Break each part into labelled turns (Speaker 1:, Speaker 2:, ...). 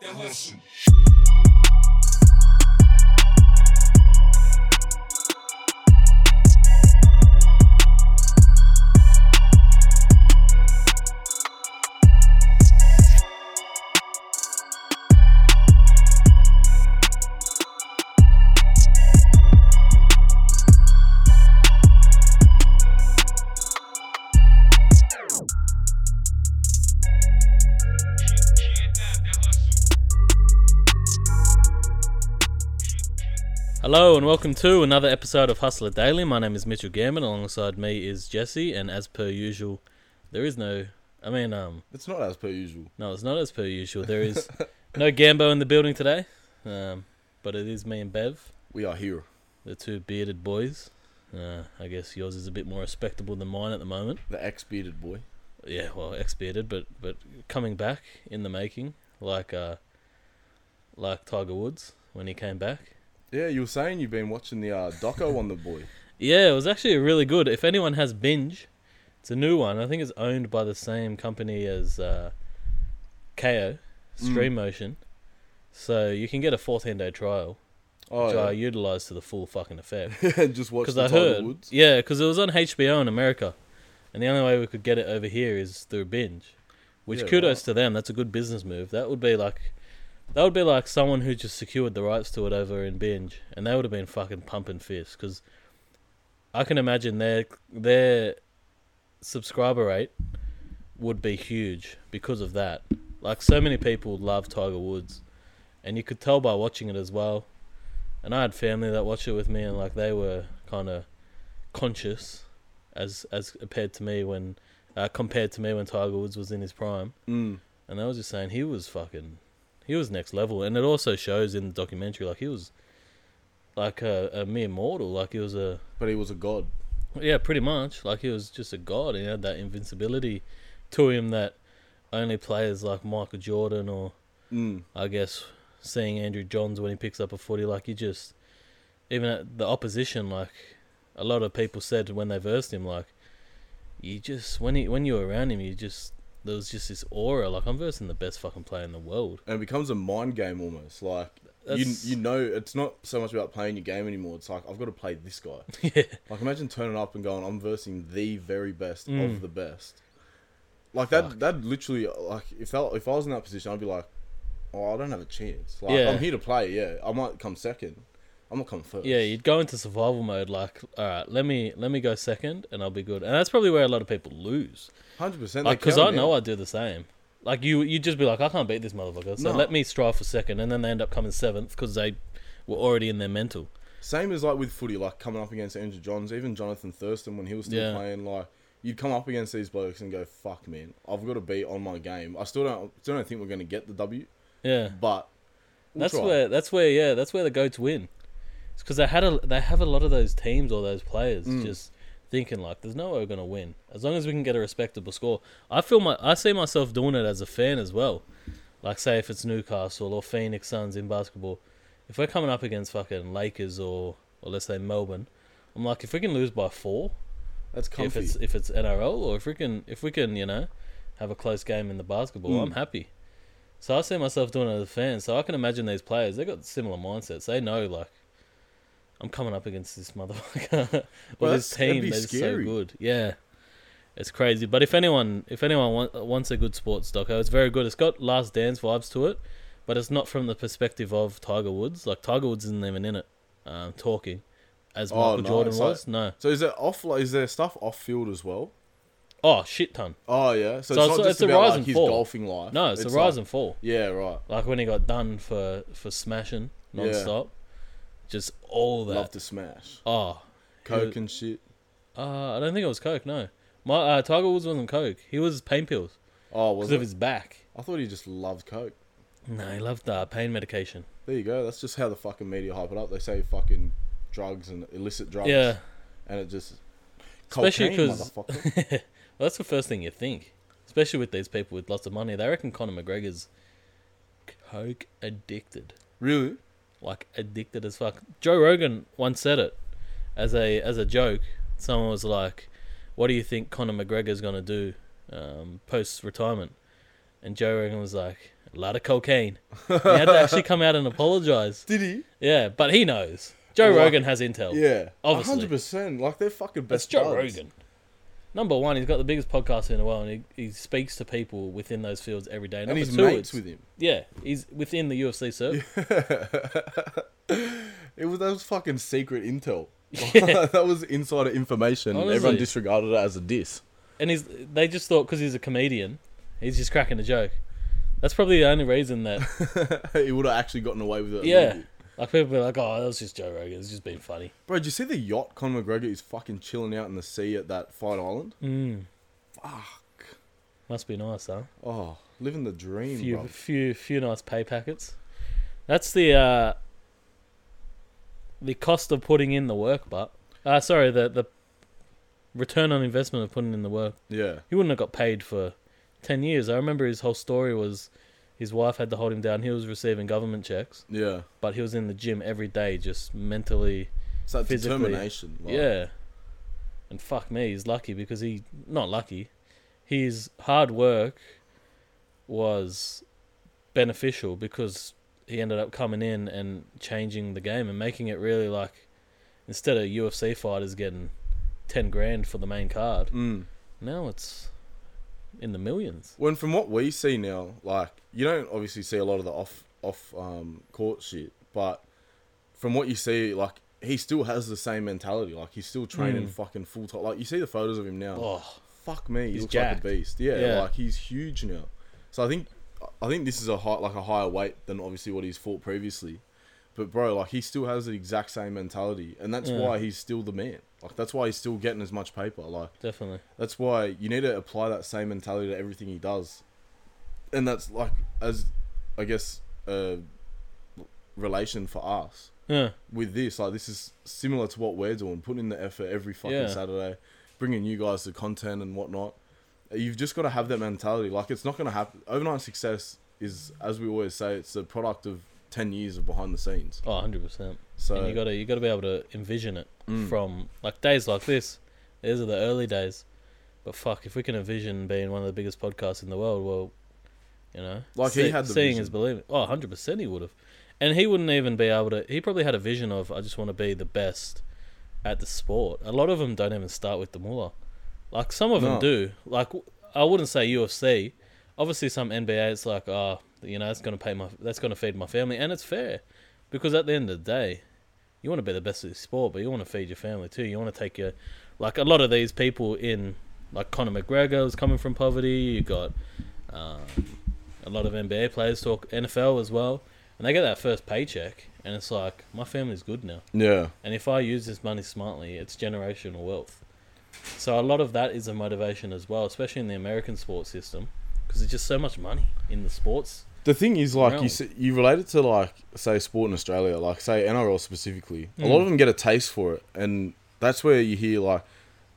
Speaker 1: Johnson.
Speaker 2: Hello and welcome to another episode of Hustler Daily. My name is Mitchell Gammon. Alongside me is Jesse, and as per usual, there is no. I mean, um,
Speaker 3: It's not as per usual.
Speaker 2: no, it's not as per usual. There is no Gambo in the building today, um, but it is me and Bev,
Speaker 3: We are here.
Speaker 2: the two bearded boys. Uh, I guess yours is a bit more respectable than mine at the moment.
Speaker 3: The ex bearded boy.
Speaker 2: Yeah, well, ex-bearded, but but coming back in the making, like uh, like Tiger Woods when he came back.
Speaker 3: Yeah, you were saying you've been watching the uh, doco on the boy.
Speaker 2: Yeah, it was actually really good. If anyone has Binge, it's a new one. I think it's owned by the same company as uh,
Speaker 3: Mm.
Speaker 2: KO, Stream Motion. So you can get a 14 day trial,
Speaker 3: Oh,
Speaker 2: which I
Speaker 3: yeah.
Speaker 2: utilized to the full fucking effect.
Speaker 3: just watch
Speaker 2: Because
Speaker 3: the
Speaker 2: I
Speaker 3: Tiger
Speaker 2: heard.
Speaker 3: Woods.
Speaker 2: Yeah, because it was on HBO in America. And the only way we could get it over here is through Binge. Which
Speaker 3: Yeah,
Speaker 2: kudos
Speaker 3: right.
Speaker 2: to them. That's a good business move. That would be like. That would be like someone who just secured the rights to it over in Binge, and they would have been fucking pumping fists because I can imagine their their subscriber rate would be huge because of that. Like so many people love Tiger Woods, and you could tell by watching it as well. And I had family that watched it with me, and like they were kind of conscious, as as compared to me when uh, compared to me when Tiger Woods was in his prime,
Speaker 3: Mm.
Speaker 2: and they was just saying he was fucking, he was next level, and it also shows in the documentary like he was like a, a mere mortal, like he was a
Speaker 3: But he was a god.
Speaker 2: yeah, pretty much. Like he was just a god. He had that invincibility to him that only players like Michael Jordan or
Speaker 3: Mm.
Speaker 2: I guess seeing Andrew Johns when he picks up a footy, like you just even at the opposition, like a lot of people said when they versed him, like you just when he when you were around him, you just there was just this aura. Like I'm versing the best fucking player in the world.
Speaker 3: And it becomes a mind game almost. Like, you,
Speaker 2: That's-
Speaker 3: you know, it's not so much about playing your game anymore. It's like, I've got to play this guy.
Speaker 2: yeah,
Speaker 3: Like, imagine turning up and going, I'm versing the very best
Speaker 2: Mm.
Speaker 3: of the best. Like, that,
Speaker 2: Fuck.
Speaker 3: that literally, like, if, that, if I was in that position, I'd be like, oh, I don't have a chance. Like,
Speaker 2: Yeah.
Speaker 3: I'm here to play, yeah. I might come second. I'm not come first.
Speaker 2: yeah. You'd go into survival mode, like all right, let me let me go second, and I'll be good. And that's probably where a lot of people lose.
Speaker 3: Hundred percent.
Speaker 2: like because I know I do the same. Like you, you just be like, I can't beat this motherfucker. So
Speaker 3: No.
Speaker 2: let me strive for second, and then they end up coming seventh because they were already in their mental.
Speaker 3: same as like with footy, like coming up against Andrew Johns, even Jonathan Thurston when he was still
Speaker 2: Yeah.
Speaker 3: playing, like you'd come up against these blokes and go, "Fuck, man, I've got to be on my game." I still don't, still don't think we're gonna get the W,
Speaker 2: Yeah,
Speaker 3: but we'll
Speaker 2: that's
Speaker 3: try.
Speaker 2: where that's where yeah that's where the goats win. It's because they had a they have a lot of those teams or those players
Speaker 3: Mm.
Speaker 2: just thinking like, there's no way we're gonna win as long as we can get a respectable score. I feel my I see myself doing it as a fan as well. Like say if it's Newcastle or Phoenix Suns in basketball, if we're coming up against fucking Lakers or or let's say Melbourne, I'm like if we can lose by four,
Speaker 3: that's comfy.
Speaker 2: if it's if it's NRL or if we can if we can you know have a close game in the basketball, I'm
Speaker 3: Hmm.
Speaker 2: happy. So I see myself doing it as a fan. So I can imagine these players; they got similar mindsets. They know like I'm coming up against this motherfucker or
Speaker 3: Well,
Speaker 2: this
Speaker 3: that's- that'd
Speaker 2: team
Speaker 3: be
Speaker 2: that's so
Speaker 3: scary.
Speaker 2: good. Yeah, it's crazy. But if anyone if anyone want, wants a good sports doco, it's very good. It's got Last Dance vibes to it, but it's not from the perspective of Tiger Woods. Like Tiger Woods isn't even in it um, talking as
Speaker 3: Oh,
Speaker 2: Michael
Speaker 3: no,
Speaker 2: Jordan
Speaker 3: it's like-
Speaker 2: was. No.
Speaker 3: so is there off? Like, is there stuff off field as well?
Speaker 2: Oh shit ton.
Speaker 3: Oh
Speaker 2: So
Speaker 3: yeah. So, it's
Speaker 2: it's-
Speaker 3: not just
Speaker 2: it's a
Speaker 3: about
Speaker 2: rise
Speaker 3: like,
Speaker 2: and
Speaker 3: his
Speaker 2: fall.
Speaker 3: golfing life.
Speaker 2: No, it's, a rise
Speaker 3: like-
Speaker 2: and fall.
Speaker 3: Yeah, right.
Speaker 2: Like when he got done for for smashing
Speaker 3: Yeah.
Speaker 2: non-stop. Just all that.
Speaker 3: Love to smash,
Speaker 2: Oh,
Speaker 3: coke and shit.
Speaker 2: uh, I don't think it was coke. No, my uh, Tiger Woods wasn't coke. He was pain pills
Speaker 3: Oh, was
Speaker 2: because of
Speaker 3: it?
Speaker 2: his back.
Speaker 3: I thought he just loved coke.
Speaker 2: No, he loved uh, pain medication.
Speaker 3: There you go. That's just how the fucking media hype it up. They say fucking drugs and illicit drugs.
Speaker 2: Yeah,
Speaker 3: And it just.
Speaker 2: Especially
Speaker 3: Cocaine,
Speaker 2: 'cause-
Speaker 3: motherfucker.
Speaker 2: well, that's the first thing you think, especially with these people with lots of money. They reckon Conor McGregor's coke addicted.
Speaker 3: really?
Speaker 2: like addicted as fuck. Joe Rogan once said it as a as a joke. Someone was like, "What do you think Conor McGregor's gonna do um, post retirement?" and Joe Rogan was like, a lot of cocaine. And he had to actually come out and apologize.
Speaker 3: Did he?
Speaker 2: Yeah, but he knows. Joe
Speaker 3: Well,
Speaker 2: Rogan has intel.
Speaker 3: Yeah,
Speaker 2: Obviously.
Speaker 3: hundred percent. Like they're fucking
Speaker 2: That's
Speaker 3: best.
Speaker 2: Joe
Speaker 3: buds.
Speaker 2: Rogan. Number one, he's got the biggest podcast in the world, and he, he speaks to people within those fields every day.
Speaker 3: and
Speaker 2: Number
Speaker 3: he's
Speaker 2: two, it's-
Speaker 3: mates with him.
Speaker 2: Yeah, he's within the UFC circuit.
Speaker 3: It was that was fucking secret intel.
Speaker 2: Yeah.
Speaker 3: that was insider information. and Everyone
Speaker 2: Honestly.
Speaker 3: disregarded it as a diss.
Speaker 2: And he's they just thought because he's a comedian, he's just cracking a joke. That's probably the only reason that
Speaker 3: he would have actually gotten away with it.
Speaker 2: yeah,
Speaker 3: maybe.
Speaker 2: like people be like, oh, that was just Joe Rogan. It's just been funny.
Speaker 3: bro. Do you see the yacht Conor McGregor is fucking chilling out in the sea at that Fight Island?
Speaker 2: Mm,
Speaker 3: Fuck.
Speaker 2: must be nice, huh?
Speaker 3: Oh, living the dream,
Speaker 2: few
Speaker 3: bro.
Speaker 2: few few nice pay packets. That's the uh, the cost of putting in the work, but uh, sorry, the the return on investment of putting in the work.
Speaker 3: Yeah.
Speaker 2: He wouldn't have got paid for ten years. I remember his whole story was his wife had to hold him down. He was receiving government checks,
Speaker 3: Yeah.
Speaker 2: but he was in the gym every day, just mentally.
Speaker 3: It's that
Speaker 2: Physically.
Speaker 3: determination. Like,
Speaker 2: Yeah. And fuck me, he's lucky because he not lucky. His hard work was beneficial because he ended up coming in and changing the game and making it really like instead of UFC fighters getting ten grand for the main card,
Speaker 3: Mm.
Speaker 2: now it's in the millions.
Speaker 3: When from what we see now, like you don't obviously see a lot of the off off um, court shit, but from what you see, like he still has the same mentality. Like he's still training
Speaker 2: Mm.
Speaker 3: fucking full time. Like you see the photos of him now.
Speaker 2: Oh,
Speaker 3: Fuck me, he
Speaker 2: He's
Speaker 3: looks
Speaker 2: jacked.
Speaker 3: like a beast. Yeah,
Speaker 2: Yeah.
Speaker 3: like he's huge now. So I think I think this is a high, like a higher weight than obviously what he's fought previously. But bro, like he still has the exact same mentality, and that's
Speaker 2: Yeah.
Speaker 3: why he's still the man. Like that's why he's still getting as much paper. Like
Speaker 2: definitely.
Speaker 3: that's why you need to apply that same mentality to everything he does. And that's like as I guess a relation for us
Speaker 2: Yeah.
Speaker 3: with this. Like this is similar to what we're doing, putting in the effort every fucking
Speaker 2: Yeah.
Speaker 3: Saturday, bringing you guys the content and whatnot. You've just got to have that mentality. Like it's not going to happen. Overnight success is, as we always say, it's the product of ten years of behind the scenes.
Speaker 2: Oh, 100%.
Speaker 3: So
Speaker 2: and you gotta you gotta be able to envision it
Speaker 3: Mm.
Speaker 2: from like days like this. These are the early days, but fuck, if we can envision being one of the biggest podcasts in the world, well, you know,
Speaker 3: Like, he had the
Speaker 2: seeing
Speaker 3: vision.
Speaker 2: is believing. Oh, 100 percent, he would have, and he wouldn't even be able to. He probably had a vision of I just want to be the best at the sport. A lot of them don't even start with the mullah. Like some of
Speaker 3: No.
Speaker 2: them do. Like w- I wouldn't say UFC. Obviously, some NBA, it's like, ah, you know, that's gonna pay my, that's gonna feed my family, and it's fair, because at the end of the day, you want to be the best at the sport, but you want to feed your family too. You want to take your, like a lot of these people in, like Conor McGregor was coming from poverty. You got um, a lot of NBA players talk NFL as well, and they get that first paycheck, and it's like my family's good now,
Speaker 3: yeah,
Speaker 2: and if I use this money smartly, it's generational wealth. So a lot of that is a motivation as well, especially in the American sports system, because there's just so much money in the sports.
Speaker 3: The thing is, like you
Speaker 2: Realm.
Speaker 3: s- you relate it to like say sport in Australia, like say NRL specifically. A
Speaker 2: Mm.
Speaker 3: lot of them get a taste for it, and that's where you hear like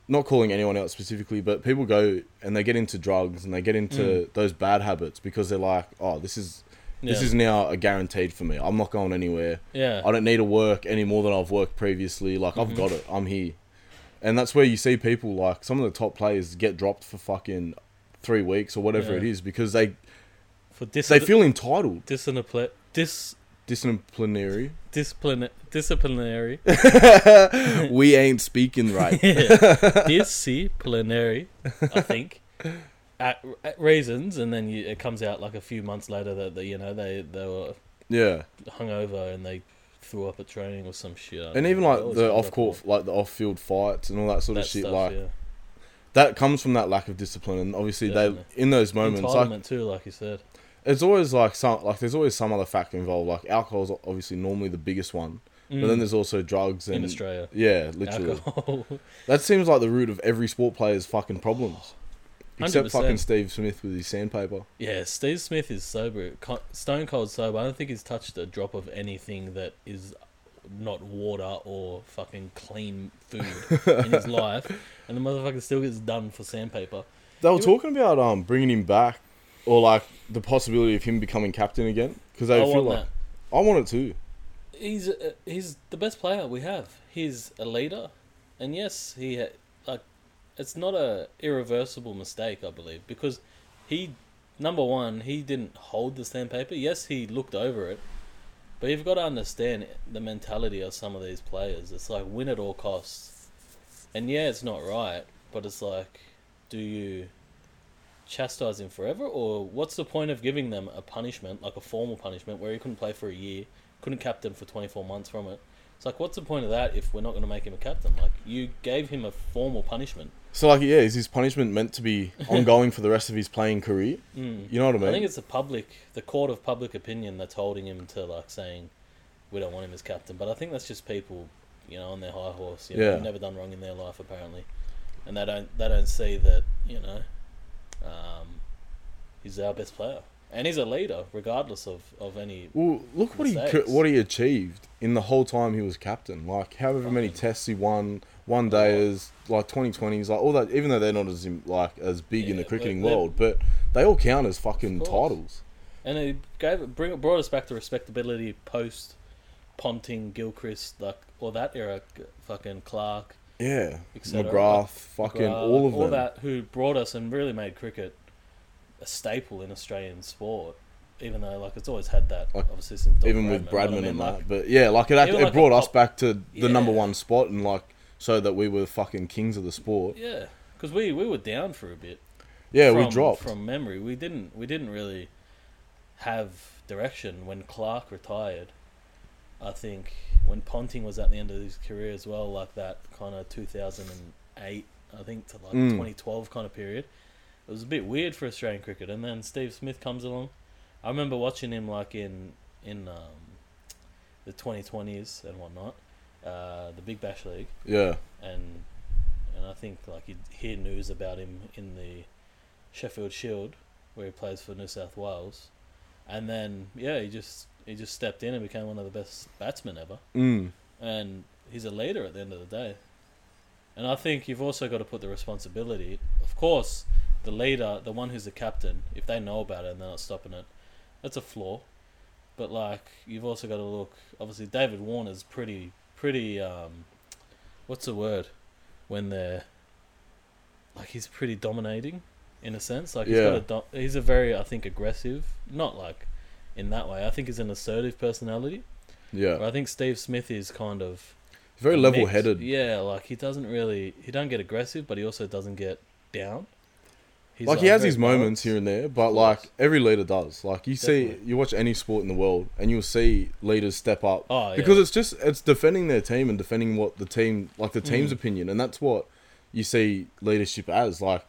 Speaker 3: not calling anyone out specifically, but people go and they get into drugs and they get into those bad habits because they're like, oh, this is this
Speaker 2: Mm. Yeah.
Speaker 3: is now a guaranteed for me. I'm not going anywhere.
Speaker 2: Yeah, Mm-hmm.
Speaker 3: I don't need to work any more than I've worked previously. Like I've got it. I'm here. And that's where you see people like some of the top players get dropped for fucking three weeks or whatever
Speaker 2: Yeah.
Speaker 3: it is because they
Speaker 2: for dis-
Speaker 3: they feel entitled.
Speaker 2: disciplinary, dis-
Speaker 3: Disciplinary.
Speaker 2: disciplinary, disciplinary,
Speaker 3: we ain't speaking right.
Speaker 2: disciplinary, I think, at, at reasons, and then you, it comes out like a few months later that, that you know they they were
Speaker 3: Yeah,
Speaker 2: hungover and they threw up at training or some shit. I don't
Speaker 3: and even
Speaker 2: know. It
Speaker 3: like
Speaker 2: always
Speaker 3: the
Speaker 2: comes up
Speaker 3: off court,
Speaker 2: more.
Speaker 3: like the off field fights and all that sort
Speaker 2: That
Speaker 3: of shit,
Speaker 2: stuff,
Speaker 3: like
Speaker 2: yeah.
Speaker 3: that comes from that lack of discipline. And obviously, they
Speaker 2: Definitely.
Speaker 3: in those moments,
Speaker 2: entitlement
Speaker 3: like
Speaker 2: too, like you said.
Speaker 3: it's always like some like there's always some other factor involved. Like alcohol's obviously normally the biggest one, but then there's also drugs and
Speaker 2: Mm. in Australia.
Speaker 3: yeah, literally.
Speaker 2: Alcohol.
Speaker 3: That seems like the root of every sport player's fucking problems. Except
Speaker 2: 100%.
Speaker 3: fucking Steve Smith with his sandpaper.
Speaker 2: yeah, Steve Smith is sober, co- stone cold sober. I don't think he's touched a drop of anything that is not water or fucking clean food in his life, and the motherfucker still gets done for sandpaper.
Speaker 3: They were talking about um bringing him back, or like the possibility of him becoming captain again because they
Speaker 2: I
Speaker 3: feel
Speaker 2: want
Speaker 3: like I want it too.
Speaker 2: that. He's uh, he's the best player we have. He's a leader, and yes, he ha- like it's not a irreversible mistake, I believe, because he number one, he didn't hold the sandpaper. Yes, he looked over it, but you've got to understand the mentality of some of these players. It's like win at all costs, and yeah, it's not right, but it's like, do you chastise him forever, or what's the point of giving them a punishment, like a formal punishment, where he couldn't play for a year, couldn't captain for twenty four months from it? It's like, what's the point of that if we're not going to make him a captain? Like, you gave him a formal punishment.
Speaker 3: So like, yeah, is his punishment meant to be ongoing for the rest of his playing career?
Speaker 2: Mm.
Speaker 3: You know what I mean?
Speaker 2: I think it's the public, the court of public opinion that's holding him to like saying we don't want him as captain. But I think that's just people, you know, on their high horse. You know,
Speaker 3: Yeah.
Speaker 2: they've never done wrong in their life apparently, and they don't they don't see that you know, um, he's our best player and he's a leader regardless of of any.
Speaker 3: well, look what he co-
Speaker 2: Mistakes.
Speaker 3: what he achieved in the whole time he was captain. Like however many
Speaker 2: Fucking-
Speaker 3: tests he won, one days, like twenty twenties, like all that. Even though they're not as im- like as big in
Speaker 2: Yeah,
Speaker 3: the cricketing
Speaker 2: they're- they're-
Speaker 3: world, but they all count as fucking
Speaker 2: Of course.
Speaker 3: titles.
Speaker 2: And it gave bring brought us back to respectability post Ponting, Gilchrist, like all that era, fucking Clark.
Speaker 3: Yeah,
Speaker 2: Et cetera.
Speaker 3: McGrath, fucking
Speaker 2: Grant,
Speaker 3: all of them.
Speaker 2: that who brought us and really made cricket a staple in Australian sport. Even though, like, it's always had that,
Speaker 3: Like,
Speaker 2: obviously, since Doc
Speaker 3: even with
Speaker 2: but I
Speaker 3: Bradman
Speaker 2: mean,
Speaker 3: and
Speaker 2: like,
Speaker 3: that. But yeah, like it, act-
Speaker 2: Even
Speaker 3: it
Speaker 2: like a
Speaker 3: brought us
Speaker 2: pop-
Speaker 3: back to the number
Speaker 2: Yeah.
Speaker 3: one spot and like so that we were fucking kings of the sport.
Speaker 2: Yeah, because we, we were down for a bit.
Speaker 3: Yeah,
Speaker 2: from,
Speaker 3: we dropped.
Speaker 2: from memory. We didn't we didn't really have direction when Clark retired. I think when Ponting was at the end of his career as well, like that kind of 2008, I think to like
Speaker 3: Mm.
Speaker 2: 2012 kind of period. It was a bit weird for Australian cricket, and then Steve Smith comes along. I remember watching him like in in um, the 2020s and whatnot, uh, the Big Bash League
Speaker 3: yeah,
Speaker 2: and and I think like you'd hear news about him in the Sheffield Shield where he plays for New South Wales, and then yeah, he just he just stepped in and became one of the best batsmen ever,
Speaker 3: mm.
Speaker 2: and he's a leader at the end of the day. And I think you've also got to put the responsibility, of course, the leader, the one who's the captain, if they know about it and they're not stopping it, that's a flaw. But like you've also got to look. Obviously, David Warner's pretty, pretty. Um, what's the word when they're like he's pretty dominating in a sense. Like he's got
Speaker 3: Yeah.
Speaker 2: a do- he's a very I think aggressive, not like in that way. I think he's an assertive personality. But
Speaker 3: yeah,
Speaker 2: I think Steve Smith is kind of
Speaker 3: very
Speaker 2: mixed.
Speaker 3: level headed.
Speaker 2: Yeah, like he doesn't really he don't get aggressive, but he also doesn't get down. He's
Speaker 3: Like he has
Speaker 2: very
Speaker 3: his moments
Speaker 2: balanced.
Speaker 3: here and there, but
Speaker 2: Of
Speaker 3: like
Speaker 2: course.
Speaker 3: every leader does. Like you see,
Speaker 2: Definitely.
Speaker 3: you watch any sport in the world, and you'll see leaders step up
Speaker 2: Oh, yeah.
Speaker 3: because it's just it's defending their team and defending what the team like the team's
Speaker 2: Mm.
Speaker 3: opinion, and that's what you see leadership as. Like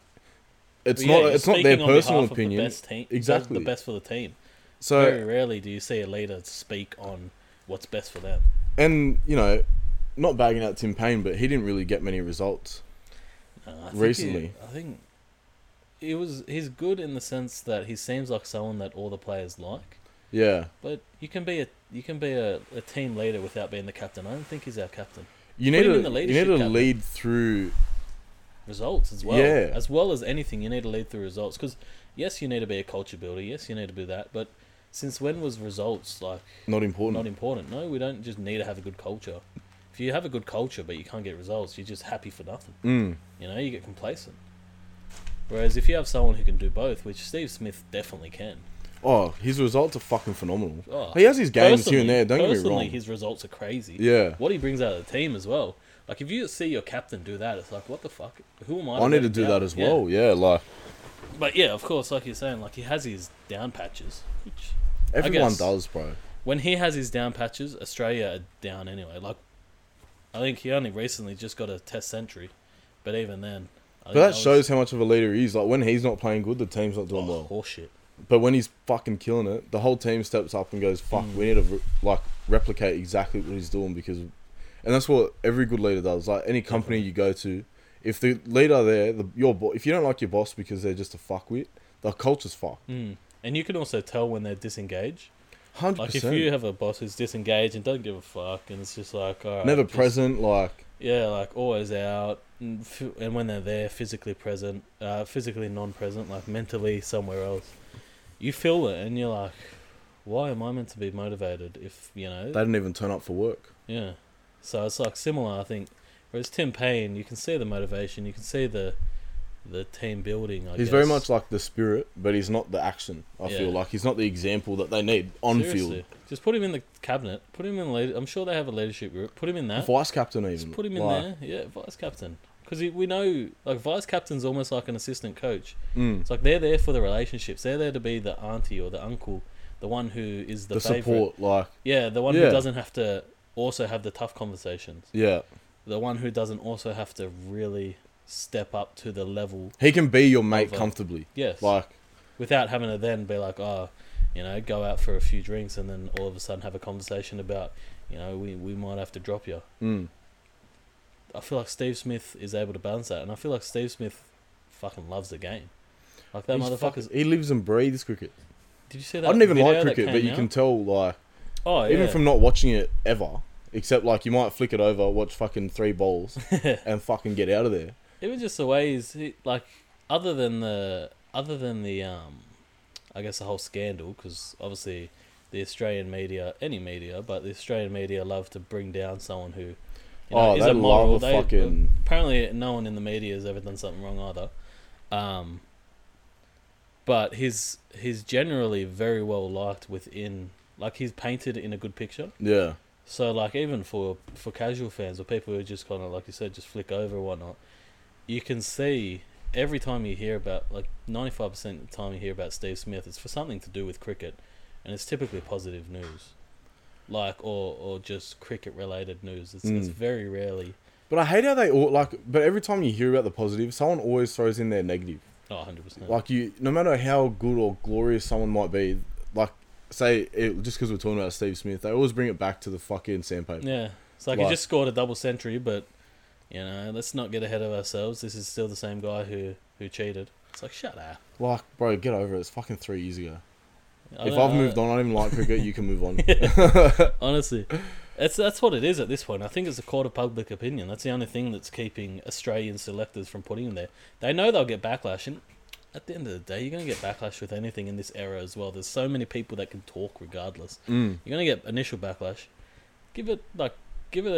Speaker 3: it's
Speaker 2: But yeah,
Speaker 3: not
Speaker 2: you're
Speaker 3: it's not their
Speaker 2: speaking on
Speaker 3: personal
Speaker 2: behalf of
Speaker 3: opinion.
Speaker 2: The best team,
Speaker 3: Exactly.
Speaker 2: the best for the team.
Speaker 3: So
Speaker 2: Very rarely do you see a leader speak on what's best for them.
Speaker 3: and you know, not bagging out Tim Payne, but he didn't really get many results.
Speaker 2: Uh, I think
Speaker 3: Recently.
Speaker 2: he- I think it was he's good in the sense that he seems like someone that all the players like.
Speaker 3: Yeah,
Speaker 2: But you can be a you can be a, a team leader without being the captain. I don't think he's our captain.
Speaker 3: you
Speaker 2: Put
Speaker 3: need
Speaker 2: him
Speaker 3: to
Speaker 2: in the
Speaker 3: you need
Speaker 2: leadership
Speaker 3: to
Speaker 2: cabinet.
Speaker 3: lead through.
Speaker 2: Results as well,
Speaker 3: Yeah.
Speaker 2: as well as anything, you need to lead through results. Because yes, you need to be a culture builder. Yes, you need to do that. But since when was results like
Speaker 3: Not important.
Speaker 2: not important? No, we don't just need to have a good culture. If you have a good culture but you can't get results, you're just happy for nothing.
Speaker 3: Mm.
Speaker 2: You know, you get complacent. Whereas if you have someone who can do both, which Steve Smith definitely can.
Speaker 3: Oh, his results are fucking phenomenal.
Speaker 2: Oh,
Speaker 3: he has his games here
Speaker 2: personally-
Speaker 3: and there. Don't get me
Speaker 2: personally,
Speaker 3: wrong.
Speaker 2: his results are crazy.
Speaker 3: Yeah.
Speaker 2: What he brings out of the team as well. Like, if you see your captain do that, it's like, what the fuck? Who am I?
Speaker 3: I
Speaker 2: let
Speaker 3: need to
Speaker 2: him
Speaker 3: do
Speaker 2: down?
Speaker 3: that as
Speaker 2: Yeah.
Speaker 3: well. Yeah, like
Speaker 2: But yeah, of course, like you're saying, like he has his down patches. Which
Speaker 3: everyone
Speaker 2: guess.
Speaker 3: does, bro.
Speaker 2: when he has his down patches, Australia are down anyway. Like, I think he only recently just got a test century, but even then, I
Speaker 3: But
Speaker 2: think
Speaker 3: that
Speaker 2: was-
Speaker 3: shows how much of a leader he is. Like when he's not playing good, the team's not
Speaker 2: oh,
Speaker 3: doing well.
Speaker 2: horseshit.
Speaker 3: But when he's fucking killing it, the whole team steps up and goes, "Fuck, we need to re- like replicate exactly what he's doing." Because, and that's what every good leader does. Like any company you go to, if the leader there, the, your bo- if you don't like your boss because they're just a fuckwit, the culture's fucked.
Speaker 2: Mm. And you can also tell when they're disengaged.
Speaker 3: Hundred
Speaker 2: Mm. Like if
Speaker 3: percent.
Speaker 2: you have a boss who's disengaged and doesn't give a fuck, and it's just like all right,
Speaker 3: Never
Speaker 2: just-
Speaker 3: present. Like
Speaker 2: yeah, like always out, and f- and when they're there, physically present, uh, physically non-present, like mentally somewhere else. You feel it, and you're like, why am I meant to be motivated if you know?
Speaker 3: they didn't even turn up for work.
Speaker 2: yeah, so it's like similar, I think. Whereas Tim Payne, you can see the motivation, you can see the the team building. I
Speaker 3: He's
Speaker 2: guess.
Speaker 3: very much like the spirit, but he's not the action. I feel
Speaker 2: Yeah.
Speaker 3: like he's not the example that they need on
Speaker 2: Seriously. Just put him in the cabinet. Put him in. Lead- I'm sure they have a leadership group. Put him in
Speaker 3: field,
Speaker 2: that.
Speaker 3: vice captain even.
Speaker 2: Just put him in
Speaker 3: like,
Speaker 2: there. Yeah, vice captain. Because we know, like, vice captain's almost like an assistant coach.
Speaker 3: mm,
Speaker 2: It's like they're there for the relationships. They're there to be the auntie or the uncle, the one who is
Speaker 3: the,
Speaker 2: the, favorite.
Speaker 3: support, like
Speaker 2: Yeah, the one
Speaker 3: Yeah.
Speaker 2: who doesn't have to also have the tough conversations.
Speaker 3: yeah,
Speaker 2: The one who doesn't also have to really step up to the level.
Speaker 3: he can be your mate
Speaker 2: Over.
Speaker 3: comfortably.
Speaker 2: Yes.
Speaker 3: Like
Speaker 2: without having to then be like, oh, you know, go out for a few drinks and then all of a sudden have a conversation about, you know, we, we might have to drop you.
Speaker 3: mm,
Speaker 2: I feel like Steve Smith is able to balance that, and I feel like Steve Smith fucking loves the game. Like that
Speaker 3: he's
Speaker 2: motherfucker's.
Speaker 3: fucking- he lives and breathes cricket.
Speaker 2: Did you see
Speaker 3: I
Speaker 2: that?
Speaker 3: don't even
Speaker 2: video
Speaker 3: like
Speaker 2: that
Speaker 3: cricket, but
Speaker 2: came
Speaker 3: you can
Speaker 2: out?
Speaker 3: tell like
Speaker 2: Oh yeah.
Speaker 3: even from not watching it ever, except like you might flick it over, watch fucking three balls, and fucking get out of there.
Speaker 2: Even just the way he's he, like, other than the other than the um, I guess the whole scandal because obviously the Australian media, any media, but the Australian media love to bring down someone who. You know,
Speaker 3: oh,
Speaker 2: is
Speaker 3: they
Speaker 2: immoral.
Speaker 3: love a
Speaker 2: They-
Speaker 3: fucking.
Speaker 2: apparently no one in the media has ever done something wrong either. Um, but he's he's generally very well liked within like he's painted in a good picture.
Speaker 3: Yeah,
Speaker 2: So like even for for casual fans or people who just kind of like you said just flick over or whatnot, you can see every time you hear about like ninety five percent of the time you hear about Steve Smith, it's for something to do with cricket, and it's typically positive news, like or or just cricket related news. It's, it's
Speaker 3: Mm.
Speaker 2: very rarely
Speaker 3: but I hate how they all like. But every time you hear about the positive, someone always throws in their negative.
Speaker 2: oh, 100 percent.
Speaker 3: Like you, no matter how good or glorious someone might be, like say it, just because we're talking about Steve Smith, they always bring it back to the fucking sandpaper.
Speaker 2: Yeah, it's like,
Speaker 3: Like-
Speaker 2: he just scored a double century, but you know, let's not get ahead of ourselves. This is still the same guy who who cheated. It's like shut up.
Speaker 3: Like, bro, get over it. It's fucking three years ago.
Speaker 2: I
Speaker 3: if
Speaker 2: don't-
Speaker 3: I've
Speaker 2: I-
Speaker 3: moved on, I don't even like cricket. You can move on.
Speaker 2: honestly, it's that's what it is at this point. I think it's a court of public opinion. That's the only thing that's keeping Australian selectors from putting him there. They know they'll get backlash, and at the end of the day, you're going to get backlash with anything in this era as well. There's so many people that can talk regardless.
Speaker 3: Mm.
Speaker 2: You're gonna get initial backlash. Give it like give it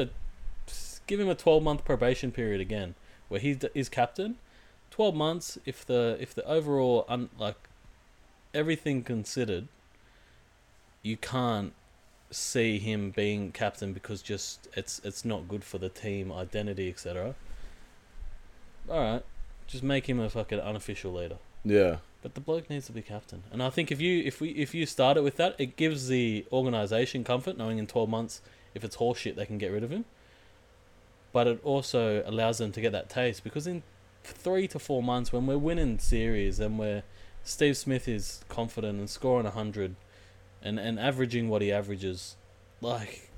Speaker 2: a give him a twelve month probation period again, where he's is captain. Twelve months if the if the overall un, like everything considered, you can't see him being captain because just it's it's not good for the team identity etc. All right, just make him a fucking unofficial leader.
Speaker 3: Yeah,
Speaker 2: But the bloke needs to be captain, and I think if you if we if you start it with that, it gives the organisation comfort knowing in twelve months if it's horseshit they can get rid of him. But it also allows them to get that taste because in three to four months, when we're winning series and we're Steve Smith is confident and scoring hundred, and and averaging what he averages, like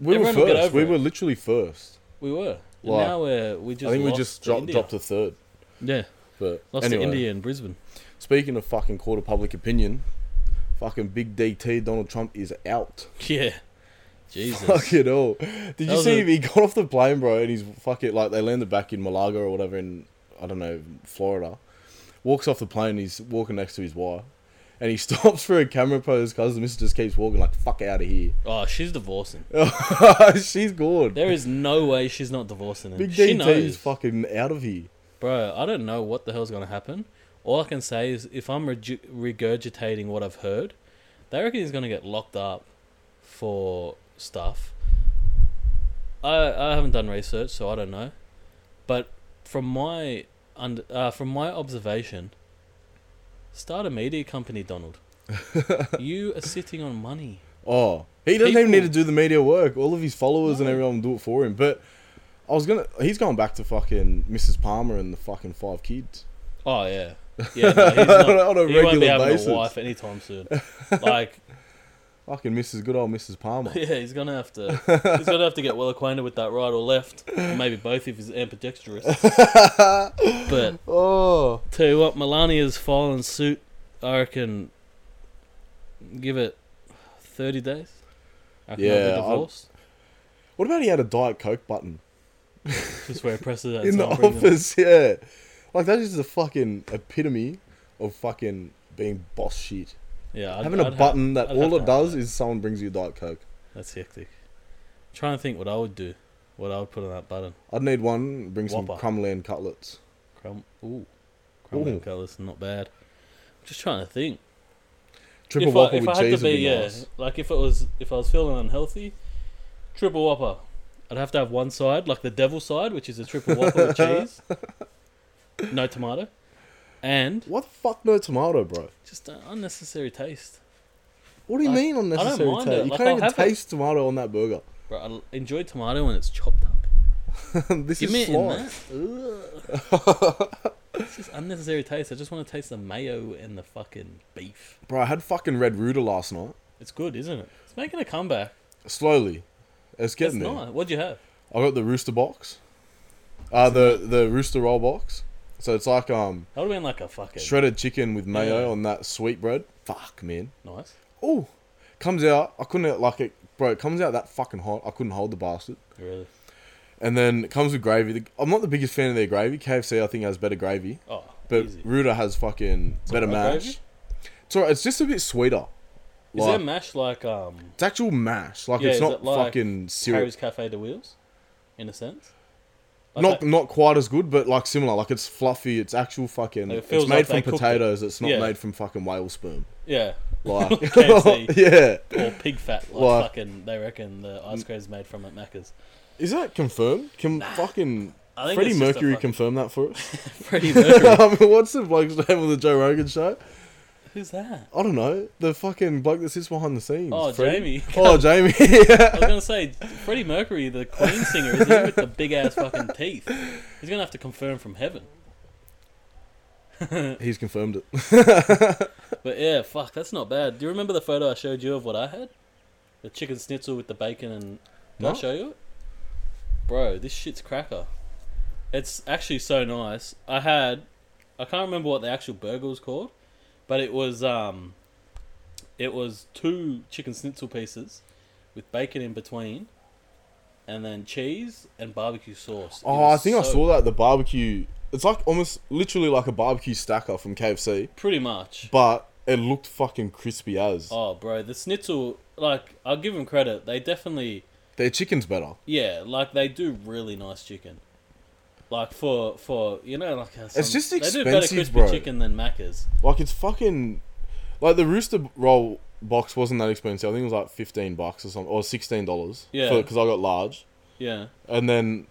Speaker 3: we
Speaker 2: Everyone will
Speaker 3: were
Speaker 2: get
Speaker 3: first.
Speaker 2: over
Speaker 3: We
Speaker 2: it.
Speaker 3: were literally first.
Speaker 2: we were. And
Speaker 3: Wow.
Speaker 2: now we're we just
Speaker 3: I think we
Speaker 2: lost
Speaker 3: just
Speaker 2: to
Speaker 3: dropped
Speaker 2: India.
Speaker 3: dropped to third.
Speaker 2: yeah
Speaker 3: But
Speaker 2: lost
Speaker 3: anyway,
Speaker 2: to India and Brisbane.
Speaker 3: speaking of fucking court of public opinion, fucking big DT Donald Trump is out.
Speaker 2: Yeah, Jesus.
Speaker 3: Fuck it all. Did
Speaker 2: That
Speaker 3: you
Speaker 2: was
Speaker 3: see
Speaker 2: a-
Speaker 3: him? He got off the plane, bro, and he's fuck it. Like they landed back in Malaga or whatever in I don't know Florida. Walks off the plane. He's walking next to his wife, and he stops for a camera pose because the missus just keeps walking like fuck out of here.
Speaker 2: Oh, she's divorcing.
Speaker 3: She's gone.
Speaker 2: There is no way she's not divorcing him.
Speaker 3: Big
Speaker 2: she
Speaker 3: DT
Speaker 2: knows,
Speaker 3: is fucking out of here.
Speaker 2: bro. I don't know what the hell's gonna happen. All I can say is if I'm reg- regurgitating what I've heard, they reckon he's gonna get locked up for stuff. I I haven't done research, so I don't know. But from my under, uh, from my observation, start a media company, Donald. you are sitting on money.
Speaker 3: Oh, he doesn't even
Speaker 2: People-
Speaker 3: need to do the media work. All of his followers and
Speaker 2: No.
Speaker 3: everyone do it for him. But I was gonna. He's going back to fucking Mrs. Palmer and the fucking five kids.
Speaker 2: Oh yeah, yeah. No, he's not,
Speaker 3: On
Speaker 2: he
Speaker 3: a
Speaker 2: won't be
Speaker 3: regular
Speaker 2: having
Speaker 3: basis.
Speaker 2: a wife anytime soon. Like,
Speaker 3: Fucking Mrs. Good old Mrs. Palmer.
Speaker 2: yeah, he's gonna have to. He's gonna have to get well acquainted with that right or left, or maybe both if he's ambidextrous. but
Speaker 3: Oh,
Speaker 2: tell you what, Melania's fallen suit. I reckon. Give it thirty days. I reckon they'll be
Speaker 3: Yeah, I'll-
Speaker 2: divorced.
Speaker 3: what about he had a Diet Coke button
Speaker 2: Just where it presses that
Speaker 3: in the
Speaker 2: time, bring them-
Speaker 3: office? Yeah, like that is the fucking epitome of fucking being boss shit.
Speaker 2: Yeah, I'd,
Speaker 3: Having
Speaker 2: I'd
Speaker 3: a
Speaker 2: ha-
Speaker 3: button that
Speaker 2: I'd have
Speaker 3: all
Speaker 2: to
Speaker 3: it
Speaker 2: have
Speaker 3: does
Speaker 2: that.
Speaker 3: is someone brings you a Diet Coke.
Speaker 2: that's hectic. trying to think what I would do, what I would put on that button.
Speaker 3: I'd need one. Bring some
Speaker 2: Whopper.
Speaker 3: Crumland cutlets.
Speaker 2: Crumb. Ooh, crumbling
Speaker 3: Ooh.
Speaker 2: colours, not bad. Just trying to think.
Speaker 3: Triple
Speaker 2: if
Speaker 3: whopper
Speaker 2: I, if
Speaker 3: with
Speaker 2: I had
Speaker 3: cheese
Speaker 2: to
Speaker 3: would
Speaker 2: be,
Speaker 3: be
Speaker 2: yeah,
Speaker 3: nice.
Speaker 2: like if it was, if I was feeling unhealthy, triple whopper. I'd have to have one side, like the devil side, which is a triple whopper with cheese, no tomato, and
Speaker 3: What the fuck? No tomato, bro.
Speaker 2: just an unnecessary taste.
Speaker 3: What do you
Speaker 2: Like,
Speaker 3: mean unnecessary
Speaker 2: mind it.
Speaker 3: taste? You
Speaker 2: Like, I'll
Speaker 3: can't even
Speaker 2: have it.
Speaker 3: taste tomato on that burger.
Speaker 2: Bro, I enjoy tomato when it's chopped up.
Speaker 3: this
Speaker 2: Give
Speaker 3: is
Speaker 2: me it in
Speaker 3: sliced.
Speaker 2: that. Ugh. it's just unnecessary taste. I just want to taste the mayo and the fucking beef.
Speaker 3: Bro, I had fucking red rooter last night.
Speaker 2: It's good, isn't it? It's making a comeback.
Speaker 3: Slowly,
Speaker 2: It's
Speaker 3: it's getting there.
Speaker 2: not. What'd you have?
Speaker 3: I got the rooster box, uh, the the rooster roll box. So it's like um
Speaker 2: That would have been like a fucking
Speaker 3: shredded chicken with mayo
Speaker 2: Yeah.
Speaker 3: on that sweet bread. Fuck man.
Speaker 2: nice.
Speaker 3: Oh, comes out. I couldn't like it, bro. It comes out that fucking hot. I couldn't hold the bastard.
Speaker 2: Really?
Speaker 3: And then it comes with gravy. The- I'm not the biggest fan of their gravy. KFC I think has better gravy,
Speaker 2: Oh,
Speaker 3: but
Speaker 2: easy.
Speaker 3: Ruta has fucking better
Speaker 2: alright
Speaker 3: mash.
Speaker 2: gravy?
Speaker 3: It's alright. It's just a bit sweeter.
Speaker 2: Is
Speaker 3: Like,
Speaker 2: there mash like um
Speaker 3: it's actual mash. Like
Speaker 2: Yeah,
Speaker 3: it's
Speaker 2: is
Speaker 3: not
Speaker 2: it like
Speaker 3: fucking syrup.
Speaker 2: Harry's Cafe de Wheels, in a sense? Like
Speaker 3: Not
Speaker 2: that-
Speaker 3: not quite as good, but like similar. Like it's fluffy. It's actual fucking.
Speaker 2: Like, it
Speaker 3: it's
Speaker 2: feels
Speaker 3: made
Speaker 2: like they
Speaker 3: from
Speaker 2: cooked it.
Speaker 3: potatoes. It's not
Speaker 2: Yeah.
Speaker 3: made from fucking whale sperm.
Speaker 2: yeah,
Speaker 3: Like
Speaker 2: KFC.
Speaker 3: yeah.
Speaker 2: or pig fat. Like
Speaker 3: Like-
Speaker 2: fucking, they reckon the ice cream's made from at Macca's.
Speaker 3: Is that confirmed? Can fucking
Speaker 2: I think
Speaker 3: Freddie
Speaker 2: it's just a
Speaker 3: Mercury
Speaker 2: fucking-
Speaker 3: confirm that for us?
Speaker 2: Freddie Mercury.
Speaker 3: I mean, what's the bloke's name on the Joe Rogan show?
Speaker 2: Who's that?
Speaker 3: I don't know. The fucking bloke that sits behind the scenes.
Speaker 2: Oh, Jamie.
Speaker 3: Oh, Jamie. yeah.
Speaker 2: I was gonna say Freddie Mercury, the Queen singer, is he with the big ass fucking teeth? He's gonna have to confirm from heaven.
Speaker 3: He's confirmed it.
Speaker 2: But yeah, fuck, that's not bad. Do you remember the photo I showed you of what I had? The chicken schnitzel with the bacon and. Did
Speaker 3: No.
Speaker 2: I show you it? Bro, this shit's cracker. It's actually so nice. I had. I can't remember what the actual burger was called, but it was um. It was two chicken schnitzel pieces, with bacon in between, and then cheese and barbecue sauce. It
Speaker 3: Oh, I
Speaker 2: was
Speaker 3: think I
Speaker 2: so-
Speaker 3: saw that at the barbecue. It's like almost literally like a barbecue stacker from KFC,
Speaker 2: Pretty much.
Speaker 3: but it looked fucking crispy as.
Speaker 2: Oh, bro, the schnitzel. Like, I'll give them credit. They definitely.
Speaker 3: Their chicken's better.
Speaker 2: Yeah, like they do really nice chicken. Like for for you know like how some,
Speaker 3: just
Speaker 2: They do better
Speaker 3: expensive,
Speaker 2: crispy
Speaker 3: bro.
Speaker 2: chicken than Macca's.
Speaker 3: Like it's fucking like the rooster roll box wasn't that expensive. I think it was like fifteen bucks or something, or sixteen dollars.
Speaker 2: Yeah.
Speaker 3: because I got large,
Speaker 2: Yeah,
Speaker 3: and then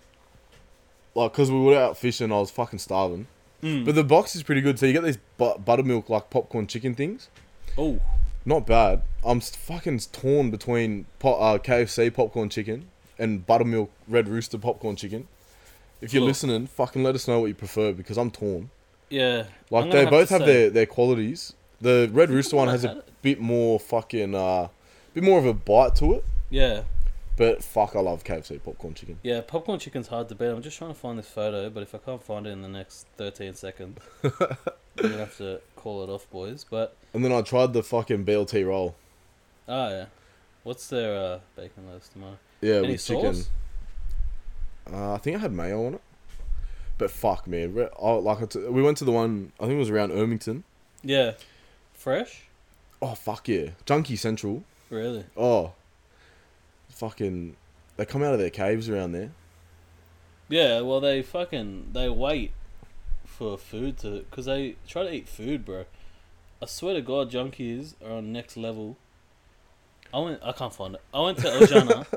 Speaker 3: like because we were out fishing, I was fucking starving.
Speaker 2: Mm.
Speaker 3: But the box is pretty good. So you get these bu- buttermilk like popcorn chicken things.
Speaker 2: oh
Speaker 3: Not bad. I'm s- fucking torn between po- uh, KFC popcorn chicken and buttermilk Red Rooster popcorn chicken. If you're
Speaker 2: Look.
Speaker 3: listening, fucking let us know what you prefer because I'm torn.
Speaker 2: yeah. I'm
Speaker 3: Like
Speaker 2: gonna
Speaker 3: they
Speaker 2: to
Speaker 3: both have
Speaker 2: say-
Speaker 3: their, their qualities. The Red Rooster
Speaker 2: I've
Speaker 3: one has
Speaker 2: had
Speaker 3: a
Speaker 2: it.
Speaker 3: bit more fucking uh bit more of a bite to it.
Speaker 2: yeah
Speaker 3: But fuck I love KFC popcorn chicken.
Speaker 2: yeah. Popcorn chicken's hard to beat. I'm just trying to find this photo, but if I can't find it in the next 13 seconds, I'm gonna have to call it off, boys. But
Speaker 3: And then I tried the fucking BLT roll.
Speaker 2: oh yeah, what's their uh, bacon loaves tomorrow?
Speaker 3: Yeah,
Speaker 2: Any
Speaker 3: with chicken.
Speaker 2: sauce?
Speaker 3: Uh, I think I had mayo on it. But fuck man, re- I, like I t- we went to the one I think it was around Ermington.
Speaker 2: Yeah, fresh.
Speaker 3: Oh fuck yeah, Junkie Central.
Speaker 2: Really?
Speaker 3: Oh, fucking, they come out of their caves around there.
Speaker 2: Yeah, well, they fucking they wait for food to because they try to eat food, bro. I swear to God, junkies are on next level. I went. I can't find it. I went to Ojana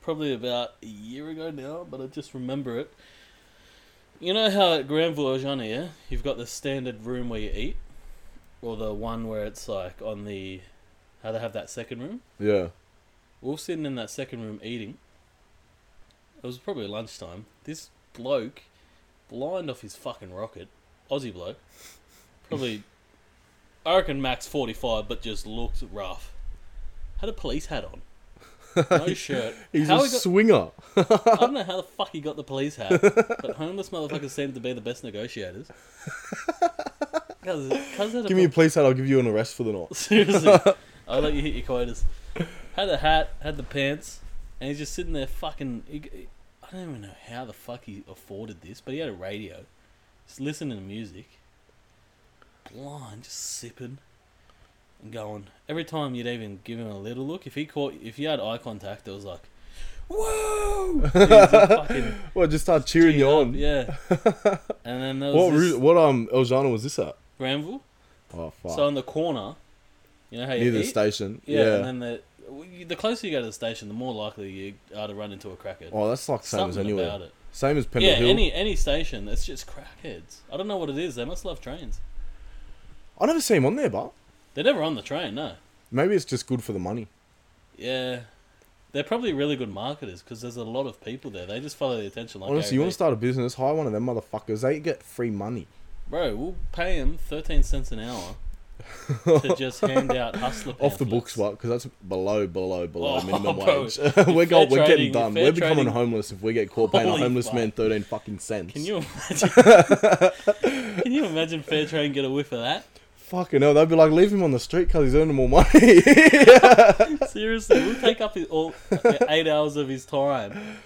Speaker 2: probably about a year ago now, but I just remember it. You know how at Granville Ojana, yeah, you've got the standard room where you eat, or the one where it's like on the how they have that second room.
Speaker 3: Yeah.
Speaker 2: We were sitting in that second room eating. It was probably lunchtime. This bloke, blind off his fucking rocket, Aussie bloke, probably, I reckon max 45, but just looked rough. Had a police hat on. No shirt.
Speaker 3: He's
Speaker 2: how
Speaker 3: a
Speaker 2: he got,
Speaker 3: swinger.
Speaker 2: I don't know how the fuck he got the police hat, but homeless motherfuckers seem to be the best negotiators. Cause, cause had a
Speaker 3: Give me a
Speaker 2: pol-
Speaker 3: police hat, I'll give you an arrest for the night.
Speaker 2: Seriously, I'll let you hit your quotas. Had the hat, had the pants, and he's just sitting there fucking. He, he- I don't even know how the fuck he afforded this, but he had a radio, just listening to music, blind, just sipping, and going. Every time you'd even give him a little look, if he caught, if you had eye contact, it was like, whoa! Dude, just fucking
Speaker 3: Well, just start cheering
Speaker 2: teed
Speaker 3: you
Speaker 2: up,
Speaker 3: on.
Speaker 2: Yeah. and then there was
Speaker 3: What
Speaker 2: this
Speaker 3: ru- what um Eljana was this at?
Speaker 2: Granville.
Speaker 3: Oh fuck.
Speaker 2: So on the corner, you know how you
Speaker 3: Near the
Speaker 2: eat?
Speaker 3: station.
Speaker 2: Yeah,
Speaker 3: Yeah.
Speaker 2: and then the the closer you go to the station, the more likely you are to run into a crackhead.
Speaker 3: oh, that's like same as
Speaker 2: Something
Speaker 3: anywhere.
Speaker 2: about it.
Speaker 3: Same as Pendle
Speaker 2: yeah,
Speaker 3: Hill.
Speaker 2: any any station, it's just crackheads. I don't know what it is. They must love trains.
Speaker 3: I never see him on there, but
Speaker 2: They're never on the train, no.
Speaker 3: maybe it's just good for the money.
Speaker 2: Yeah, they're probably really good marketers because there's a lot of people there. They just follow the attention. Like
Speaker 3: Honestly, you want to
Speaker 2: start,
Speaker 3: start a business? Hire one of them motherfuckers. They get free money.
Speaker 2: bro? We'll pay them thirteen cents an hour to just hand out hustler
Speaker 3: Off the
Speaker 2: pamphlets.
Speaker 3: books, what? Because that's below, below, below
Speaker 2: Oh,
Speaker 3: minimum
Speaker 2: bro.
Speaker 3: wage.
Speaker 2: You're fair
Speaker 3: we're going, we're
Speaker 2: trading-
Speaker 3: getting
Speaker 2: you're
Speaker 3: done.
Speaker 2: fair
Speaker 3: We're becoming
Speaker 2: trading.
Speaker 3: homeless if we get caught paying
Speaker 2: Holy
Speaker 3: a homeless
Speaker 2: fuck.
Speaker 3: man thirteen fucking cents.
Speaker 2: Can you imagine? can you imagine Fairtrade get a whiff of that?
Speaker 3: Fucking hell, they'd be like, leave him on the street because he's earning more money.
Speaker 2: Seriously, we'll take up his, all eight hours of his time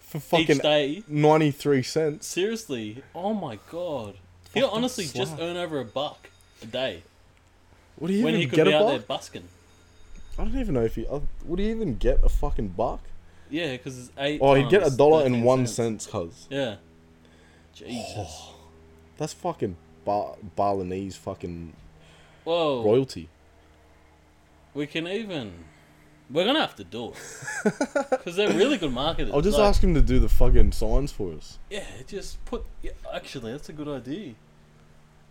Speaker 3: for fucking
Speaker 2: each day.
Speaker 3: ninety three cents.
Speaker 2: Seriously, oh my god, he'll
Speaker 3: Fucking
Speaker 2: honestly just
Speaker 3: slut.
Speaker 2: earn over a buck a day
Speaker 3: Would he
Speaker 2: when
Speaker 3: even
Speaker 2: he could
Speaker 3: get
Speaker 2: be
Speaker 3: a
Speaker 2: out
Speaker 3: buck?
Speaker 2: there busking.
Speaker 3: I don't even know if he. Uh, would he even get a fucking buck?
Speaker 2: Yeah, because it's eight.
Speaker 3: Oh, he'd get a
Speaker 2: times
Speaker 3: dollar
Speaker 2: 13
Speaker 3: and one
Speaker 2: cents.
Speaker 3: cent, cuz.
Speaker 2: Yeah. Jesus.
Speaker 3: That's fucking bar- Balinese fucking
Speaker 2: Whoa.
Speaker 3: royalty.
Speaker 2: We can even. We're gonna have to do it because they're really good marketers.
Speaker 3: I'll just
Speaker 2: Like,
Speaker 3: ask him to do the fucking signs for us.
Speaker 2: Yeah, just put. Yeah, actually, that's a good idea.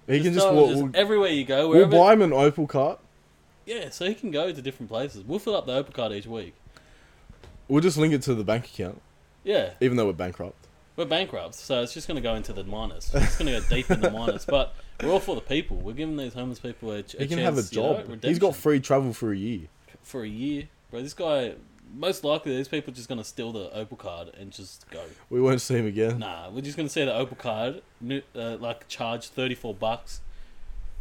Speaker 3: He can just
Speaker 2: tell
Speaker 3: walk.
Speaker 2: them
Speaker 3: we'll,
Speaker 2: everywhere you go,
Speaker 3: we'll
Speaker 2: wherever.
Speaker 3: buy him an Opal cart.
Speaker 2: Yeah, so he can go to different places. We'll fill up the Opal card each week.
Speaker 3: We'll just link it to the bank account,
Speaker 2: Yeah,
Speaker 3: even though we're bankrupt.
Speaker 2: we're bankrupt, so it's just gonna go into the minus. It's gonna go deep in the minus, but we're all for the people. We're giving these homeless people a, ch- a
Speaker 3: He can have
Speaker 2: chance.
Speaker 3: a
Speaker 2: you know,
Speaker 3: job. He's got
Speaker 2: redemption.
Speaker 3: free travel for a year.
Speaker 2: for a year, bro. This guy, most likely, these people just gonna steal the Opal card and just go.
Speaker 3: We won't see him again.
Speaker 2: Nah, we're just gonna say the Opal card, nu- uh, like charge thirty four bucks,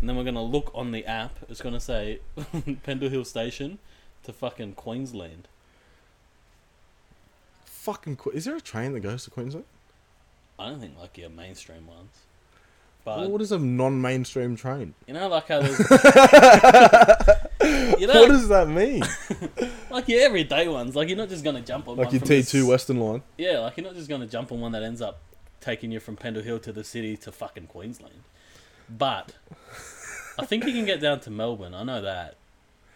Speaker 2: and then we're gonna look on the app. It's gonna say Pendle Hill Station to fucking Queensland.
Speaker 3: Fucking. Que- Is there a train that goes to Queensland?
Speaker 2: I don't think like your mainstream ones, but
Speaker 3: what is a non-mainstream train?
Speaker 2: you know, like how there's you know,
Speaker 3: What does that mean?
Speaker 2: like your everyday ones. Like you're not just gonna jump on
Speaker 3: like
Speaker 2: one
Speaker 3: your
Speaker 2: from
Speaker 3: T
Speaker 2: the
Speaker 3: two
Speaker 2: s-
Speaker 3: Western line.
Speaker 2: Yeah, like you're not just gonna jump on one that ends up taking you from Pendle Hill to the city to fucking Queensland. But I think you can get down to Melbourne. I know that.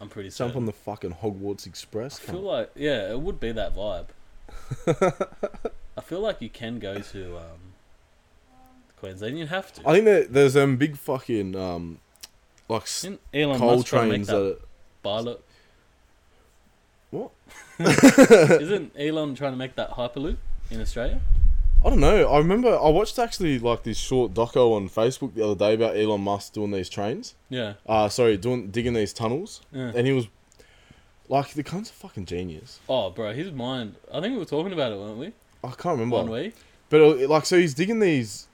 Speaker 2: I'm pretty
Speaker 3: Jump
Speaker 2: certain.
Speaker 3: on the fucking Hogwarts Express.
Speaker 2: I
Speaker 3: cunt.
Speaker 2: feel like yeah, it would be that vibe. I feel like you can go to um, Queensland. You'd have to.
Speaker 3: I think that there's um big fucking um like s-
Speaker 2: Didn't Elon
Speaker 3: coal
Speaker 2: Musk try to make
Speaker 3: trains
Speaker 2: that
Speaker 3: that
Speaker 2: pilot.
Speaker 3: what?
Speaker 2: Isn't Elon trying to make that hyperloop in Australia?
Speaker 3: I don't know. I remember I watched actually like this short doco on Facebook the other day about Elon Musk doing these trains.
Speaker 2: Yeah.
Speaker 3: Uh sorry, doing digging these tunnels,
Speaker 2: Yeah.
Speaker 3: and he was like the cunt's a fucking genius.
Speaker 2: Oh, bro, his mind. I think we were talking about it, weren't we?
Speaker 3: I can't remember,
Speaker 2: One week.
Speaker 3: but it, like so he's digging these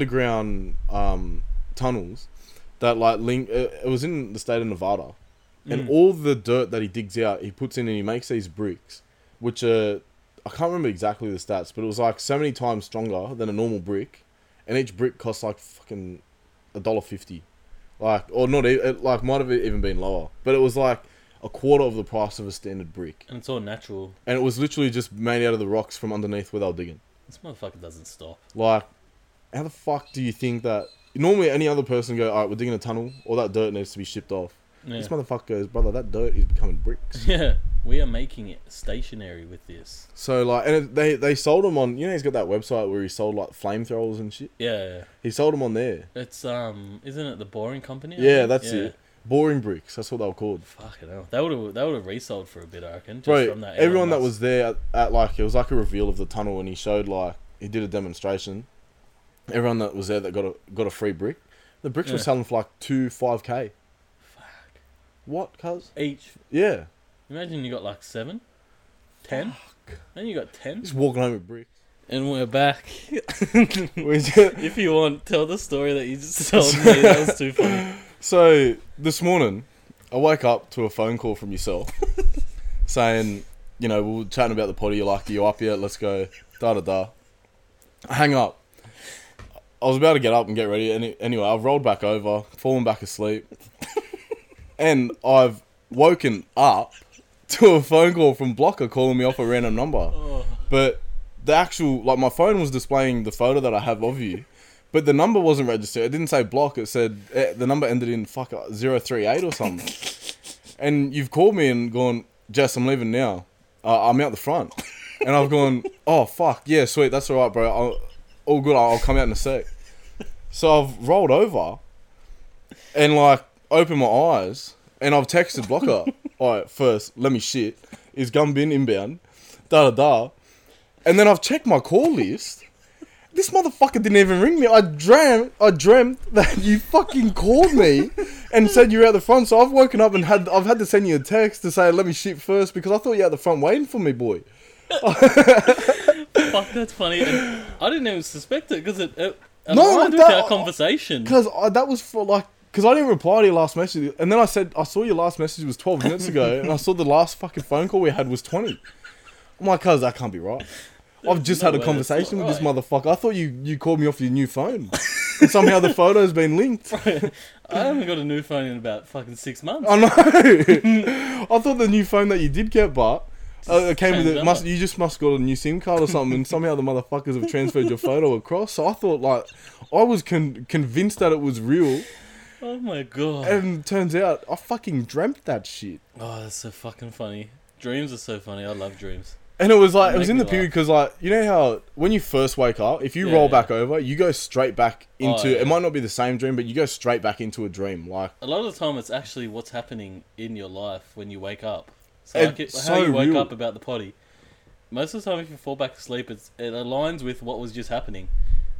Speaker 3: underground um tunnels that like link. It, it was in the state of Nevada, and all the dirt that he digs out, he puts in and he makes these bricks, which are I can't remember exactly the stats, but it was like so many times stronger than a normal brick, and each brick costs like fucking a dollar fifty, like or not e- it like might have even been lower, but it was like a quarter of the price of a standard brick,
Speaker 2: And it's all natural.
Speaker 3: and it was literally just made out of the rocks from underneath where they were digging.
Speaker 2: This motherfucker doesn't stop.
Speaker 3: Like, how the fuck do you think that? Normally, any other person go, all right, we're digging a tunnel, all that dirt needs to be shipped off.
Speaker 2: Yeah.
Speaker 3: This motherfucker goes, brother, that dirt is becoming bricks.
Speaker 2: yeah. We are making it stationary with this.
Speaker 3: So like, and it, they they sold him on. You know, he's got that website where he sold like flamethrowers and shit.
Speaker 2: Yeah.
Speaker 3: He sold them on there.
Speaker 2: It's um, isn't it the Boring Company? I
Speaker 3: Yeah,
Speaker 2: think?
Speaker 3: that's it. Boring bricks. That's what they were called.
Speaker 2: Fucking hell. That would have that would have resold for a bit, I reckon. Just
Speaker 3: Bro,
Speaker 2: from that Elon
Speaker 3: everyone that
Speaker 2: Musk.
Speaker 3: was there at, at like it was like a reveal of the tunnel, and he showed like he did a demonstration. Everyone that was there that got a got a free brick. The bricks were
Speaker 2: Yeah.
Speaker 3: selling for like two five k.
Speaker 2: Fuck.
Speaker 3: What, cuz?
Speaker 2: each.
Speaker 3: Yeah,
Speaker 2: Imagine you got like seven, ten. Then you got ten,
Speaker 3: just walking home with bricks.
Speaker 2: and we're back.
Speaker 3: We just-
Speaker 2: if you want, tell the story that you just told me. That was too funny.
Speaker 3: so this morning, I woke up to a phone call from yourself saying, you know, we were chatting about the potty. You're like, you up yet? Let's go. Da da da. I hang up. I was about to get up and get ready. Any, anyway, I've rolled back over, fallen back asleep, and I've woken up to a phone call from Blocker calling me off a random number. But the actual like my phone was displaying the photo that I have of you, but the number wasn't registered. It didn't say block. It said eh, the number ended in fuck uh, 038 or something. and you've called me and gone, Jess, I'm leaving now. Uh, I'm out the front, and I've gone, oh fuck, yeah, sweet, that's all right, bro. I'll, all good. I'll come out in a sec. So I've rolled over and like opened my eyes and I've texted Blocker, all right, first, let me shit. Is gun bin inbound? Da da da. And then I've checked my call list. This motherfucker didn't even ring me. I dreamt, I dreamt that you fucking called me and said you were out the front. So I've woken up and had, I've had to send you a text to say let me shit first because I thought you were out the front waiting for me, boy.
Speaker 2: Fuck, that's funny. And I didn't even suspect it because it, it
Speaker 3: No,
Speaker 2: aligned with
Speaker 3: that-
Speaker 2: our conversation.
Speaker 3: Because that was for like, because I didn't reply to your last message, and then I said I saw your last message was twelve minutes ago, and I saw the last fucking phone call we had was twenty. I'm like, cuz that can't be right. I've just
Speaker 2: no
Speaker 3: had a
Speaker 2: way,
Speaker 3: conversation with
Speaker 2: that's
Speaker 3: this
Speaker 2: not
Speaker 3: motherfucker. I thought you you called me off your new phone. and somehow the photo's been linked.
Speaker 2: I haven't got a new phone in about fucking six months.
Speaker 3: I know. I thought the new phone that you did get, but. Uh, it came
Speaker 2: Change
Speaker 3: with it.
Speaker 2: number.
Speaker 3: Must you just must got a new SIM card or something, and somehow the motherfuckers have transferred your photo across. So I thought, like, I was con- convinced that it was real,
Speaker 2: Oh my god.
Speaker 3: And turns out I fucking dreamt that shit.
Speaker 2: Oh, that's so fucking funny. Dreams are so funny. I love dreams.
Speaker 3: And it was like it was
Speaker 2: Make
Speaker 3: in
Speaker 2: me
Speaker 3: the period because like you know how when you first wake up, if you
Speaker 2: Yeah,
Speaker 3: roll
Speaker 2: yeah.
Speaker 3: back over, you go straight back into
Speaker 2: yeah.
Speaker 3: it might not be the same dream, but you go straight back into a dream. Like
Speaker 2: A lot of the time, it's actually what's happening in your life when you wake up. So,
Speaker 3: And
Speaker 2: like it,
Speaker 3: so
Speaker 2: how you wake
Speaker 3: real.
Speaker 2: up about the potty. Most of the time, if you fall back asleep, it's, it aligns with what was just happening.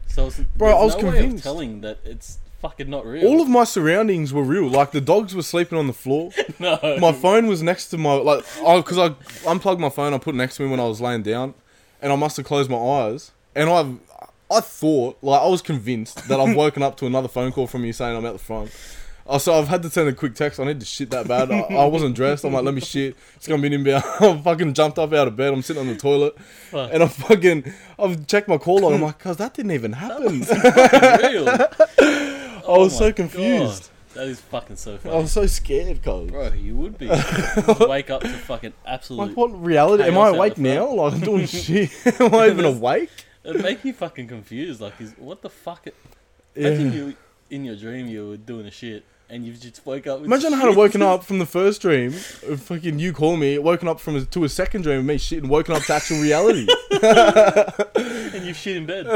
Speaker 2: So, it's,
Speaker 3: Bro,
Speaker 2: there's
Speaker 3: I was
Speaker 2: no Way
Speaker 3: convinced.
Speaker 2: of telling that it's fucking not real.
Speaker 3: all of my surroundings were real. Like the dogs were sleeping on the floor.
Speaker 2: no.
Speaker 3: my phone was next to my like oh because I unplugged my phone. I put it next to me when I was laying down, and I must have closed my eyes. And I I thought like I was convinced that I've woken up to another phone call from you saying I'm out the front. Oh, so I've had to send a quick text. I need to shit that bad. I, I wasn't dressed. I'm like, let me shit. It's gonna be an inbound. I fucking jumped up out of bed. I'm sitting on the toilet,
Speaker 2: Fuck.
Speaker 3: and I fucking I've checked my call log. I'm like, cause that didn't even happen.
Speaker 2: real. I
Speaker 3: Oh, I was so confused.
Speaker 2: Oh
Speaker 3: Oh.
Speaker 2: That is fucking so
Speaker 3: I
Speaker 2: funny.
Speaker 3: was so scared, cause.
Speaker 2: Bro, you would be. Just wake up to fucking absolute.
Speaker 3: Like what reality? Am
Speaker 2: Chaos
Speaker 3: I
Speaker 2: out
Speaker 3: awake
Speaker 2: the front.
Speaker 3: now? Like I'm doing shit. Am I even
Speaker 2: There's-
Speaker 3: awake?
Speaker 2: It'd make you fucking confused. Like, is what the fuck?
Speaker 3: Yeah.
Speaker 2: Imagine you in your dream you were doing a shit and you just woke up. With
Speaker 3: Imagine I
Speaker 2: shit.
Speaker 3: had woken up from the first dream, of fucking you call me, woken up from a, to a second dream of me shit, and woken up to actual reality.
Speaker 2: and you shit in bed.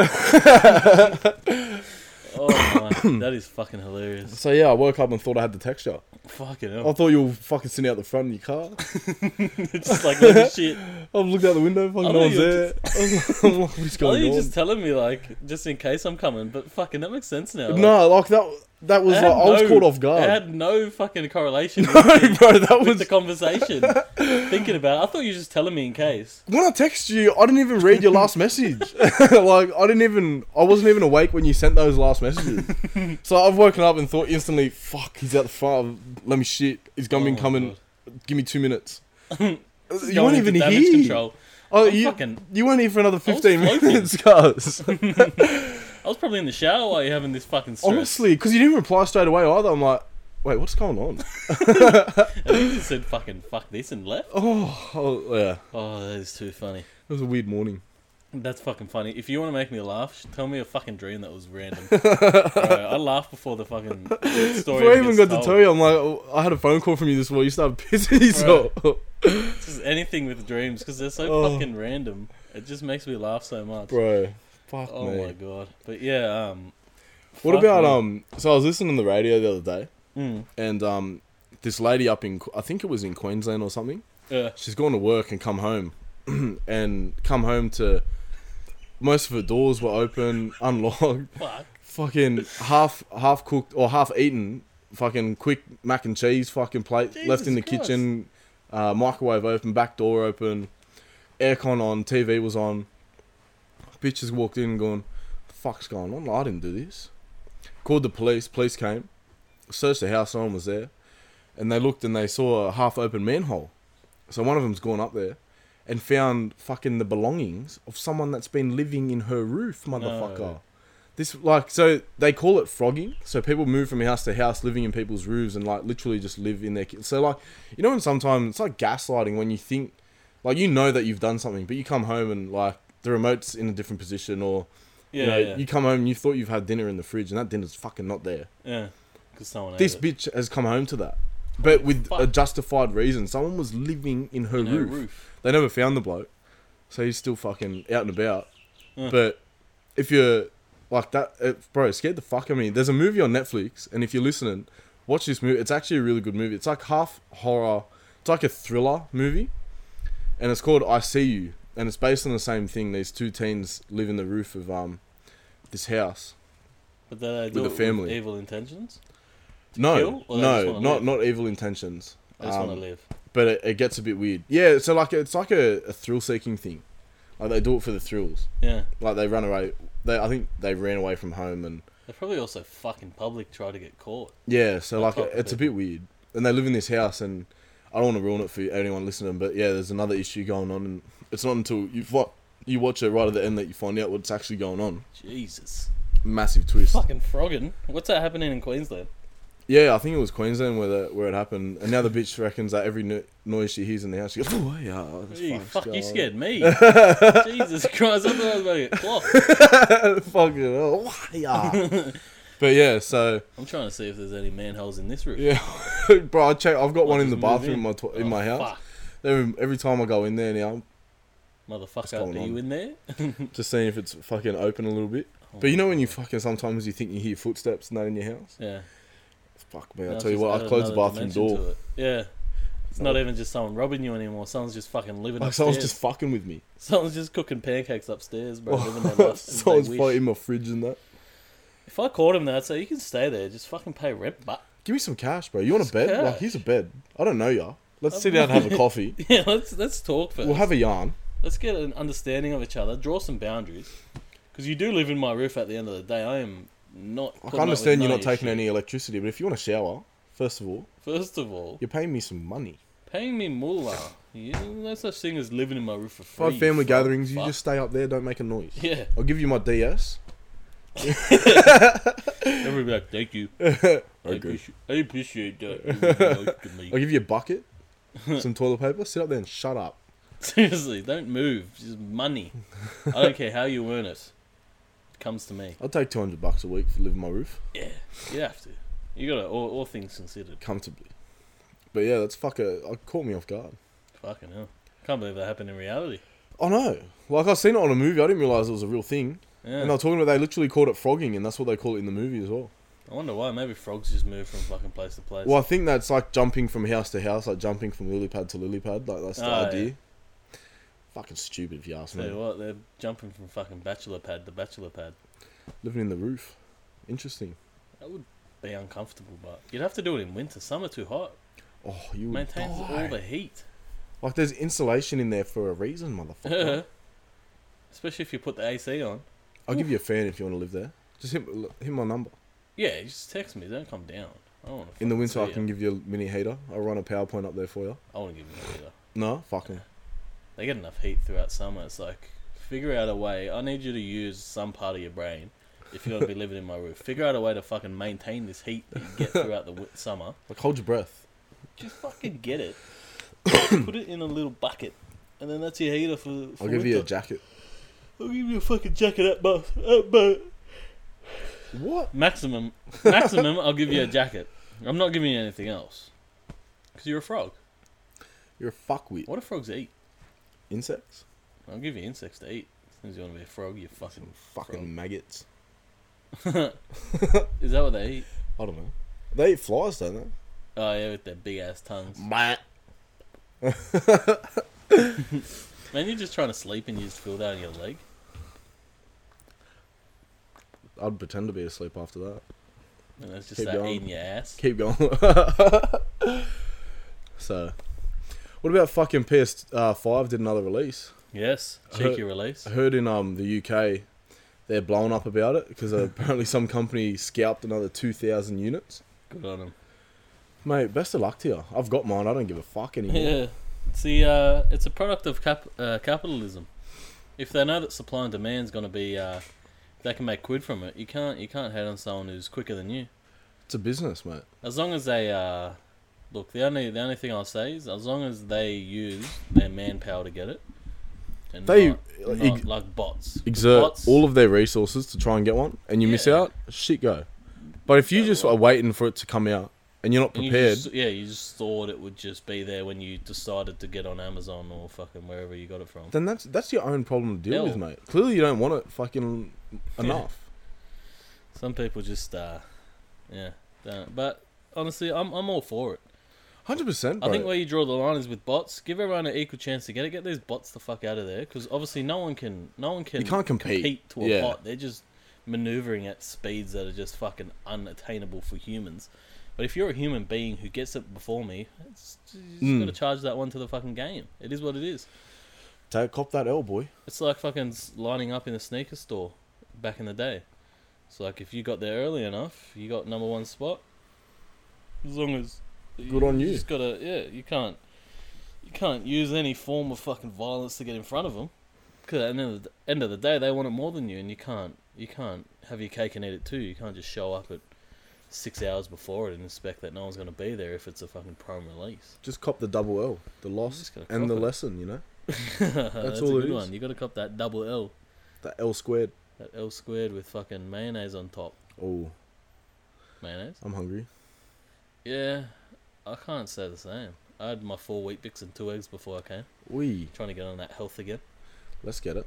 Speaker 2: oh my, that is fucking hilarious.
Speaker 3: so yeah, I woke up and thought I had the texture.
Speaker 2: Fucking
Speaker 3: I
Speaker 2: hell.
Speaker 3: thought you were fucking sitting out the front of your car.
Speaker 2: It's just like little shit.
Speaker 3: I've looked out the window,
Speaker 2: I
Speaker 3: fucking
Speaker 2: thought
Speaker 3: no one's
Speaker 2: you were
Speaker 3: there. I'm like, what's
Speaker 2: Why are
Speaker 3: going
Speaker 2: you
Speaker 3: on?
Speaker 2: just telling me like just in case I'm coming? But fucking that makes sense now. Like,
Speaker 3: no, like that. That was
Speaker 2: it
Speaker 3: like
Speaker 2: had
Speaker 3: I was
Speaker 2: no-
Speaker 3: caught off
Speaker 2: It
Speaker 3: guard.
Speaker 2: had no fucking correlation
Speaker 3: No,
Speaker 2: with, the,
Speaker 3: bro, that
Speaker 2: with
Speaker 3: was
Speaker 2: the conversation. Thinking about, it, I thought you were just telling me in case.
Speaker 3: when I texted you, I didn't even read your last message. like I didn't even I wasn't even awake when you sent those last messages. so I've woken up and thought instantly, fuck, he's out the front. Let me shit. He's gonna
Speaker 2: Oh
Speaker 3: be
Speaker 2: my
Speaker 3: coming. Give me two minutes. you
Speaker 2: Going
Speaker 3: weren't
Speaker 2: into
Speaker 3: even
Speaker 2: damage
Speaker 3: here.
Speaker 2: Control.
Speaker 3: Oh,
Speaker 2: I'm
Speaker 3: you
Speaker 2: fucking-
Speaker 3: you weren't here for another
Speaker 2: was
Speaker 3: fifteen
Speaker 2: floating.
Speaker 3: minutes, guys.
Speaker 2: I was probably in the shower while you're having this fucking stress.
Speaker 3: Honestly, because you didn't reply straight away either. I'm like, wait, what's going on?
Speaker 2: I think you just said fucking fuck this and left.
Speaker 3: Oh, oh, yeah,
Speaker 2: Oh, that is too funny.
Speaker 3: it was a weird morning.
Speaker 2: That's fucking funny. If you want to make me laugh, sh- tell me a fucking dream that was random. Bro, I laughed before the fucking story.
Speaker 3: Before I even got
Speaker 2: gets
Speaker 3: to
Speaker 2: told.
Speaker 3: tell you, I'm like, oh, I had a phone call from you this morning. You started pissing yourself.
Speaker 2: It's just anything with dreams because they're so
Speaker 3: Oh.
Speaker 2: fucking random. It just makes me laugh so much.
Speaker 3: bro. Fuck
Speaker 2: oh
Speaker 3: me.
Speaker 2: my god. But yeah, um.
Speaker 3: What
Speaker 2: fuck
Speaker 3: about
Speaker 2: me.
Speaker 3: um? So I was listening to the radio the other day,
Speaker 2: Mm,
Speaker 3: and um, this lady up in I think it was in Queensland or something.
Speaker 2: yeah.
Speaker 3: She's gone to work and come home, and come home to most of her doors were open, unlocked,
Speaker 2: Fuck.
Speaker 3: fucking half half cooked or half eaten, fucking quick mac and cheese fucking plate left in the
Speaker 2: Jesus
Speaker 3: kitchen, uh, microwave open, back door open, aircon on, TV was on. Bitches walked in going, "The fuck's going on? I didn't do this." Called the police. Police came, searched the house. No one was there, and they looked and they saw a half open manhole. So one of them's gone up there. And found fucking the belongings of someone that's been living in her roof, motherfucker. This like so they call it frogging. So people move from house to house, living in people's roofs, and like literally just live in their. ki- So like you know, when sometimes it's like gaslighting when you think, like you know that you've done something, but you come home and like the remote's in a different position, or
Speaker 2: Yeah,
Speaker 3: you know,
Speaker 2: yeah,
Speaker 3: you come home and you thought you've had dinner in the fridge, and that dinner's fucking not there.
Speaker 2: yeah. Because someone
Speaker 3: This
Speaker 2: ate it.
Speaker 3: bitch has come home to that, but with a
Speaker 2: fuck.
Speaker 3: justified reason. Someone was living in her
Speaker 2: In her
Speaker 3: roof. They never found the bloke, so he's still fucking out and about.
Speaker 2: Mm.
Speaker 3: But if you're like that, it, bro, it scared the fuck out of me. There's a movie on Netflix, and if you're listening, watch this movie. It's actually a really good movie. It's like half horror, it's like a thriller movie, and it's called I See You, and it's based on the same thing. These two teens live in the roof of um this house.
Speaker 2: But then I do
Speaker 3: the
Speaker 2: it
Speaker 3: family.
Speaker 2: With evil intentions.
Speaker 3: No,
Speaker 2: kill, or they just
Speaker 3: no,
Speaker 2: wanna
Speaker 3: not
Speaker 2: live?
Speaker 3: not evil intentions.
Speaker 2: I just
Speaker 3: Um,
Speaker 2: want to live.
Speaker 3: but it, it gets a bit weird. Yeah, so like it's like a, a thrill seeking thing. Like they do it for the thrills.
Speaker 2: Yeah.
Speaker 3: Like they run away. They I think they ran away from home and
Speaker 2: They probably also fucking public try to get caught.
Speaker 3: yeah. So
Speaker 2: That
Speaker 3: like
Speaker 2: type of
Speaker 3: it's a bit weird. And they live in this house and I don't want to ruin it for anyone listening, but yeah, there's another issue going on and it's not until you fo- you watch it right at the end that you find out what's actually going on.
Speaker 2: Jesus.
Speaker 3: Massive twist.
Speaker 2: Fucking frogging. What's that happening in Queensland?
Speaker 3: Yeah, I think it was Queensland where the, where it happened. And now the bitch reckons that every no- noise she hears in the house, she goes, "Oh yeah, oh, this
Speaker 2: Gee,
Speaker 3: fuck's
Speaker 2: fuck, you
Speaker 3: going on."
Speaker 2: scared me. Jesus Christ, I thought I was about to get clocked.
Speaker 3: Fucking hell. yeah. Oh, ah?" but yeah, so
Speaker 2: I'm trying to see if there's any manholes in this room.
Speaker 3: yeah, bro, I check. I've got one
Speaker 2: I'll
Speaker 3: in the
Speaker 2: just move
Speaker 3: bathroom in my tw- in
Speaker 2: Oh,
Speaker 3: my house.
Speaker 2: Fuck.
Speaker 3: Every, every time I go in there now,
Speaker 2: Motherfucker,
Speaker 3: going
Speaker 2: are you
Speaker 3: on?
Speaker 2: in there?
Speaker 3: I'm just seeing if it's fucking open a little bit.
Speaker 2: Oh.
Speaker 3: But you know when you fucking sometimes you think you hear footsteps and that in your house.
Speaker 2: Yeah.
Speaker 3: Fuck man, I
Speaker 2: Now
Speaker 3: tell you
Speaker 2: it's just
Speaker 3: what, I
Speaker 2: added
Speaker 3: closed the
Speaker 2: another
Speaker 3: bathroom
Speaker 2: dimension
Speaker 3: door.
Speaker 2: to it. Yeah. It's
Speaker 3: No.
Speaker 2: not even just someone robbing you anymore. Someone's just fucking living
Speaker 3: Like
Speaker 2: upstairs.
Speaker 3: Oh, someone's just fucking with me.
Speaker 2: someone's just cooking pancakes upstairs, bro. living their life as they
Speaker 3: someone's
Speaker 2: wish.
Speaker 3: fighting my fridge and that.
Speaker 2: If I caught him there, I'd say, you can stay there. Just fucking pay rent, but.
Speaker 3: Give me some cash, bro. You want a
Speaker 2: It's
Speaker 3: bed? Like
Speaker 2: cash.
Speaker 3: here's a bed. I don't know ya. Let's
Speaker 2: I'm-
Speaker 3: sit down and have a coffee.
Speaker 2: Yeah, let's let's talk 1st
Speaker 3: We'll have a yarn.
Speaker 2: let's get an understanding of each other. Draw some boundaries, because you do live in my roof. At the end of the day, I am not.
Speaker 3: I
Speaker 2: putting
Speaker 3: can
Speaker 2: up with
Speaker 3: understand you're
Speaker 2: none
Speaker 3: not
Speaker 2: of your
Speaker 3: taking
Speaker 2: shit.
Speaker 3: any electricity, but if you want to shower, first of all,
Speaker 2: First of all,
Speaker 3: You're paying me some money.
Speaker 2: paying me mullah. You no such thing as living in my roof for free.
Speaker 3: Five family
Speaker 2: fuck,
Speaker 3: gatherings, you
Speaker 2: fuck.
Speaker 3: just stay up there, don't make a noise.
Speaker 2: yeah.
Speaker 3: I'll give you my DS.
Speaker 2: Everybody be like, thank you. I,
Speaker 3: Okay.
Speaker 2: appreciate, I appreciate that. You really nice to me."
Speaker 3: I'll give you a bucket, some toilet paper, sit up there and shut up.
Speaker 2: Seriously, don't move. Just money. I don't care how you earn it. It comes to me.
Speaker 3: I'll take 200 bucks a week for living my roof
Speaker 2: Yeah, you have to. You gotta. All, all things considered.
Speaker 3: comfortably. But yeah, that's fucker. It caught me off guard.
Speaker 2: Fucking hell. Can't believe that happened in reality.
Speaker 3: I know. Like, I've seen it on a movie, I didn't realize it was a real thing.
Speaker 2: Yeah.
Speaker 3: And they were talking about they literally called it frogging, and that's what they call it in the movie as well.
Speaker 2: I wonder why. Maybe frogs just move from fucking place to place.
Speaker 3: Well, I think that's like jumping from house to house, like jumping from lily pad to lily pad. Like, that's the
Speaker 2: Ah, yeah.
Speaker 3: idea. Fucking stupid if you ask
Speaker 2: Tell
Speaker 3: me.
Speaker 2: you what, they're jumping from fucking bachelor pad to bachelor pad.
Speaker 3: Living in the roof. Interesting.
Speaker 2: That would be uncomfortable, but you'd have to do it in winter. Summer too hot.
Speaker 3: Oh, you would
Speaker 2: Maintains
Speaker 3: die.
Speaker 2: all the heat.
Speaker 3: Like, there's insulation in there for a reason, motherfucker.
Speaker 2: Especially if you put the AC on.
Speaker 3: I'll give you a fan if you want to live there. Just hit, hit my number.
Speaker 2: Yeah, you just text me. Don't come down. I don't want to.
Speaker 3: In the winter, I can give you a mini heater. I'll run a PowerPoint up there for you.
Speaker 2: I want to give you that either.
Speaker 3: No, fucking.
Speaker 2: They get enough heat throughout summer. It's like figure out a way. I need you to use some part of your brain. If you're gonna be living in my roof, figure out a way to fucking maintain this heat that you get throughout the wi- summer.
Speaker 3: Like, hold your breath.
Speaker 2: Just fucking get it. Put it in a little bucket. And then that's your heater for, for
Speaker 3: I'll give you a
Speaker 2: winter.
Speaker 3: jacket.
Speaker 2: I'll give you a fucking jacket at most. At most.
Speaker 3: What?
Speaker 2: Maximum. Maximum, I'll give you a jacket. I'm not giving you anything else. Because you're a frog.
Speaker 3: You're a fuckwit.
Speaker 2: What do frogs eat?
Speaker 3: Insects?
Speaker 2: I'll give you insects to eat. Since you want to be a frog, you fucking.
Speaker 3: Fucking
Speaker 2: Frog.
Speaker 3: maggots.
Speaker 2: Is that what they eat?
Speaker 3: I don't know. They eat flies, don't they?
Speaker 2: Oh, yeah, with their big ass tongues.
Speaker 3: Bah.
Speaker 2: Man, you're just trying to sleep and you just feel down your leg.
Speaker 3: I'd pretend to be asleep after that.
Speaker 2: And it's just
Speaker 3: Keep
Speaker 2: that
Speaker 3: going.
Speaker 2: eating your ass.
Speaker 3: Keep going. so, what about fucking PS5 did another release?
Speaker 2: Yes. Cheeky release.
Speaker 3: I heard in um the UK they're blown up about it because apparently some company scalped another 2,000 units.
Speaker 2: Good on 'em.
Speaker 3: Mate, best of luck to you. I've got mine. I don't give a fuck anymore.
Speaker 2: Yeah, see, uh, it's a product of cap- uh, capitalism. If they know that supply and demand's going to be uh, they can make quid from it. You can't you can't hate on someone who's quicker than you.
Speaker 3: It's a business, mate.
Speaker 2: As long as they uh look, the only the only thing I'll say is as long as they use their manpower to get it. And
Speaker 3: They-
Speaker 2: not,
Speaker 3: like,
Speaker 2: not
Speaker 3: ex-
Speaker 2: like bots.
Speaker 3: Exert
Speaker 2: bots,
Speaker 3: all of their resources to try and get one, and you miss
Speaker 2: Yeah.
Speaker 3: out. Shit, go. But if you
Speaker 2: Yeah,
Speaker 3: just
Speaker 2: well-
Speaker 3: are waiting for it to come out and you're not
Speaker 2: and you
Speaker 3: prepared,
Speaker 2: just- yeah, you just thought it would just be there when you decided to get on Amazon or fucking wherever you got it from.
Speaker 3: then that's that's your own problem to deal with,
Speaker 2: Yeah.
Speaker 3: mate. Clearly, you don't want it fucking enough.
Speaker 2: Some people just uh yeah, don't. but honestly, I'm I'm all for it.
Speaker 3: Hundred percent.
Speaker 2: I think where you draw the line is with bots. Give everyone an equal chance to get it. Get these bots the fuck out of there, because obviously no one can, no one can.
Speaker 3: You can't compete.
Speaker 2: to a
Speaker 3: Yeah.
Speaker 2: bot. They're just maneuvering at speeds that are just fucking unattainable for humans. But if you're a human being who gets it before me, it's, you just
Speaker 3: Mm.
Speaker 2: gotta charge that one to the fucking game. It is what it is.
Speaker 3: Take cop that L, boy.
Speaker 2: It's like fucking s- lining up in a sneaker store back in the day. It's like if you got there early enough, you got number one spot. As long as
Speaker 3: Good on you.
Speaker 2: Just gotta yeah. You can't you can't use any form of fucking violence to get in front of them. Because at the end of the, end of the day, they want it more than you, and you can't you can't have your cake and eat it too. You can't just show up at six hours before it and expect that no one's gonna be there if it's a fucking prime release.
Speaker 3: Just cop the double L, the loss
Speaker 2: Just gotta
Speaker 3: and
Speaker 2: cop
Speaker 3: the
Speaker 2: it.
Speaker 3: lesson. You know,
Speaker 2: That's,
Speaker 3: all
Speaker 2: a
Speaker 3: it
Speaker 2: good
Speaker 3: is.
Speaker 2: one. You gotta cop that double L,
Speaker 3: that L squared.
Speaker 2: that L squared with fucking mayonnaise on top.
Speaker 3: Oh,
Speaker 2: Mayonnaise.
Speaker 3: I'm hungry.
Speaker 2: Yeah, I can't say the same. I had my four wheat bix and two eggs before I came.
Speaker 3: We
Speaker 2: Trying to get on that health again.
Speaker 3: let's get it.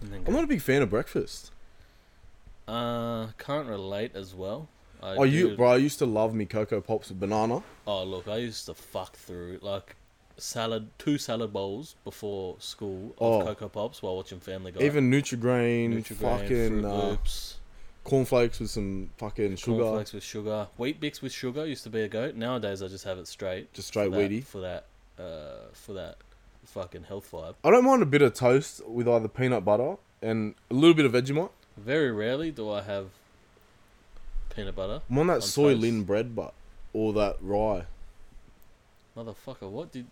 Speaker 2: And then
Speaker 3: I'm
Speaker 2: go.
Speaker 3: not a big fan of breakfast.
Speaker 2: Uh, can't relate as well. I
Speaker 3: oh, you,
Speaker 2: do-
Speaker 3: bro, I used to love me cocoa pops with banana.
Speaker 2: Oh, look, I used to fuck through like salad, two salad bowls before school of
Speaker 3: Oh.
Speaker 2: cocoa pops while watching Family Guy.
Speaker 3: Even Nutrigrain,
Speaker 2: Nutri-Grain,
Speaker 3: fucking
Speaker 2: Fruit
Speaker 3: uh,
Speaker 2: Loops,
Speaker 3: cornflakes with some fucking sugar,
Speaker 2: cornflakes with sugar, wheat bix with sugar used to be a goat. Nowadays, I just have it straight.
Speaker 3: just straight
Speaker 2: for
Speaker 3: weedy.
Speaker 2: That, for that, uh, for that fucking health vibe.
Speaker 3: I don't mind a bit of toast with either peanut butter and a little bit of Vegemite.
Speaker 2: Very rarely do I have peanut butter.
Speaker 3: I'm on that
Speaker 2: On
Speaker 3: soy
Speaker 2: toast.
Speaker 3: lin bread, but or that rye.
Speaker 2: Motherfucker, what did?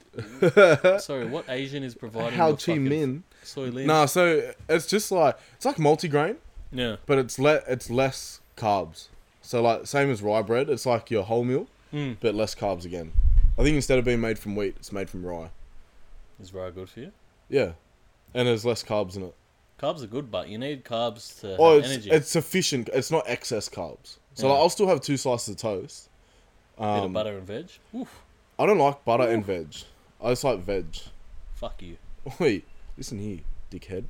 Speaker 2: sorry, what Asian is providing?
Speaker 3: How
Speaker 2: your
Speaker 3: Chi
Speaker 2: fucking
Speaker 3: Min?
Speaker 2: soy lean.
Speaker 3: Nah, so it's just like it's like multigrain,
Speaker 2: Yeah.
Speaker 3: but it's le- it's less carbs. So like same as rye bread, it's like your whole meal,
Speaker 2: Mm.
Speaker 3: but less carbs again. I think instead of being made from wheat, it's made from rye.
Speaker 2: Is rye good for you?
Speaker 3: Yeah, and there's less carbs in it.
Speaker 2: Carbs are good, but you need carbs to
Speaker 3: Oh,
Speaker 2: have
Speaker 3: it's,
Speaker 2: energy.
Speaker 3: it's sufficient. It's not excess carbs. So
Speaker 2: Yeah.
Speaker 3: like, I'll still have two slices of toast.
Speaker 2: Bit of
Speaker 3: Um,
Speaker 2: butter and veg. Oof.
Speaker 3: I don't like butter and veg. I just like veg.
Speaker 2: Fuck you.
Speaker 3: Wait, listen here, dickhead.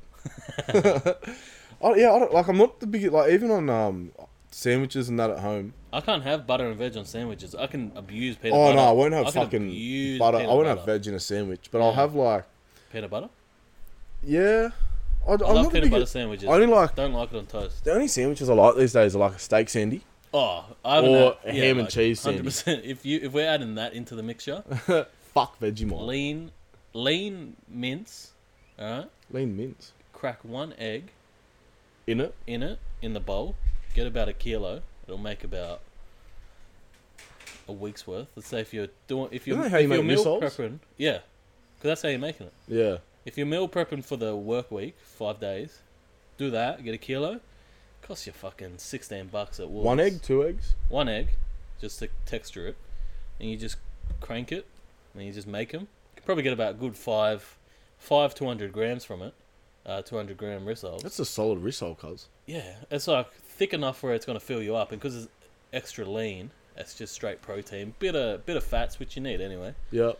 Speaker 3: I, yeah, I don't like. I'm not the big like even on um sandwiches and that at home.
Speaker 2: I can't have butter and veg on sandwiches. I can abuse peanut
Speaker 3: oh
Speaker 2: butter.
Speaker 3: no, I won't have
Speaker 2: I can
Speaker 3: fucking
Speaker 2: abuse
Speaker 3: butter. I
Speaker 2: peanut
Speaker 3: won't have veg in a sandwich, but I'll
Speaker 2: Yeah.
Speaker 3: have like
Speaker 2: Peanut butter.
Speaker 3: yeah. I,
Speaker 2: I
Speaker 3: am
Speaker 2: love
Speaker 3: not the
Speaker 2: peanut butter
Speaker 3: biggest.
Speaker 2: sandwiches.
Speaker 3: I only like
Speaker 2: Don't like it on toast.
Speaker 3: the only sandwiches I like these days are like a steak sandy.
Speaker 2: Oh, I haven't
Speaker 3: Or
Speaker 2: had,
Speaker 3: a ham and cheese sandwich.
Speaker 2: Hundred percent. If you if we're adding that into the mixture,
Speaker 3: Fuck Vegemite.
Speaker 2: lean, lean mince. All right.
Speaker 3: Lean mince
Speaker 2: crack one egg
Speaker 3: in it.
Speaker 2: in it in the bowl get about a kilo it'll make about a week's worth let's say if you're doing if you're,
Speaker 3: Isn't that how
Speaker 2: if
Speaker 3: you
Speaker 2: you're meal
Speaker 3: make missiles?
Speaker 2: prepping yeah because that's how you're making it
Speaker 3: Yeah.
Speaker 2: if you're meal prepping for the work week five days do that get a kilo costs you fucking 16 bucks at Woolworths
Speaker 3: One egg, two eggs.
Speaker 2: one egg just to texture it and you just crank it and you just make them you could probably get about a good five five 200 grams from it uh, 200 gram rissoles
Speaker 3: That's a solid risol, cuz.
Speaker 2: Yeah, it's like thick enough where it's going to fill you up, and because it's extra lean, it's just straight protein, bit of bit of fats, which you need anyway.
Speaker 3: Yeah.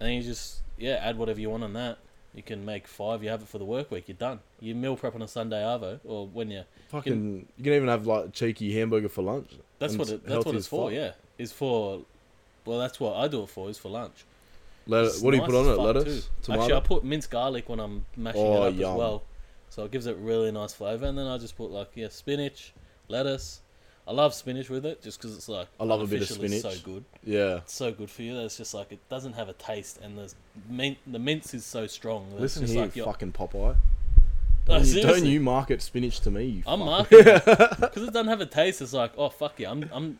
Speaker 2: And then you just yeah, add whatever you want on that. You can make five. You have it for the work week. You're done. You meal prep on a Sunday arvo, or when you
Speaker 3: Fucking, you can even have like a cheeky hamburger for lunch.
Speaker 2: that's
Speaker 3: And
Speaker 2: what
Speaker 3: it's
Speaker 2: it, that's what
Speaker 3: healthy
Speaker 2: it's
Speaker 3: as
Speaker 2: for.
Speaker 3: fuck.
Speaker 2: Yeah, is for. Well, that's what I do it for. Is for lunch.
Speaker 3: Let-
Speaker 2: It's
Speaker 3: Uh, what do you
Speaker 2: nice
Speaker 3: put on
Speaker 2: as
Speaker 3: it?
Speaker 2: fuck
Speaker 3: Lettuce,
Speaker 2: too.
Speaker 3: tomato.
Speaker 2: Actually, I put minced garlic when I'm mashing
Speaker 3: Oh,
Speaker 2: it up
Speaker 3: yum.
Speaker 2: as well, so it gives it really nice flavor. And then I just put like yeah, spinach, lettuce. I love spinach with it just because it's like
Speaker 3: I love a bit of
Speaker 2: artificially
Speaker 3: spinach.
Speaker 2: So good,
Speaker 3: yeah.
Speaker 2: it's so good for you. That it's just like it doesn't have a taste, and the mint the mince is so strong. That
Speaker 3: Listen
Speaker 2: it's just
Speaker 3: here,
Speaker 2: like
Speaker 3: you
Speaker 2: you're-
Speaker 3: fucking Popeye.
Speaker 2: No,
Speaker 3: Don't you- Don't
Speaker 2: seriously. Uh,
Speaker 3: you market spinach to me? You
Speaker 2: I'm
Speaker 3: fuck.
Speaker 2: marking it because it doesn't have a taste. It's like oh fuck yeah, I'm I'm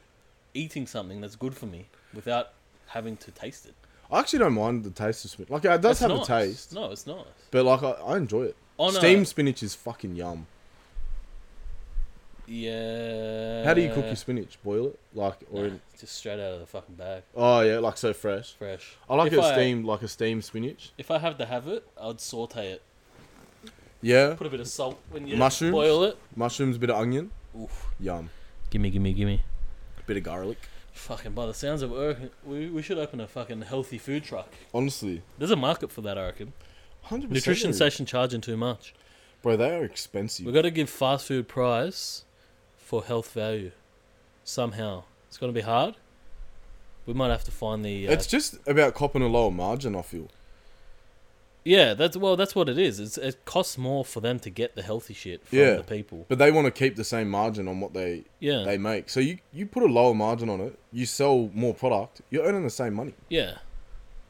Speaker 2: eating something that's good for me without having to taste it.
Speaker 3: I actually don't mind the taste of spinach. Like it
Speaker 2: It's
Speaker 3: does
Speaker 2: Oh,
Speaker 3: have
Speaker 2: nice.
Speaker 3: a taste,
Speaker 2: No, it's nice.
Speaker 3: but like I, I enjoy it.
Speaker 2: On a-
Speaker 3: Steamed spinach is fucking yum.
Speaker 2: Yeah.
Speaker 3: How do you cook your spinach? Boil it, like, or
Speaker 2: Nah,
Speaker 3: in,
Speaker 2: just straight out of the fucking bag,
Speaker 3: oh yeah, like so fresh.
Speaker 2: fresh.
Speaker 3: I like
Speaker 2: If
Speaker 3: it
Speaker 2: I-
Speaker 3: steamed, like a steamed spinach.
Speaker 2: If I have to have it, I'd saute it.
Speaker 3: Yeah,
Speaker 2: Put a bit of salt when you
Speaker 3: Mushrooms?
Speaker 2: boil it.
Speaker 3: mushrooms, bit of onion,
Speaker 2: Oof.
Speaker 3: yum.
Speaker 2: Gimme, gimme, gimme.
Speaker 3: Bit of garlic.
Speaker 2: Fucking by the sounds of it, I reckon we we should open a fucking healthy food truck.
Speaker 3: Honestly,
Speaker 2: There's a market for that, I reckon.
Speaker 3: hundred percent.
Speaker 2: Nutrition session charging too much.
Speaker 3: bro, they are expensive.
Speaker 2: We've got to give fast food price for health value. Somehow, it's going to be hard. We might have to find the. Uh,
Speaker 3: It's just about copping a lower margin. I feel.
Speaker 2: yeah, that's well, that's what it is. It's, it costs more for them to get the healthy shit from
Speaker 3: Yeah.
Speaker 2: the people.
Speaker 3: But they want to keep the same margin on what they
Speaker 2: Yeah,
Speaker 3: they make. So you you put a lower margin on it, you sell more product, you're earning the same money.
Speaker 2: yeah.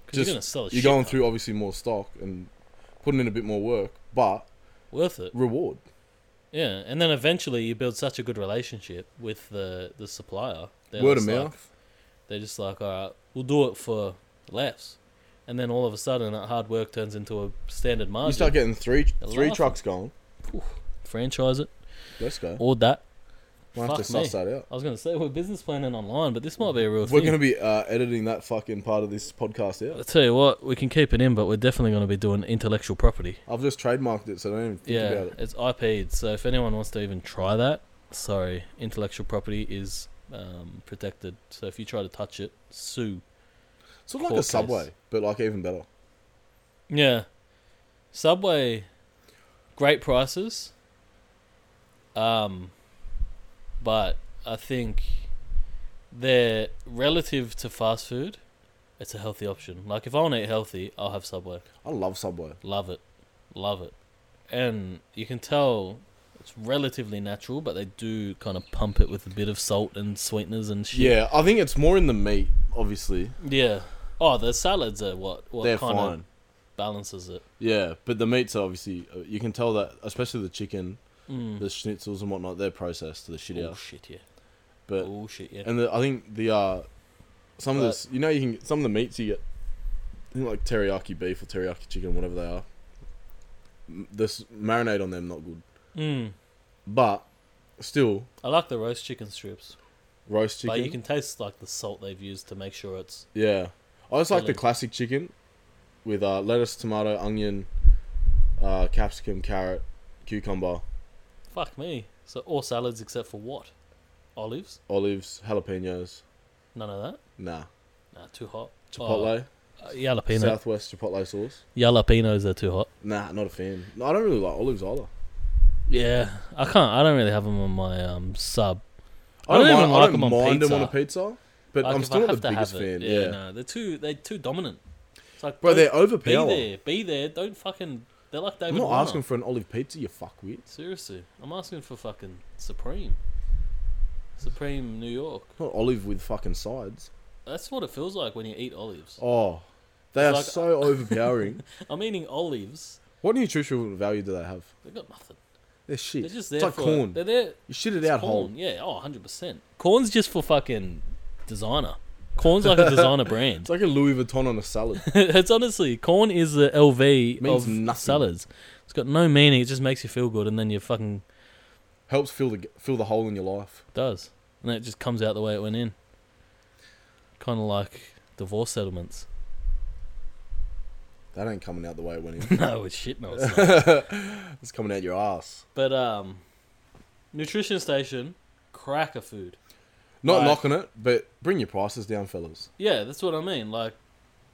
Speaker 2: Because
Speaker 3: Just-
Speaker 2: you're going to sell a
Speaker 3: You're
Speaker 2: shit
Speaker 3: going
Speaker 2: ton.
Speaker 3: through obviously more stock and putting in a bit more work, but
Speaker 2: Worth it.
Speaker 3: reward.
Speaker 2: Yeah, and then eventually you build such a good relationship with the the supplier. They're
Speaker 3: Word of
Speaker 2: just like-
Speaker 3: mouth.
Speaker 2: They're just like, all right, we'll do it for less, and then all of a sudden that hard work turns into a standard margin.
Speaker 3: You start getting three
Speaker 2: They're
Speaker 3: three
Speaker 2: laughing.
Speaker 3: trucks going.
Speaker 2: franchise it
Speaker 3: Let's go.
Speaker 2: or that.
Speaker 3: We'll have to
Speaker 2: fuck me.
Speaker 3: suss that out.
Speaker 2: I was going to say we're business planning online, but this might be a real
Speaker 3: We're
Speaker 2: thing.
Speaker 3: gonna be uh, editing that fucking part of this podcast
Speaker 2: I
Speaker 3: out.
Speaker 2: tell you what, we can keep it in, but we're definitely going to be doing intellectual property.
Speaker 3: I've just trademarked it, so don't even think
Speaker 2: yeah,
Speaker 3: about it.
Speaker 2: it's IP'd. So if anyone wants to even try that, sorry, intellectual property is um, protected. So if you try to touch it, sue.
Speaker 3: It's sort of like
Speaker 2: Court
Speaker 3: a
Speaker 2: case.
Speaker 3: subway, but like even better.
Speaker 2: Yeah, Subway, great prices. Um, but I think they're relative to fast food. It's a healthy option. Like if I want to eat healthy, I'll have Subway.
Speaker 3: I love Subway.
Speaker 2: Love it. Love it. And you can tell it's relatively natural, but they do kind of pump it with a bit of salt and sweeteners and shit.
Speaker 3: Yeah, I think it's more in the meat, obviously.
Speaker 2: Yeah. Oh, the salads are what what
Speaker 3: They're
Speaker 2: kind
Speaker 3: fine.
Speaker 2: of balances it.
Speaker 3: Yeah, but the meats are obviously uh, you can tell that, especially the chicken,
Speaker 2: Mm.
Speaker 3: the schnitzels and whatnot, they're processed to the shit
Speaker 2: Oh
Speaker 3: out.
Speaker 2: shit, yeah.
Speaker 3: But
Speaker 2: Oh shit, yeah.
Speaker 3: and the, I think the uh, some of
Speaker 2: But-
Speaker 3: this, you know, you can some of the meats you get, I think like teriyaki beef or teriyaki chicken, whatever they are. m- This marinade on them not good,
Speaker 2: Mm.
Speaker 3: but still
Speaker 2: I like the roast chicken strips,
Speaker 3: roast
Speaker 2: but
Speaker 3: chicken.
Speaker 2: you can taste like the salt they've used to make sure it's
Speaker 3: Yeah, I just like the
Speaker 2: Brilliant.
Speaker 3: classic chicken with uh, lettuce, tomato, onion, uh, capsicum, carrot, cucumber,
Speaker 2: fuck me. So all salads except for what? Olives?
Speaker 3: olives, jalapenos.
Speaker 2: None of that.
Speaker 3: Nah,
Speaker 2: Nah, too hot.
Speaker 3: chipotle,
Speaker 2: Oh, uh, jalapeno.
Speaker 3: southwest chipotle sauce.
Speaker 2: Jalapenos are too hot.
Speaker 3: Nah, not a fan. No, I don't really like olives either.
Speaker 2: Yeah, I can't. I don't really have them on my um sub.
Speaker 3: I don't, mind,
Speaker 2: even
Speaker 3: I
Speaker 2: like
Speaker 3: don't
Speaker 2: them on
Speaker 3: mind
Speaker 2: pizza.
Speaker 3: them on a pizza, but
Speaker 2: Like,
Speaker 3: I'm
Speaker 2: if
Speaker 3: still
Speaker 2: I
Speaker 3: not
Speaker 2: have
Speaker 3: the
Speaker 2: to have
Speaker 3: biggest
Speaker 2: it,
Speaker 3: fan. Yeah,
Speaker 2: no, they're too. They're too dominant. It's like,
Speaker 3: bro,
Speaker 2: don't
Speaker 3: they're
Speaker 2: be
Speaker 3: overpowered.
Speaker 2: there, be there. Don't fucking. They're like
Speaker 3: I'm
Speaker 2: David.
Speaker 3: not
Speaker 2: Warner.
Speaker 3: asking for an olive pizza, you fuckwit.
Speaker 2: Seriously, I'm asking for fucking supreme. Supreme New York.
Speaker 3: Not olive with fucking sides.
Speaker 2: That's what it feels like when you eat olives.
Speaker 3: Oh, they
Speaker 2: It's
Speaker 3: are
Speaker 2: like-
Speaker 3: so overpowering.
Speaker 2: I'm eating olives.
Speaker 3: What nutritional value do they have?
Speaker 2: They've got nothing.
Speaker 3: They're
Speaker 2: They're
Speaker 3: shit.
Speaker 2: just there
Speaker 3: it's like
Speaker 2: for.
Speaker 3: corn.
Speaker 2: They're there.
Speaker 3: You shit it
Speaker 2: it's
Speaker 3: out whole.
Speaker 2: corn. Yeah. Oh, 100 percent. Corn's just for fucking designer. Corn's like a designer brand.
Speaker 3: It's like a Louis Vuitton on a salad.
Speaker 2: it's honestly corn is the LV
Speaker 3: Means
Speaker 2: of
Speaker 3: nothing.
Speaker 2: salads. It's got no meaning. It just makes you feel good, and then you fucking
Speaker 3: Helps fill the fill the hole in your life.
Speaker 2: does, and then it just comes out the way it went in. Kind of like divorce settlements.
Speaker 3: That ain't coming out the way it went in.
Speaker 2: no, it's shit. No, it's not.
Speaker 3: it's coming out your ass.
Speaker 2: but um, nutrition station cracker food.
Speaker 3: Not
Speaker 2: Right.
Speaker 3: knocking it, but bring your prices down, fellas.
Speaker 2: Yeah, that's what I mean. Like,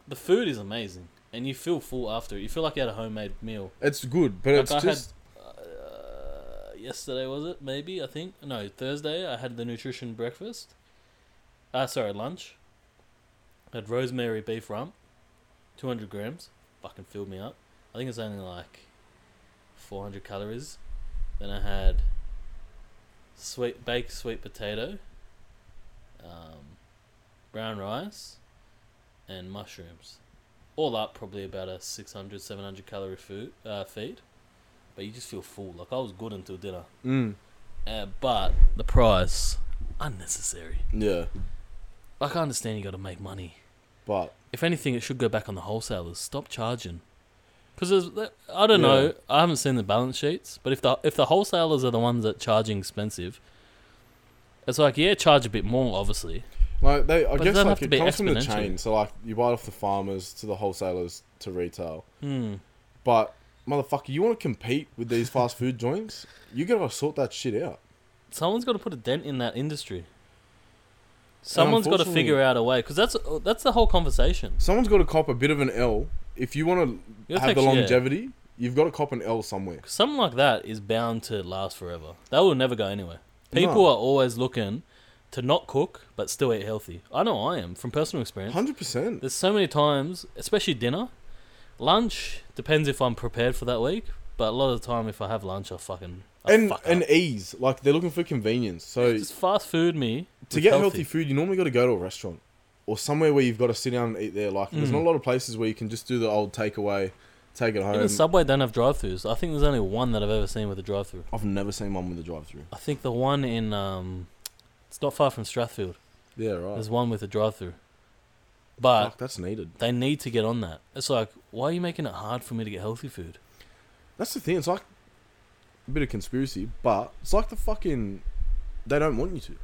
Speaker 2: the food is amazing, and you feel full after it. You feel like you had a homemade meal.
Speaker 3: It's good, but
Speaker 2: Like,
Speaker 3: it's
Speaker 2: I had-
Speaker 3: just
Speaker 2: uh, yesterday was it? Maybe I think no Thursday. I had the nutrition breakfast. Uh, sorry, lunch. I had rosemary beef rump, two hundred grams. Fucking filled me up. I think it's only like four hundred calories. Then I had sweet baked sweet potato, um, brown rice, and mushrooms. All up, probably about a 600, 700 calorie food uh, feed but you just feel full. Like I was good until dinner,
Speaker 3: mm,
Speaker 2: uh, but the price unnecessary.
Speaker 3: yeah.
Speaker 2: Like I understand you got to make money.
Speaker 3: But
Speaker 2: If anything, it should go back on the wholesalers. Stop charging. Because I don't know. I haven't seen the balance sheets, but if the if the wholesalers are the ones that charging expensive, It's like yeah, charge a bit more, obviously.
Speaker 3: Like they, I
Speaker 2: But it
Speaker 3: guess
Speaker 2: doesn't
Speaker 3: like
Speaker 2: have to
Speaker 3: it
Speaker 2: be
Speaker 3: comes from the
Speaker 2: exponential.
Speaker 3: chain. So like you buy it off the farmers to the wholesalers to retail.
Speaker 2: Hmm.
Speaker 3: But motherfucker, you want to compete with these fast food joints? You gotta sort that shit out.
Speaker 2: Someone's got to put a dent in that industry. Someone's got to
Speaker 3: unfortunately-
Speaker 2: figure out a way because that's that's the whole conversation.
Speaker 3: Someone's got to cop a bit of an L if you want to
Speaker 2: You'll
Speaker 3: have the
Speaker 2: take- yeah.
Speaker 3: longevity. You've got to cop an L somewhere.
Speaker 2: Something like that is bound to last forever. That will never go anywhere. People
Speaker 3: No.
Speaker 2: are always looking to not cook but still eat healthy. I know I am from personal experience.
Speaker 3: Hundred percent.
Speaker 2: There's so many times, especially dinner, lunch depends if I'm prepared for that week. But a lot of the time, if I have lunch, I fucking I
Speaker 3: And
Speaker 2: fuck
Speaker 3: and
Speaker 2: up.
Speaker 3: ease. Like they're looking for convenience. So
Speaker 2: just fast food me
Speaker 3: to
Speaker 2: with
Speaker 3: get healthy food, you normally got to go to a restaurant or somewhere where you've got to sit down and eat there. Like there's
Speaker 2: Mm.
Speaker 3: not a lot of places where you can just do the old takeaway, take it home.
Speaker 2: Even Subway don't have drive-throughs. I think there's only one that I've ever seen with a drive-through.
Speaker 3: I've never seen one with a drive-through.
Speaker 2: I think the one in um, it's not far from Strathfield.
Speaker 3: Yeah, right.
Speaker 2: There's one with a drive-through, but
Speaker 3: Fuck, that's needed.
Speaker 2: they need to get on that. It's like, why are you making it hard for me to get healthy food?
Speaker 3: That's the thing. It's like a bit of conspiracy, but it's like the fucking. They don't want you to.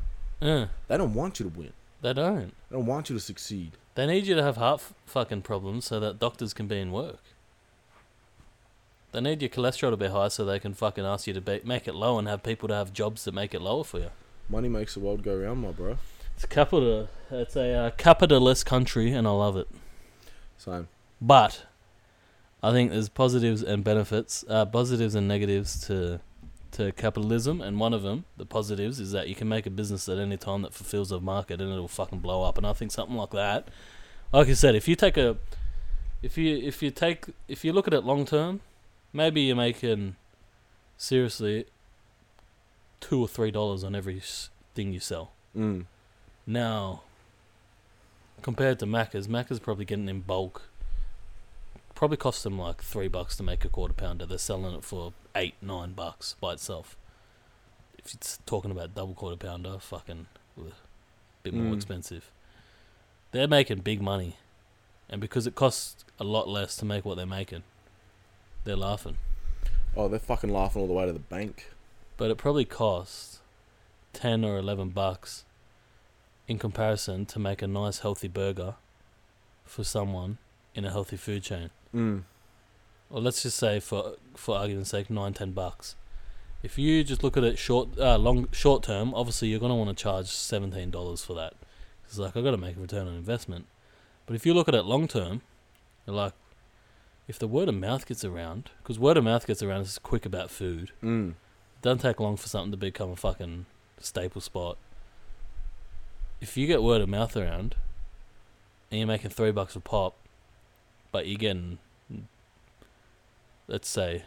Speaker 2: Yeah,
Speaker 3: They don't want you to win.
Speaker 2: Uh, they don't.
Speaker 3: They don't want you to succeed.
Speaker 2: They need you to have heart f- fucking problems so that doctors can be in work. They need your cholesterol to be high so they can fucking ask you to be- make it low and have people to have jobs that make it lower for you.
Speaker 3: Money makes the world go round, my bro.
Speaker 2: It's capital. It's a uh, capitalist country, and I love it.
Speaker 3: Same.
Speaker 2: But I think there's positives and benefits, uh, positives and negatives to to capitalism, and one of them, the positives, is that you can make a business at any time that fulfills a market, and it'll fucking blow up. And I think something like that, like I said, if you take a, if you if you take if you look at it long term, maybe you're making seriously two or three dollars on every s- thing you sell.
Speaker 3: Mm.
Speaker 2: Now, compared to Macca's, Macca's probably getting in bulk. Probably costs them like three bucks to make a quarter pounder. They're selling it for eight, nine bucks by itself. If it's talking about double quarter pounder, fucking a bit more
Speaker 3: Mm.
Speaker 2: expensive. They're making big money, and because it costs a lot less to make what they're making, they're laughing.
Speaker 3: Oh, they're fucking laughing all the way to the bank.
Speaker 2: but it probably costs 10 or 11 bucks in comparison to make a nice healthy burger for someone in a healthy food chain
Speaker 3: Mm.
Speaker 2: or let's just say for for argument's sake 9 10 bucks if you just look at it short uh, long short term obviously you're going to want to charge $17 for that it's like i've got to make a return on investment but if you look at it long term you're like if the word of mouth gets around because word of mouth gets around is quick about food
Speaker 3: Mm.
Speaker 2: doesn't take long for something to become a fucking staple spot. If you get word of mouth around and you're making three bucks a pop, but you're getting, let's say,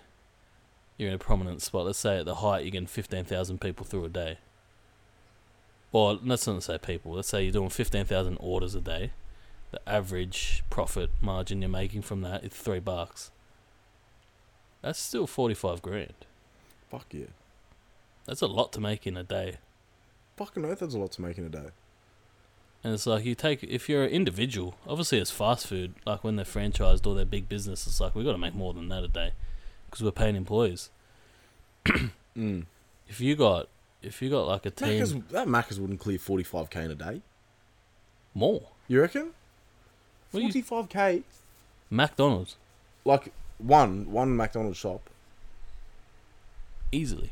Speaker 2: you're in a prominent spot. Let's say at the height, you're getting 15,000 people through a day. Or let's not say people, let's say you're doing 15,000 orders a day. The average profit margin you're making from that is three bucks. That's still 45 grand.
Speaker 3: Fuck yeah.
Speaker 2: That's a lot to make in a day.
Speaker 3: Fucking oath, that's a lot to make in a day.
Speaker 2: And it's like you take if you're an individual, obviously it's fast food. Like when they're franchised or they're big business, it's like we got to make more than that a day because we're paying employees.
Speaker 3: Mm.
Speaker 2: If you got if you got like a team
Speaker 3: Macca's, that Macca's wouldn't clear 45k in a day.
Speaker 2: more,
Speaker 3: You reckon?
Speaker 2: What do you-
Speaker 3: 45k.
Speaker 2: McDonald's
Speaker 3: Like one one McDonald's shop.
Speaker 2: easily.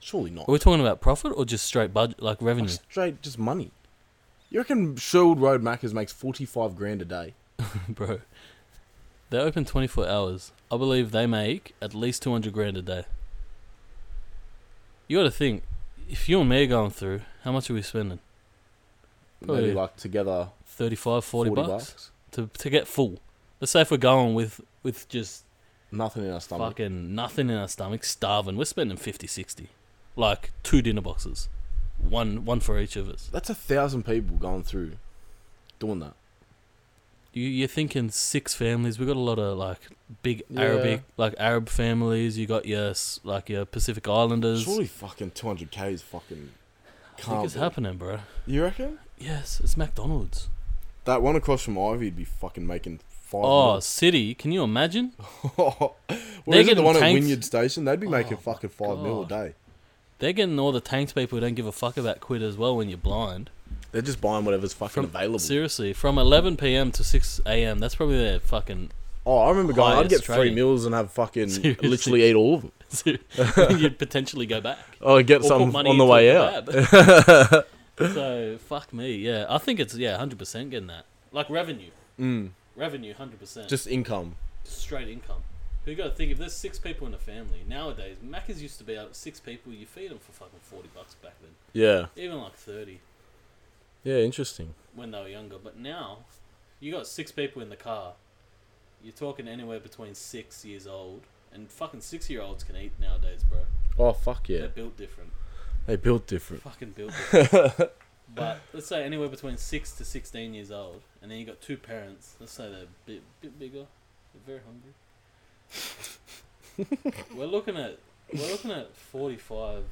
Speaker 3: Surely not.
Speaker 2: Are we talking about profit or just straight budget like
Speaker 3: Like
Speaker 2: revenue?
Speaker 3: straight just money. You reckon Sherwood Road Macca's makes forty five grand a day?
Speaker 2: Bro, they're open 24 hours. I believe they make at least 200 grand a day. You got to think if you and me are going through, how much are we spending?
Speaker 3: Maybe
Speaker 2: Oh, yeah.
Speaker 3: like together
Speaker 2: 35 40,
Speaker 3: forty,
Speaker 2: bucks?
Speaker 3: bucks.
Speaker 2: to to get full. Let's say if we're going with with just
Speaker 3: Nothing in our stomach.
Speaker 2: fucking nothing in our stomach, starving, we're spending 50, 60. like two dinner boxes, one one for each of us.
Speaker 3: That's a thousand people going through doing that.
Speaker 2: You you're thinking six families. We got a lot of like big
Speaker 3: Yeah.
Speaker 2: Arabic like Arab families. You got your s- like your Pacific Islanders.
Speaker 3: Surely fucking two hundred k is fucking.
Speaker 2: I think
Speaker 3: Can't
Speaker 2: it's
Speaker 3: be.
Speaker 2: happening, bro.
Speaker 3: You reckon?
Speaker 2: Yes, it's McDonald's.
Speaker 3: That one across from Ivy'd be fucking making five.
Speaker 2: Oh, city! Can you imagine?
Speaker 3: mil. Whereas at the
Speaker 2: getting
Speaker 3: one at
Speaker 2: tanked.
Speaker 3: Wynyard Station, they'd be making
Speaker 2: Oh,
Speaker 3: fucking five mil a
Speaker 2: God.
Speaker 3: day.
Speaker 2: They're getting all the tanked people who don't give a fuck about quid as well when you're blind.
Speaker 3: They're just buying whatever's fucking
Speaker 2: From-
Speaker 3: available.
Speaker 2: Seriously, from 11 p.m. to 6 a.m. That's probably their fucking.
Speaker 3: oh, I remember going. I'd
Speaker 2: Highest
Speaker 3: get three
Speaker 2: trading.
Speaker 3: meals and have fucking
Speaker 2: Seriously.
Speaker 3: literally eat all of them.
Speaker 2: you'd potentially go back.
Speaker 3: Oh, I'd get
Speaker 2: Or put
Speaker 3: some
Speaker 2: money
Speaker 3: on
Speaker 2: into
Speaker 3: the
Speaker 2: a
Speaker 3: way out.
Speaker 2: kebab. so fuck me, yeah. I think it's yeah, hundred percent getting that. Like revenue,
Speaker 3: Mm,
Speaker 2: revenue, hundred percent. Just
Speaker 3: just income.
Speaker 2: straight income. Who got to think if there's six people in a family nowadays? Macca's used to be out six people. You feed them for fucking forty bucks back then,
Speaker 3: Yeah.
Speaker 2: even like thirty
Speaker 3: Yeah. Interesting.
Speaker 2: when they were younger. But now, you got six people in the car. You're talking anywhere between six years old and fucking six year olds can eat nowadays, bro.
Speaker 3: Oh fuck yeah.
Speaker 2: They're built different.
Speaker 3: They built different.
Speaker 2: fucking built but let's say anywhere between 6 to 16 years old and then you got two parents let's say they're a bit, bit bigger they're very hungry we're looking at we're looking at 45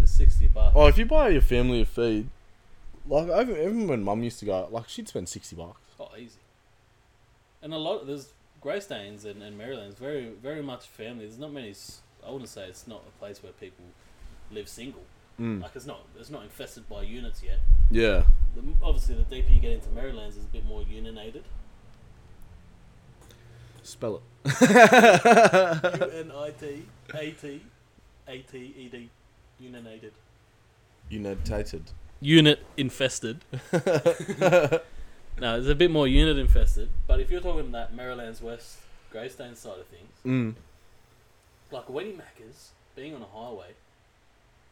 Speaker 2: to 60 bucks
Speaker 3: Oh, if you buy your family a feed, like I even, even when mum used to go, like she'd spend sixty bucks.
Speaker 2: oh easy and a lot there's Greystanes and, and Maryland's very very much family there's not many s- I wouldn't say it's not a place where people live single
Speaker 3: Mm.
Speaker 2: like it's not it's not infested by units yet
Speaker 3: Yeah.
Speaker 2: the, obviously the deeper you get into Maryland's is a bit more uninated
Speaker 3: Spell it.
Speaker 2: U N I T A T A T E D uninated.
Speaker 3: Unitated.
Speaker 2: Unit infested. no, it's a bit more unit infested. But if you're talking that Maryland's West Greystone side of things,
Speaker 3: Mm.
Speaker 2: like Weddy Mackers being on a highway,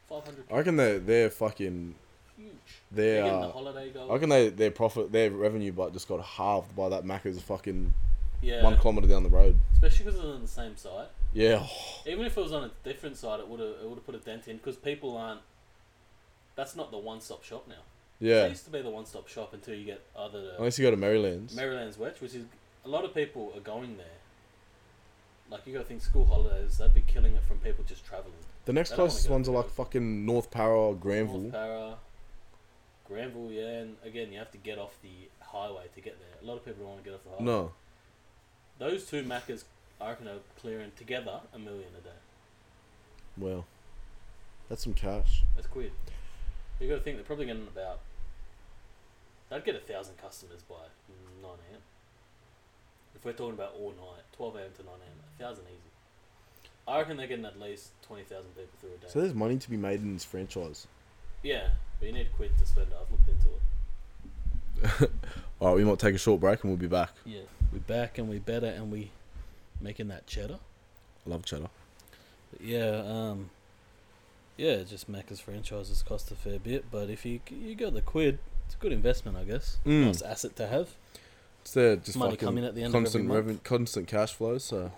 Speaker 2: five hundred
Speaker 3: I reckon they they're fucking uh,
Speaker 2: huge.
Speaker 3: they
Speaker 2: They're getting the
Speaker 3: are.
Speaker 2: holiday goal.
Speaker 3: I reckon they their profit their revenue but just got halved by that Macca's fucking
Speaker 2: yeah,
Speaker 3: one kilometer down the road.
Speaker 2: especially because it's on the same side.
Speaker 3: Yeah.
Speaker 2: Even if it was on a different side, it would have it would have put a dent in because people aren't. That's not the one stop shop now. It
Speaker 3: Yeah.
Speaker 2: used to be the one stop shop until you get other.
Speaker 3: Unless you go to Maryland's.
Speaker 2: Maryland's West, which is a lot of people are going there. Like you got to think school holidays, they'd be killing it from people just traveling.
Speaker 3: the next
Speaker 2: I don't wanna
Speaker 3: closest
Speaker 2: go
Speaker 3: ones are
Speaker 2: to
Speaker 3: like
Speaker 2: Maryland.
Speaker 3: fucking North Para or Granville.
Speaker 2: North Para, Granville, yeah, and again you have to get off the highway to get there. A lot of people don't want to get off the highway.
Speaker 3: No.
Speaker 2: Those two Maccas, I reckon, are clearing together a million a day.
Speaker 3: Well. That's some cash.
Speaker 2: That's quid. You got to think they're probably getting about. They'd get a thousand customers by nine am. If we're talking about all night, twelve am to nine am, a thousand easy. I reckon they're getting at least twenty thousand people through a day.
Speaker 3: So there's money to be made in this franchise.
Speaker 2: yeah, but you need quid to spend it. I've looked into it.
Speaker 3: All right, we might take a short break and we'll be back.
Speaker 2: Yeah, we back and we better and we making that cheddar.
Speaker 3: I love cheddar.
Speaker 2: But yeah, um, yeah, just Macca's franchises cost a fair bit, but if you you got the quid, it's a good investment, I guess.
Speaker 3: Mm.
Speaker 2: Nice asset to have.
Speaker 3: It's there just
Speaker 2: Money
Speaker 3: fucking
Speaker 2: coming at the end of every
Speaker 3: constant
Speaker 2: month.
Speaker 3: reven- constant cash flow. So,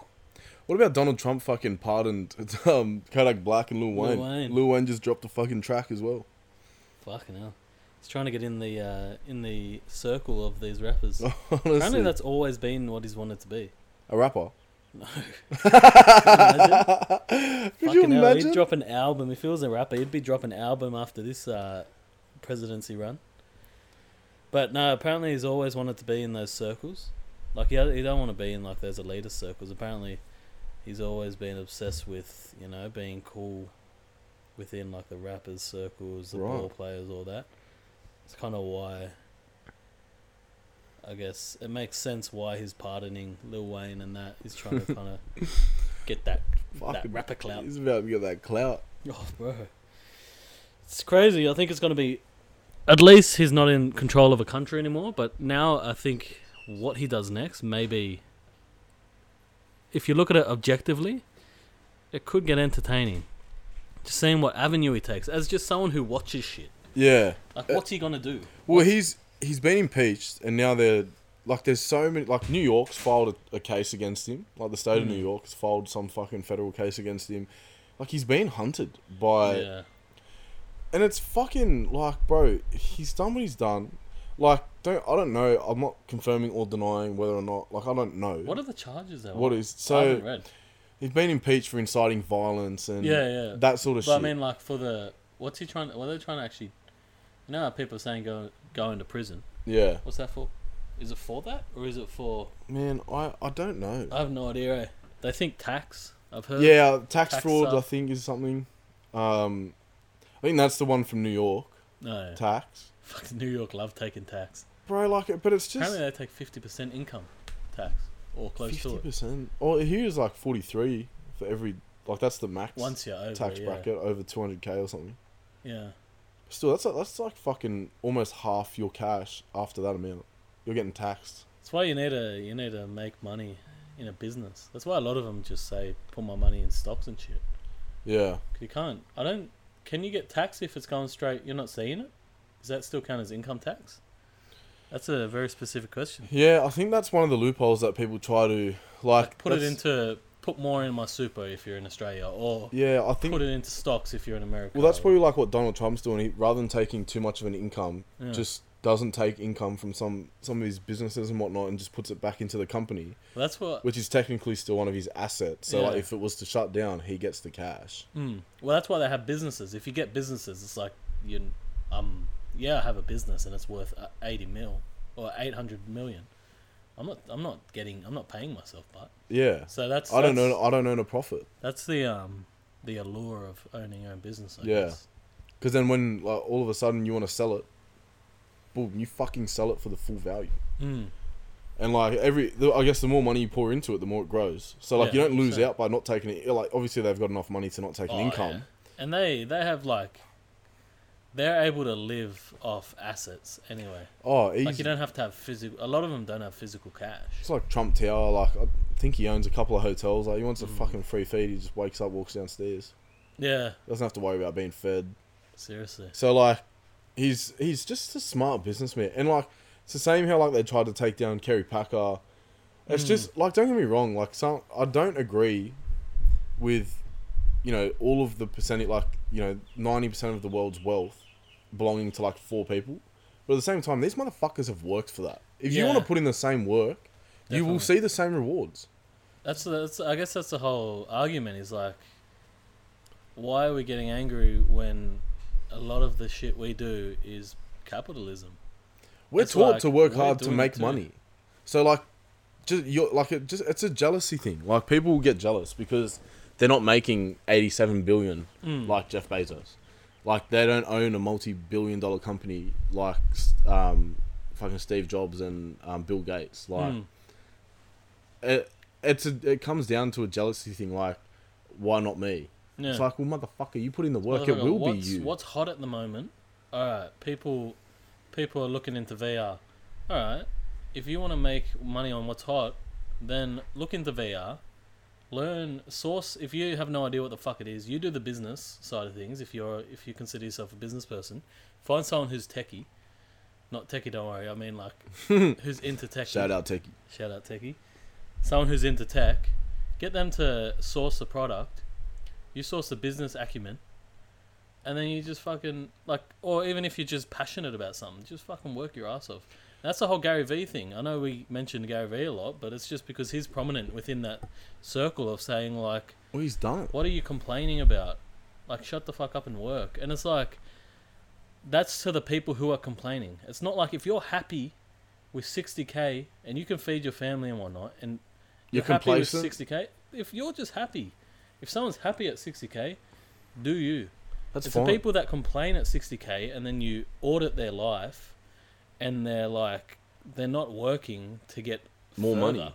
Speaker 3: what about Donald Trump fucking pardoned um, Kodak Black and Lil Wayne?
Speaker 2: Wayne.
Speaker 3: Lil Wayne just dropped a fucking track as well.
Speaker 2: Fucking hell. He's trying to get in the uh, in the circle of these rappers. Apparently
Speaker 3: Honestly,
Speaker 2: that's always been what he's wanted to be.
Speaker 3: a rapper.
Speaker 2: No. Could
Speaker 3: Could you
Speaker 2: he'd
Speaker 3: imagine?
Speaker 2: drop an album. If he was a rapper, he'd be dropping an album after this uh, presidency run. But no, apparently he's always wanted to be in those circles. Like he, he don't want to be in like those elitist circles. Apparently, he's always been obsessed with you know being cool within like the rappers circles, the
Speaker 3: Right.
Speaker 2: ball players, all that. It's kind of why. I guess it makes sense why he's pardoning Lil Wayne and that he's trying to kind of get that that
Speaker 3: Fucking-
Speaker 2: rapper clout.
Speaker 3: He's about to get that clout.
Speaker 2: Oh, bro, it's crazy. I think it's going to be. At least he's not in control of a country anymore. But now I think what he does next, maybe. If you look at it objectively, it could get entertaining. Just seeing what avenue he takes, as just someone who watches shit.
Speaker 3: Yeah.
Speaker 2: Like, what's he gonna do?
Speaker 3: Well, he's he's been impeached, and now they're like, there's so many. Like New York's filed a, a case against him. Like the state of
Speaker 2: Mm.
Speaker 3: New York has filed some fucking federal case against him. Like he's been hunted by.
Speaker 2: yeah,
Speaker 3: and it's fucking like, bro, he's done what he's done. Like, don't I don't know. I'm not confirming or denying whether or not. Like, I don't know.
Speaker 2: what are the charges though?
Speaker 3: What is
Speaker 2: I
Speaker 3: so? Oh,
Speaker 2: haven't read.
Speaker 3: He's been impeached for inciting violence and
Speaker 2: Yeah, yeah.
Speaker 3: that sort of
Speaker 2: But I
Speaker 3: shit.
Speaker 2: mean, like for the what's he trying? What are they trying to actually? You know how people are saying go go into prison.
Speaker 3: yeah,
Speaker 2: What's that for? Is it for that or is it for?
Speaker 3: man, I I don't know.
Speaker 2: Uh, I have no idea. eh? They think tax. I've heard.
Speaker 3: yeah, tax,
Speaker 2: tax
Speaker 3: fraud.
Speaker 2: stuff.
Speaker 3: I think is something. Um, I think that's the one from New York
Speaker 2: No, yeah.
Speaker 3: tax,
Speaker 2: fucking New York love taking tax.
Speaker 3: bro. Like, it, but it's just
Speaker 2: Apparently, they take fifty percent income tax or close
Speaker 3: fifty
Speaker 2: to it.
Speaker 3: percent. Or he was like forty three for every. Like that's the max
Speaker 2: Once you're over,
Speaker 3: tax
Speaker 2: yeah.
Speaker 3: bracket over two hundred k or something.
Speaker 2: Yeah,
Speaker 3: Still, that's like, that's like fucking almost half your cash after that amount. You're getting taxed.
Speaker 2: that's why you need to you need to make money in a business. That's why a lot of them just say put my money in stocks and shit.
Speaker 3: Yeah,
Speaker 2: 'Cause You can't. I don't. Can you get tax if it's going straight? You're not seeing it. Does that still count as income tax? That's a very specific question.
Speaker 3: yeah. I think that's one of the loopholes that people try to like,
Speaker 2: Like put it
Speaker 3: that's-
Speaker 2: into put more in my super if you're in Australia, or
Speaker 3: Yeah, I think
Speaker 2: put it into stocks if you're in America.
Speaker 3: Well, that's
Speaker 2: or-
Speaker 3: probably like what Donald Trump's doing. He, rather than taking too much of an income,
Speaker 2: Yeah.
Speaker 3: just doesn't take income from some some of his businesses and whatnot, and just puts it back into the company,
Speaker 2: that's what
Speaker 3: which is technically still one of his assets. So, like,
Speaker 2: Yeah.
Speaker 3: if it was to shut down, he gets the cash.
Speaker 2: Mm. Well, that's why they have businesses. If you get businesses, it's like you, um, yeah, I have a business and it's worth uh, eighty mil or eight hundred million. I'm not, I'm not getting, I'm not paying myself, but
Speaker 3: Yeah,
Speaker 2: so that's.
Speaker 3: I don't
Speaker 2: that's-
Speaker 3: know. I don't earn a profit
Speaker 2: That's the um, the allure of owning your own business. I
Speaker 3: Yeah.
Speaker 2: guess.
Speaker 3: because then when like all of a sudden you want to sell it, boom, you fucking sell it for the full value.
Speaker 2: Mm.
Speaker 3: And like every, the, I guess the more money you pour into it, the more it grows. So like
Speaker 2: Yeah,
Speaker 3: you don't lose
Speaker 2: 100%.
Speaker 3: out by not taking it. Like obviously they've got enough money to not take an
Speaker 2: Oh,
Speaker 3: income.
Speaker 2: yeah. And they they have like, they're able to live off assets anyway.
Speaker 3: Oh, easy.
Speaker 2: Like you don't have to have physical. A lot of them don't have physical cash.
Speaker 3: It's like Trump Tower. Like I think he owns a couple of hotels. Like he wants a fucking free feed. He just wakes up, walks downstairs.
Speaker 2: Yeah,
Speaker 3: Doesn't have to worry about being fed.
Speaker 2: seriously.
Speaker 3: So like, he's he's just a smart businessman. And like, it's the same how like they tried to take down Kerry Packer. It's
Speaker 2: Hmm.
Speaker 3: just like don't get me wrong. Like some I don't agree with, you know, all of the percentage. Like you know, ninety percent of the world's wealth belonging to like four people. But at the same time, these motherfuckers have worked for that. If you
Speaker 2: Yeah.
Speaker 3: want to put in the same work, you will
Speaker 2: Definitely.
Speaker 3: see the same rewards.
Speaker 2: That's that's. I guess that's the whole argument. Is like, why are we getting angry when a lot of the shit we do is capitalism?
Speaker 3: We're
Speaker 2: It's
Speaker 3: taught
Speaker 2: like,
Speaker 3: to work
Speaker 2: we're
Speaker 3: hard to
Speaker 2: doing it
Speaker 3: make
Speaker 2: too.
Speaker 3: money. So like, just you're like it just it's a jealousy thing. Like people will get jealous because they're not making eighty-seven billion
Speaker 2: Mm.
Speaker 3: like Jeff Bezos. Like they don't own a multi-billion dollar company like um, fucking Steve Jobs and um, Bill Gates. Like
Speaker 2: Mm.
Speaker 3: it, it's a, it comes down to a jealousy thing. Like why not me?
Speaker 2: Yeah.
Speaker 3: It's like well, motherfucker, you put in the work, it
Speaker 2: Motherfucker,
Speaker 3: will be
Speaker 2: what's,
Speaker 3: you.
Speaker 2: What's hot at the moment? All right, people, people are looking into VR. All right, if you want to make money on what's hot, then look into VR. Learn source. If you have no idea what the fuck it is, you do the business side of things. If you're if you consider yourself a business person, find someone who's techie. Not techie, don't worry. I mean like who's into tech.
Speaker 3: Shout out Techie.
Speaker 2: Shout out techie. Someone who's into tech, get them to source the product. You source the business acumen, and then you just fucking like, or even if you're just passionate about something, just fucking work your ass off. That's the whole Gary Vee thing. I know we mentioned Gary Vee a lot, but it's just because he's prominent within that circle of saying like,
Speaker 3: Well, he's done it.
Speaker 2: what are you complaining about? Like, shut the fuck up and work. And it's like, that's to the people who are complaining. It's not like if you're happy with 60k and you can feed your family and whatnot, and
Speaker 3: You're
Speaker 2: happy with
Speaker 3: complacent?
Speaker 2: 60k. If you're just happy, if someone's happy at 60k, do you?
Speaker 3: That's
Speaker 2: it's
Speaker 3: fine.
Speaker 2: the people that complain at 60k and then you audit their life, and they're like, they're not working to get
Speaker 3: More
Speaker 2: further.
Speaker 3: money.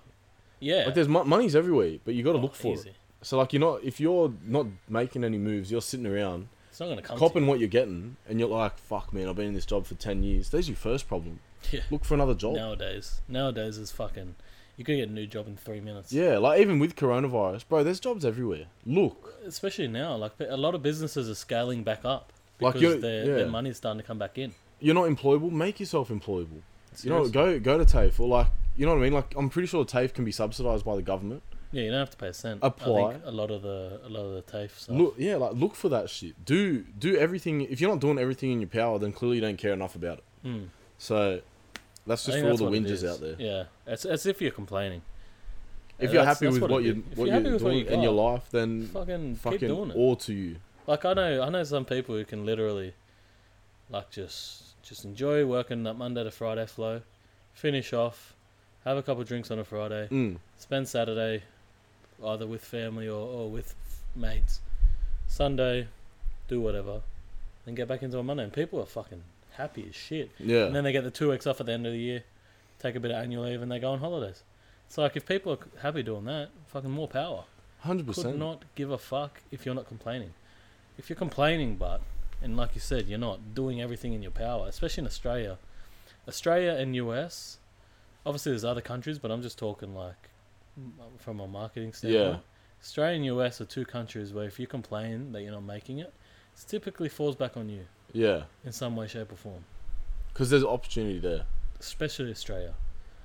Speaker 2: Yeah,
Speaker 3: Like there's mo- money's everywhere, but you got to
Speaker 2: Oh,
Speaker 3: look for
Speaker 2: easy.
Speaker 3: it. So like you're not if you're not making any moves, you're sitting around
Speaker 2: It's not gonna come. to
Speaker 3: copping
Speaker 2: you.
Speaker 3: what you're getting, and you're like, "Fuck, man, I've been in this job for ten years." There's your first problem.
Speaker 2: Yeah.
Speaker 3: Look for another job.
Speaker 2: Nowadays, nowadays is fucking. You could get a new job in three minutes.
Speaker 3: Yeah, like even with coronavirus, bro, there's jobs everywhere. Look,
Speaker 2: Especially now, like a lot of businesses are scaling back up
Speaker 3: Like,
Speaker 2: because
Speaker 3: you-
Speaker 2: their,
Speaker 3: yeah.
Speaker 2: their money's starting to come back in.
Speaker 3: you're not employable. Make yourself employable. You know,
Speaker 2: Seriously.
Speaker 3: go go to TAFE or like, you know what I mean? Like, I'm pretty sure TAFE can be subsidized by the government.
Speaker 2: Yeah, you don't have to pay a cent. I
Speaker 3: Apply.
Speaker 2: think a lot of the a lot of the TAFE stuff.
Speaker 3: Look, yeah, like look for that shit. Do do everything. If you're not doing everything in your power, then clearly you don't care enough about it.
Speaker 2: Mm.
Speaker 3: So,
Speaker 2: I
Speaker 3: that's just
Speaker 2: think
Speaker 3: for all
Speaker 2: that's
Speaker 3: the
Speaker 2: what it
Speaker 3: whingers
Speaker 2: is.
Speaker 3: out there.
Speaker 2: Yeah, it's as if you're complaining.
Speaker 3: If
Speaker 2: Uh,
Speaker 3: you're
Speaker 2: that's-
Speaker 3: happy
Speaker 2: that's
Speaker 3: with
Speaker 2: what it
Speaker 3: what
Speaker 2: is.
Speaker 3: you
Speaker 2: If
Speaker 3: what
Speaker 2: you're
Speaker 3: you're
Speaker 2: happy with what you
Speaker 3: doing in your
Speaker 2: got,
Speaker 3: life, then
Speaker 2: Fucking, keep
Speaker 3: Mm. fucking
Speaker 2: doing it.
Speaker 3: all to you.
Speaker 2: Like I know, I know some people who can literally, like, just just enjoy working that Monday to Friday flow, finish off, have a couple drinks on a Friday,
Speaker 3: Mm.
Speaker 2: spend Saturday either with family or, or with mates. Sunday, do whatever, and get back into on Monday. And people are fucking happy as shit.
Speaker 3: Yeah.
Speaker 2: And then they get the two weeks off at the end of the year, take a bit of annual leave, and they go on holidays. It's like if people are c- happy doing that, fucking more power.
Speaker 3: Hundred
Speaker 2: Could
Speaker 3: percent.
Speaker 2: not give a fuck if you're not complaining. If you're complaining, but and like you said, you're not doing everything in your power, especially in Australia. Australia and US, obviously there's other countries, but I'm just talking like m- from a marketing standpoint. Australia and US are two countries where if you complain that you're not making it, it typically falls back on you
Speaker 3: Yeah,
Speaker 2: in some way, shape, or form.
Speaker 3: because there's opportunity there.
Speaker 2: Especially Australia.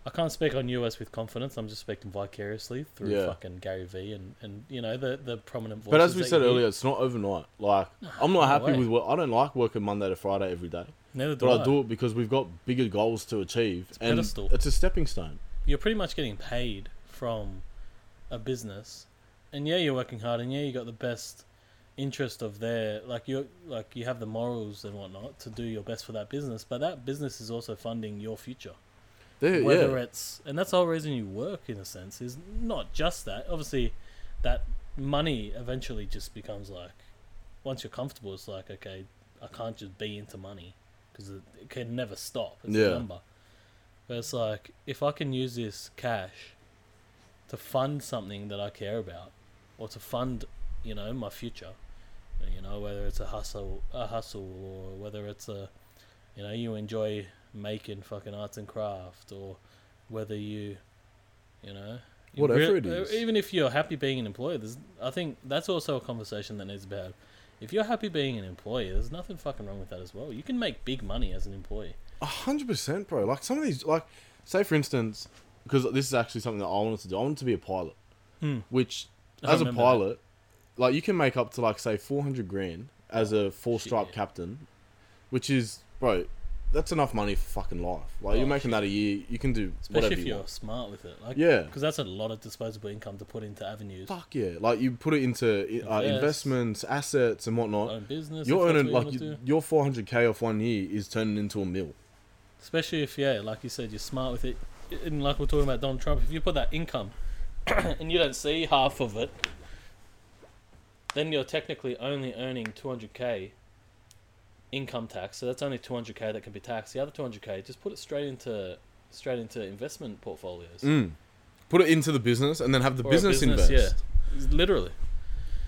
Speaker 2: I can't speak on US with confidence. I'm just speaking vicariously through
Speaker 3: Yeah.
Speaker 2: fucking Gary Vee and, and you know the the prominent voices.
Speaker 3: But as we
Speaker 2: that
Speaker 3: said
Speaker 2: you hear.
Speaker 3: earlier, it's not overnight. Like I'm not
Speaker 2: no
Speaker 3: happy
Speaker 2: way.
Speaker 3: with what I don't like working Monday to Friday every day.
Speaker 2: neither do
Speaker 3: But I do it because we've got bigger goals to achieve, and
Speaker 2: pedestal.
Speaker 3: it's a stepping stone.
Speaker 2: you're pretty much getting paid from a business and yeah you're working hard and yeah you got the best interest of their like you like you have the morals and whatnot to do your best for that business but that business is also funding your future
Speaker 3: There,
Speaker 2: whether
Speaker 3: yeah,
Speaker 2: it's and that's the whole reason you work in a sense is not just that obviously that money eventually just becomes like once you're comfortable it's like okay i can't just be into money because it, it can never stop it's
Speaker 3: Yeah.
Speaker 2: a number but it's like if i can use this cash to fund something that i care about or to fund you know my future you know whether it's a hustle a hustle or whether it's a you know you enjoy making fucking arts and craft or whether you you know you
Speaker 3: Whatever
Speaker 2: rea-
Speaker 3: it is.
Speaker 2: even if you're happy being an employee there's i think that's also a conversation that needs to be had if you're happy being an employee there's nothing fucking wrong with that as well you can make big money as an employee
Speaker 3: a hundred percent, bro. Like some of these, like say for instance, because this is actually something that I wanted to do. I wanted to be a pilot,
Speaker 2: Hmm.
Speaker 3: which
Speaker 2: I
Speaker 3: as a
Speaker 2: remember that.
Speaker 3: pilot, like you can make up to like say four hundred grand as a four stripe
Speaker 2: Shit.
Speaker 3: captain, which is bro, that's enough money for fucking life. Like
Speaker 2: Oh,
Speaker 3: you're making that a year, you can do
Speaker 2: especially
Speaker 3: whatever
Speaker 2: if
Speaker 3: you
Speaker 2: you're
Speaker 3: want.
Speaker 2: smart with it like
Speaker 3: Yeah.
Speaker 2: because that's a lot of disposable income to put into avenues
Speaker 3: Fuck yeah! Like you put it into uh,
Speaker 2: Invest.
Speaker 3: investments, assets, and whatnot.
Speaker 2: own business
Speaker 3: you're
Speaker 2: if Oh, that's
Speaker 3: earning
Speaker 2: what you
Speaker 3: like
Speaker 2: wanna do.
Speaker 3: you, your 400k off one year is turning into a mill.
Speaker 2: especially if yeah, like you said, you're smart with it. And like we're talking about Donald Trump, if you put that income and you don't see half of it, then you're technically only earning 200k income tax. So that's only 200k that can be taxed. The other 200k, just put it straight into straight into investment portfolios.
Speaker 3: Mm. Put it into the business and then have the
Speaker 2: Or a
Speaker 3: business, invest.
Speaker 2: yeah, literally.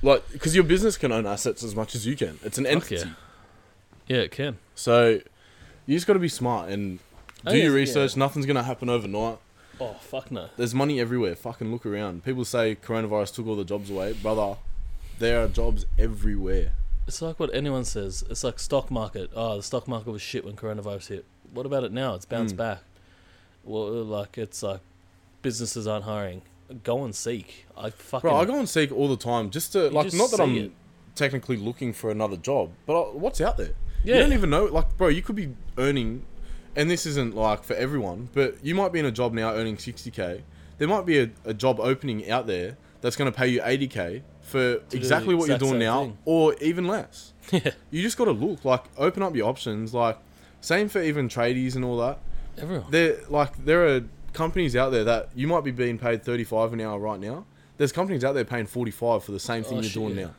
Speaker 3: Like 'cause Like, because your business can own assets as much as you can. It's an
Speaker 2: Fuck
Speaker 3: entity.
Speaker 2: Yeah, it can.
Speaker 3: So you just got to be smart and
Speaker 2: I
Speaker 3: do
Speaker 2: think
Speaker 3: your
Speaker 2: it's-
Speaker 3: research. Nothing's gonna happen overnight.
Speaker 2: Oh fuck no.
Speaker 3: There's money everywhere. Fucking look around. People say coronavirus took all the jobs away, brother. There are jobs everywhere.
Speaker 2: It's like what anyone says. It's like stock market. Oh, the stock market was shit when coronavirus hit. What about it now? It's bounced
Speaker 3: Mm.
Speaker 2: back. Well, like it's like businesses aren't hiring. Go and seek. I fucking
Speaker 3: Bro, I go and seek all the time just to like.
Speaker 2: just
Speaker 3: not that
Speaker 2: see
Speaker 3: I'm
Speaker 2: it.
Speaker 3: technically looking for another job, but I, what's out there?
Speaker 2: Yeah.
Speaker 3: You don't even know. Like, bro, you could be earning, and this isn't like for everyone, but you might be in a job now earning sixty k. There might be a, a job opening out there that's going to pay you eighty k for
Speaker 2: the
Speaker 3: exactly what
Speaker 2: exact
Speaker 3: you're doing
Speaker 2: same
Speaker 3: now,
Speaker 2: thing.
Speaker 3: or even less.
Speaker 2: yeah.
Speaker 3: You just got to look. Like, open up your options. Like, same for even tradies and all that.
Speaker 2: Everyone.
Speaker 3: There, like, there are companies out there that you might be being paid thirty five an hour right now. There's companies out there paying forty five for the same thing
Speaker 2: Oh,
Speaker 3: you're
Speaker 2: shit,
Speaker 3: doing
Speaker 2: yeah.
Speaker 3: now.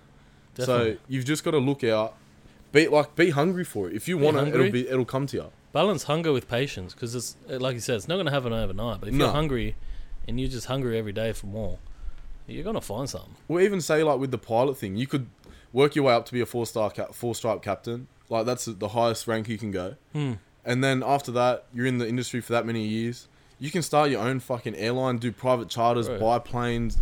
Speaker 2: Definitely.
Speaker 3: So you've just got to look out, be like, be hungry for it. If you want it,
Speaker 2: hungry.
Speaker 3: it'll be, it'll come to you.
Speaker 2: balance hunger with patience because it's like you said, it's not going to happen overnight. But if you're
Speaker 3: No.
Speaker 2: hungry, and you're just hungry every day for more, you're gonna find something.
Speaker 3: Or even say like with the pilot thing, you could work your way up to be a four star, cap, four stripe captain. Like that's the highest rank you can go.
Speaker 2: Hmm.
Speaker 3: And then after that, you're in the industry for that many years. You can start your own fucking airline, do private charters,
Speaker 2: Right.
Speaker 3: buy planes.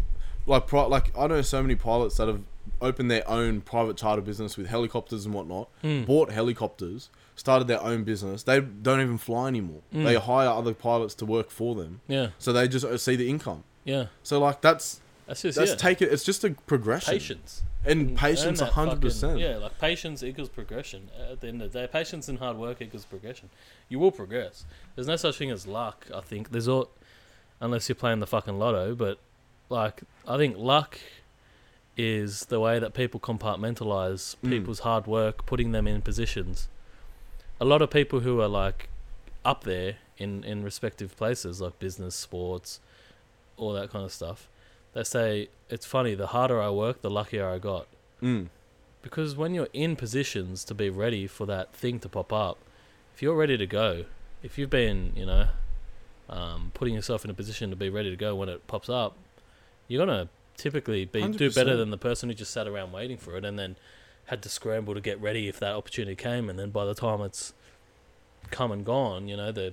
Speaker 3: Like, pri- like I know so many pilots that have opened their own private charter business with helicopters and whatnot.
Speaker 2: Hmm.
Speaker 3: Bought helicopters, started their own business. They don't even fly anymore. They hire other pilots to work for them,
Speaker 2: Hmm. Yeah,
Speaker 3: so they just uh, see the income.
Speaker 2: yeah.
Speaker 3: So like that's
Speaker 2: That's just
Speaker 3: that's
Speaker 2: yeah.
Speaker 3: take it. It's just a progression
Speaker 2: patience. Mm.
Speaker 3: and patience.
Speaker 2: Earn that
Speaker 3: hundred percent.
Speaker 2: fucking- Yeah, like patience equals progression. At the end of the day, patience and hard work equals progression. You will progress. There's no such thing as luck. I think there's all, unless you're playing the fucking lotto. But like, I think luck is the way that people compartmentalize
Speaker 3: Mm.
Speaker 2: people's hard work, putting them in positions. A lot of people who are like up there in in respective places, like business, sports, all that kind of stuff. They say it's funny. The harder I work, the luckier I got
Speaker 3: Mm.
Speaker 2: because when you're in positions to be ready for that thing to pop up, if you're ready to go, if you've been, you know, um, putting yourself in a position to be ready to go when it pops up, you're gonna typically be do
Speaker 3: 100%.
Speaker 2: better than the person who just sat around waiting for it and then had to scramble to get ready if that opportunity came, and then by the time it's come and gone, you know, they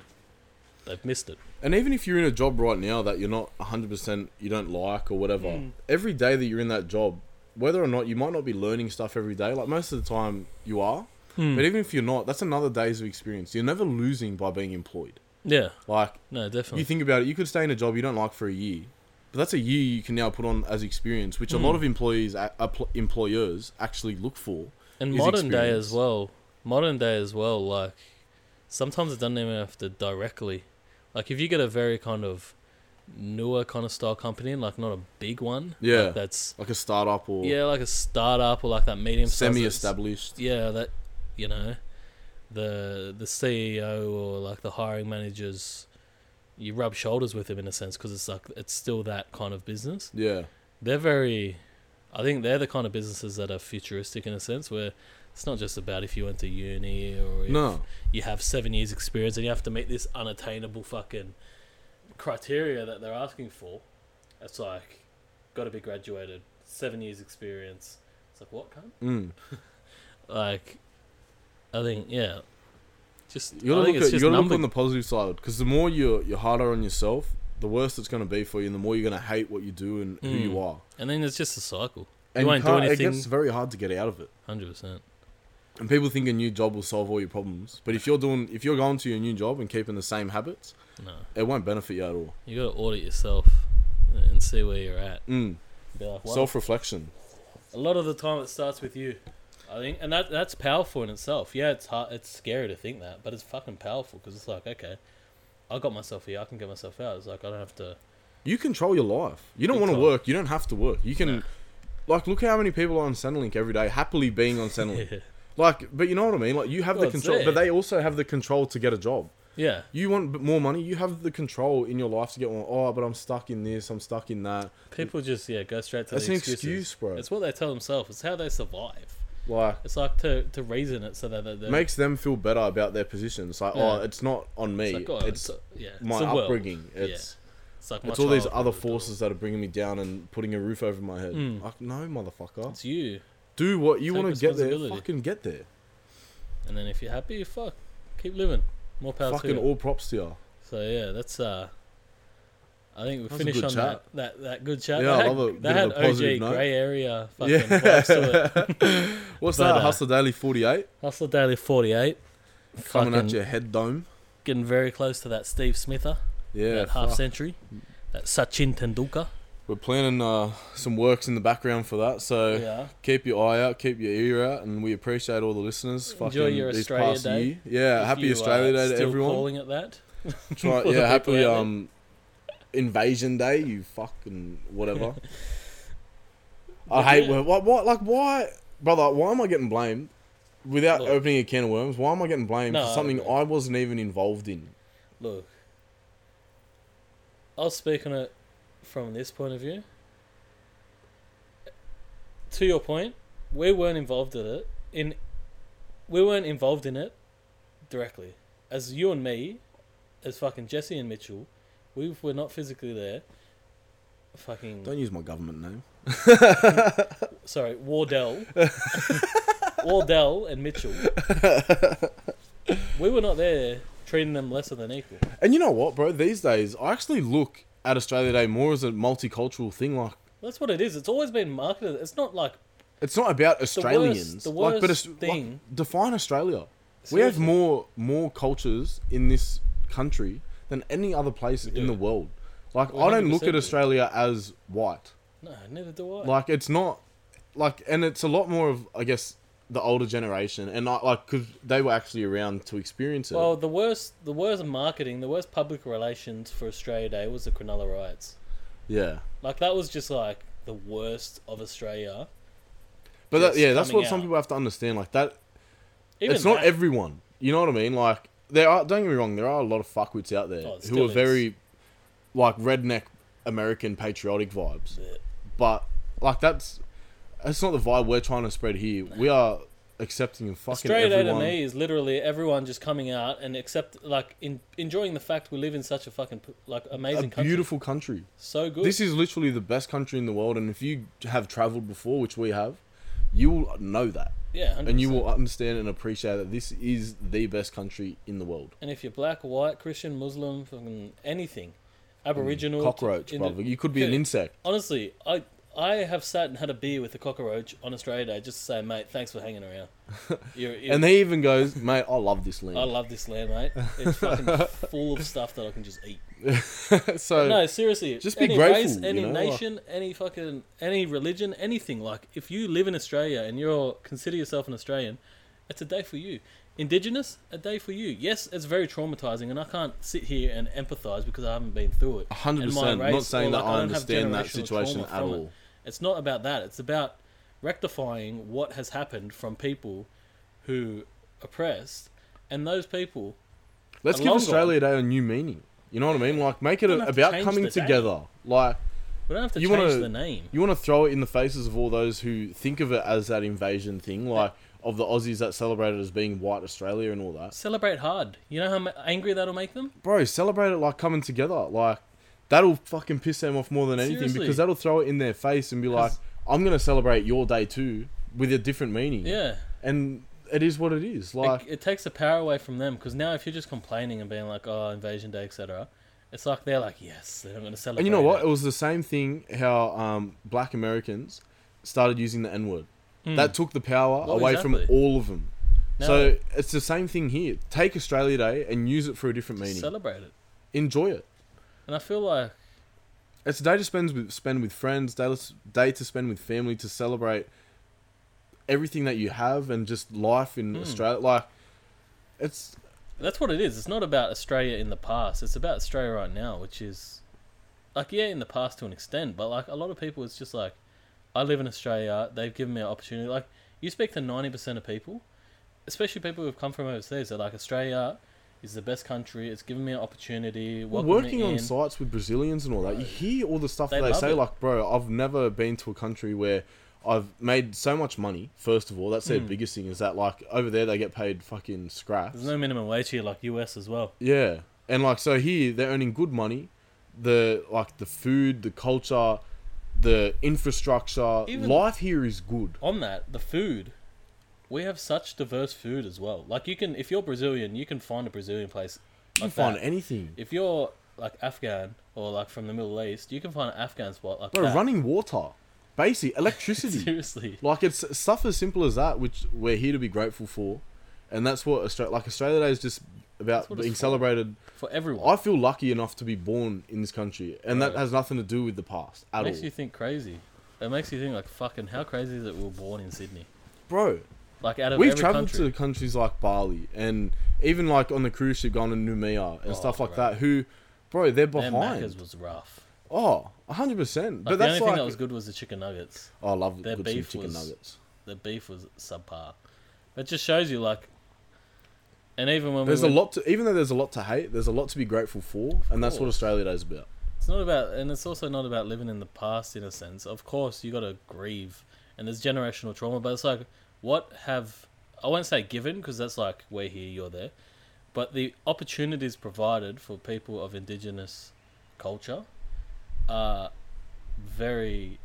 Speaker 2: they've missed it.
Speaker 3: And even if you're in a job right now that you're not 100% you don't like or whatever,
Speaker 2: Mm.
Speaker 3: every day that you're in that job, whether or not you might not be learning stuff every day, like most of the time you are,
Speaker 2: Hmm.
Speaker 3: but even if you're not, that's another days of experience. You're never losing by being employed.
Speaker 2: Yeah,
Speaker 3: Like,
Speaker 2: no,
Speaker 3: you
Speaker 2: definitely.
Speaker 3: think about it, you could stay in a job you don't like for a year, but that's a year you can now put on as experience, which a
Speaker 2: Hmm.
Speaker 3: lot of employees, a- apl- employers actually look for.
Speaker 2: And
Speaker 3: is
Speaker 2: modern day
Speaker 3: experience.
Speaker 2: as well. Modern day as well. Like sometimes it doesn't even have to directly. Like if you get a very kind of newer kind of style company, like not a big one.
Speaker 3: Yeah.
Speaker 2: Like that's
Speaker 3: Like a startup or
Speaker 2: yeah, like a startup or like that medium sized-
Speaker 3: semi-established.
Speaker 2: Yeah, that you know, the the CEO or like the hiring managers, you rub shoulders with them in a sense because it's like it's still that kind of business
Speaker 3: Yeah.
Speaker 2: they're very i think they're the kind of businesses that are futuristic in a sense where it's not just about if you went to uni or if
Speaker 3: No.
Speaker 2: you have seven years experience and you have to meet this unattainable fucking criteria that they're asking for it's like got to be graduated seven years experience it's like what kind
Speaker 3: Mm.
Speaker 2: like i think yeah just
Speaker 3: You
Speaker 2: i
Speaker 3: gotta
Speaker 2: think
Speaker 3: look
Speaker 2: it's
Speaker 3: at, you
Speaker 2: just
Speaker 3: gotta look
Speaker 2: number
Speaker 3: on the positive side because the more you're you're harder on yourself, the worse it's gonna be for you, and the more you're gonna hate what you do and who you
Speaker 2: Mm.
Speaker 3: are.
Speaker 2: and then it's just a cycle
Speaker 3: And
Speaker 2: won't do
Speaker 3: can't-
Speaker 2: anything-
Speaker 3: It gets very hard to get out of it.
Speaker 2: 100%
Speaker 3: And people think a new job will solve all your problems, but if you're doing if you're going to your new job and keeping the same habits,
Speaker 2: no
Speaker 3: it won't benefit you at all.
Speaker 2: you gotta audit yourself and see where you're at
Speaker 3: Mm.
Speaker 2: Be like, "Wow,
Speaker 3: Self reflection.
Speaker 2: A lot of the time, it starts with you. I think, and that that's powerful in itself. Yeah, it's hard, it's scary to think that, but it's fucking powerful because it's like, okay, I got myself here. I can get myself out. It's like I don't have to.
Speaker 3: You control your life. You don't
Speaker 2: Big
Speaker 3: want to
Speaker 2: time.
Speaker 3: work. You don't have to work. You can,
Speaker 2: Nah.
Speaker 3: like, look how many people are on Centrelink every day, happily being on Centrelink.
Speaker 2: Yeah.
Speaker 3: Like, but you know what I mean. Like, you have
Speaker 2: Well, it's
Speaker 3: the control,
Speaker 2: there.
Speaker 3: but they also have the control to get a job.
Speaker 2: yeah,
Speaker 3: You want b- more money? You have the control in your life to get one. Oh, but I'm stuck in this. I'm stuck in that.
Speaker 2: people just yeah go straight to
Speaker 3: That's
Speaker 2: the
Speaker 3: an
Speaker 2: excuses.
Speaker 3: excuse, bro.
Speaker 2: It's what they tell themselves. It's how they survive.
Speaker 3: Like,
Speaker 2: It's like to to reason it so that they, they
Speaker 3: makes them feel better about their position. It's like, oh,
Speaker 2: Yeah.
Speaker 3: it's not on me.
Speaker 2: it's
Speaker 3: It's,
Speaker 2: like, oh, it's, yeah,
Speaker 3: my
Speaker 2: it's a world.
Speaker 3: upbringing.
Speaker 2: Yeah.
Speaker 3: It's
Speaker 2: It's like my
Speaker 3: it's all these
Speaker 2: child
Speaker 3: other
Speaker 2: at the door.
Speaker 3: forces that are bringing me down and putting a roof over my head.
Speaker 2: Mm.
Speaker 3: Like, no, motherfucker.
Speaker 2: It's you,
Speaker 3: Do what you
Speaker 2: Take
Speaker 3: want to get there.
Speaker 2: responsibility.
Speaker 3: Fucking get there.
Speaker 2: and then if you're happy, fuck, keep living. More power to
Speaker 3: fucking
Speaker 2: you.
Speaker 3: all props to you.
Speaker 2: So yeah, that's uh I think we
Speaker 3: was a
Speaker 2: finish
Speaker 3: good
Speaker 2: on
Speaker 3: chat.
Speaker 2: that, that that good chat.
Speaker 3: Yeah, I
Speaker 2: that had,
Speaker 3: love a bit
Speaker 2: that
Speaker 3: of
Speaker 2: had
Speaker 3: a positive note.
Speaker 2: OG grey area fucking
Speaker 3: Yeah.
Speaker 2: vibes to it.
Speaker 3: What's
Speaker 2: But,
Speaker 3: that?
Speaker 2: uh,
Speaker 3: Hustler Daily 48
Speaker 2: Hustler Daily forty eight.
Speaker 3: coming
Speaker 2: fucking
Speaker 3: at your head dome.
Speaker 2: Getting very close to that Steve Smither,
Speaker 3: Yeah,
Speaker 2: that half
Speaker 3: fuck.
Speaker 2: century. That Sachin Tendulkar.
Speaker 3: we're planning uh, some works in the background for that. So
Speaker 2: Yeah.
Speaker 3: keep your eye out, keep your ear out, and we appreciate all the listeners.
Speaker 2: Enjoy
Speaker 3: Fucking
Speaker 2: your
Speaker 3: these
Speaker 2: Australia
Speaker 3: past
Speaker 2: Day,
Speaker 3: year. Yeah,
Speaker 2: If
Speaker 3: happy
Speaker 2: you are
Speaker 3: Australia Day to
Speaker 2: still
Speaker 3: everyone.
Speaker 2: calling it that.
Speaker 3: Try,
Speaker 2: for the
Speaker 3: yeah,
Speaker 2: people out
Speaker 3: happy
Speaker 2: there.
Speaker 3: um, Invasion Day. You fucking whatever. I
Speaker 2: But
Speaker 3: hate
Speaker 2: yeah.
Speaker 3: wor- what what like why, brother? Why am I getting blamed? Without
Speaker 2: Look.
Speaker 3: opening a can of worms, why am I getting blamed
Speaker 2: No,
Speaker 3: for something
Speaker 2: look.
Speaker 3: I wasn't even involved in?
Speaker 2: Look. I'll speak on it from this point of view. To your point, we weren't involved in it in we weren't involved in it directly. As you and me, as fucking Jesse and Mitchell, we were not physically there. Fucking
Speaker 3: Don't use my government name.
Speaker 2: sorry, Wardell. Wardell and Mitchell. we were not there treating them lesser than equal.
Speaker 3: And you know what, bro? These days, I actually look at Australia Day more as a multicultural thing. Like,
Speaker 2: That's what it is. It's always been marketed. It's not like
Speaker 3: it's not about Australians.
Speaker 2: the
Speaker 3: like, but
Speaker 2: worst
Speaker 3: Aus-
Speaker 2: thing-
Speaker 3: Like, define Australia. We have
Speaker 2: Seriously.
Speaker 3: more more cultures in this country than any other place in
Speaker 2: do.
Speaker 3: the world. Like,
Speaker 2: We
Speaker 3: I don't look
Speaker 2: 100%
Speaker 3: at
Speaker 2: do.
Speaker 3: Australia as white.
Speaker 2: No, neither do I.
Speaker 3: Like, it's not like, and it's a lot more of, I guess, the older generation, and I, like, because they were actually around to experience it.
Speaker 2: well, the worst, the worst marketing, the worst public relations for Australia Day was the Cronulla riots.
Speaker 3: yeah.
Speaker 2: Like that was just like the worst of Australia.
Speaker 3: But that,
Speaker 2: just
Speaker 3: yeah, that's
Speaker 2: coming
Speaker 3: what some
Speaker 2: out.
Speaker 3: people have to understand. Like that,
Speaker 2: Even
Speaker 3: it's not
Speaker 2: that-
Speaker 3: everyone. You know what I mean? Like there are. Don't get me wrong. There are a lot of fuckwits out there
Speaker 2: Oh, it
Speaker 3: who
Speaker 2: still
Speaker 3: are
Speaker 2: is.
Speaker 3: very like redneck American patriotic vibes. But like that's that's not the vibe we're trying to spread here. We are accepting and fucking
Speaker 2: Straight out of
Speaker 3: everyone.
Speaker 2: me is literally everyone just coming out and accept like in, enjoying the fact we live in such a fucking p- like
Speaker 3: A
Speaker 2: amazing country.
Speaker 3: beautiful country.
Speaker 2: so good.
Speaker 3: This is literally the best country in the world, and if you have traveled before, which we have, you will know that,
Speaker 2: yeah, 100%.
Speaker 3: and you will understand and appreciate that this is the best country in the world.
Speaker 2: And if you're black, white, Christian, Muslim, fucking anything, Aboriginal,
Speaker 3: Mm, Cockroach,
Speaker 2: Indo-
Speaker 3: brother. You could be an
Speaker 2: Yeah.
Speaker 3: insect.
Speaker 2: Honestly, I I have sat and had a beer with a cockroach on Australia Day just to say, mate, thanks for hanging around. You're, you're,
Speaker 3: And he even goes, mate, I love this
Speaker 2: I
Speaker 3: land.
Speaker 2: love this land, mate. It's fucking full of stuff that I can just eat.
Speaker 3: so
Speaker 2: No, seriously.
Speaker 3: Just be
Speaker 2: any
Speaker 3: grateful,
Speaker 2: Race,
Speaker 3: you
Speaker 2: any
Speaker 3: know, like-
Speaker 2: nation, any fucking, any religion, anything. Like, if you live in Australia and you're consider yourself an Australian, it's a day for you. Indigenous, a day for you. Yes, it's very traumatizing, and I can't sit here and empathize because I haven't been through it.
Speaker 3: A hundred
Speaker 2: And my
Speaker 3: percent.
Speaker 2: race,
Speaker 3: Not saying
Speaker 2: or, like,
Speaker 3: that I
Speaker 2: don't have
Speaker 3: understand that
Speaker 2: generational
Speaker 3: situation
Speaker 2: trauma
Speaker 3: at
Speaker 2: from it.
Speaker 3: all.
Speaker 2: It's not about that. It's about rectifying what has happened from people who oppressed, and those people
Speaker 3: Let's
Speaker 2: A
Speaker 3: give
Speaker 2: long
Speaker 3: Australia Day a new meaning. You know what I mean? Like, make it
Speaker 2: Don't
Speaker 3: a,
Speaker 2: have to
Speaker 3: about
Speaker 2: change
Speaker 3: coming
Speaker 2: the day.
Speaker 3: together. Like,
Speaker 2: we don't have to
Speaker 3: You
Speaker 2: change
Speaker 3: wanna-
Speaker 2: the name.
Speaker 3: you want to throw it in the faces of all those who think of it as that invasion thing, like of the Aussies that celebrate it as being white Australia and all that.
Speaker 2: Celebrate hard. You know how ma- angry that'll make them.
Speaker 3: Bro, celebrate it like coming together. Like, that'll fucking piss them off more than anything
Speaker 2: Seriously.
Speaker 3: because that'll throw it in their face and be like,
Speaker 2: 'Cause-
Speaker 3: I'm going to celebrate your day too with a different meaning.
Speaker 2: Yeah.
Speaker 3: And it is what it is. Like,
Speaker 2: it, it takes the power away from them because now if you're just complaining and being like, "Oh, invasion day, etc." It's like they're like, "Yes, then I'm going to celebrate."
Speaker 3: And you know what? It
Speaker 2: it."
Speaker 3: was the same thing how um, black Americans started using the N word. That took the power
Speaker 2: Hmm. Well,
Speaker 3: away from
Speaker 2: exactly.
Speaker 3: all of them.
Speaker 2: No.
Speaker 3: So it's the same thing here. Take Australia Day and use it for a different meaning.
Speaker 2: Celebrate it,
Speaker 3: Enjoy it.
Speaker 2: and I feel like
Speaker 3: It's a day to spend with, spend with friends, day, day to spend with family, to celebrate everything that you have and just life in
Speaker 2: Hmm.
Speaker 3: Australia. Like, it's
Speaker 2: that's what it is. It's not about Australia in the past. It's about Australia right now, which is like, yeah, in the past to an extent, but like a lot of people, it's just like, I live in Australia. They've given me an opportunity. Like, you speak to ninety percent of people, especially people who've come from overseas. They're like, Australia is the best country. It's given me an opportunity. welcomed me
Speaker 3: working on
Speaker 2: in."
Speaker 3: sites with Brazilians and all that, you hear all the stuff
Speaker 2: They
Speaker 3: that they
Speaker 2: love
Speaker 3: say.
Speaker 2: it.
Speaker 3: Like, bro, I've never been to a country where I've made so much money. First of all, that's their biggest thing is that like over there they get paid fucking scraps.
Speaker 2: Hmm. There's no minimum wage here, like US as well.
Speaker 3: yeah, and like so here they're earning good money. The like the food, the culture, the infrastructure,
Speaker 2: Even-
Speaker 3: life here is good.
Speaker 2: on that, the food, we have such diverse food as well. Like you can, if you're Brazilian, you can find a Brazilian place.
Speaker 3: You can
Speaker 2: Like
Speaker 3: find
Speaker 2: that.
Speaker 3: anything.
Speaker 2: If you're like Afghan or like from the Middle East, you can find an Afghan spot like
Speaker 3: Bro,
Speaker 2: that.
Speaker 3: running water, basic electricity.
Speaker 2: Seriously,
Speaker 3: Like it's stuff as simple as that, which we're here to be grateful for, and that's what Australia. Like Australia Day is just about
Speaker 2: That's what
Speaker 3: being
Speaker 2: it's for.
Speaker 3: celebrated.
Speaker 2: for everyone,
Speaker 3: I feel lucky enough to be born in this country, and that
Speaker 2: Right.
Speaker 3: has nothing to do with the past
Speaker 2: it
Speaker 3: at all,
Speaker 2: makes you think crazy. It makes you think like fucking how crazy is it? We were born in Sydney.
Speaker 3: bro.
Speaker 2: Like out of
Speaker 3: We've
Speaker 2: every
Speaker 3: traveled
Speaker 2: country,
Speaker 3: to countries like Bali, and even like on the cruise ship, gone to Numia and
Speaker 2: Oh,
Speaker 3: stuff like
Speaker 2: bro.
Speaker 3: that. Who, bro, they're
Speaker 2: their
Speaker 3: behind.
Speaker 2: Macca's was rough.
Speaker 3: Oh, hundred percent.
Speaker 2: Like,
Speaker 3: But
Speaker 2: the
Speaker 3: that's
Speaker 2: only
Speaker 3: like,
Speaker 2: thing that was good was the chicken nuggets.
Speaker 3: oh, I love
Speaker 2: their
Speaker 3: good some
Speaker 2: beef
Speaker 3: chicken
Speaker 2: was-
Speaker 3: nuggets.
Speaker 2: The beef was subpar. It just shows you like, and even when
Speaker 3: There's
Speaker 2: we
Speaker 3: a
Speaker 2: went-
Speaker 3: lot to, even though there's a lot to hate, there's a lot to be grateful for, and that's what
Speaker 2: course.
Speaker 3: Australia Day is about.
Speaker 2: It's not about, and it's also not about living in the past in a sense. Of course, you got to grieve, and there's generational trauma, but it's like, what have I won't say given because that's like we're here, you're there, but the opportunities provided for people of indigenous culture are very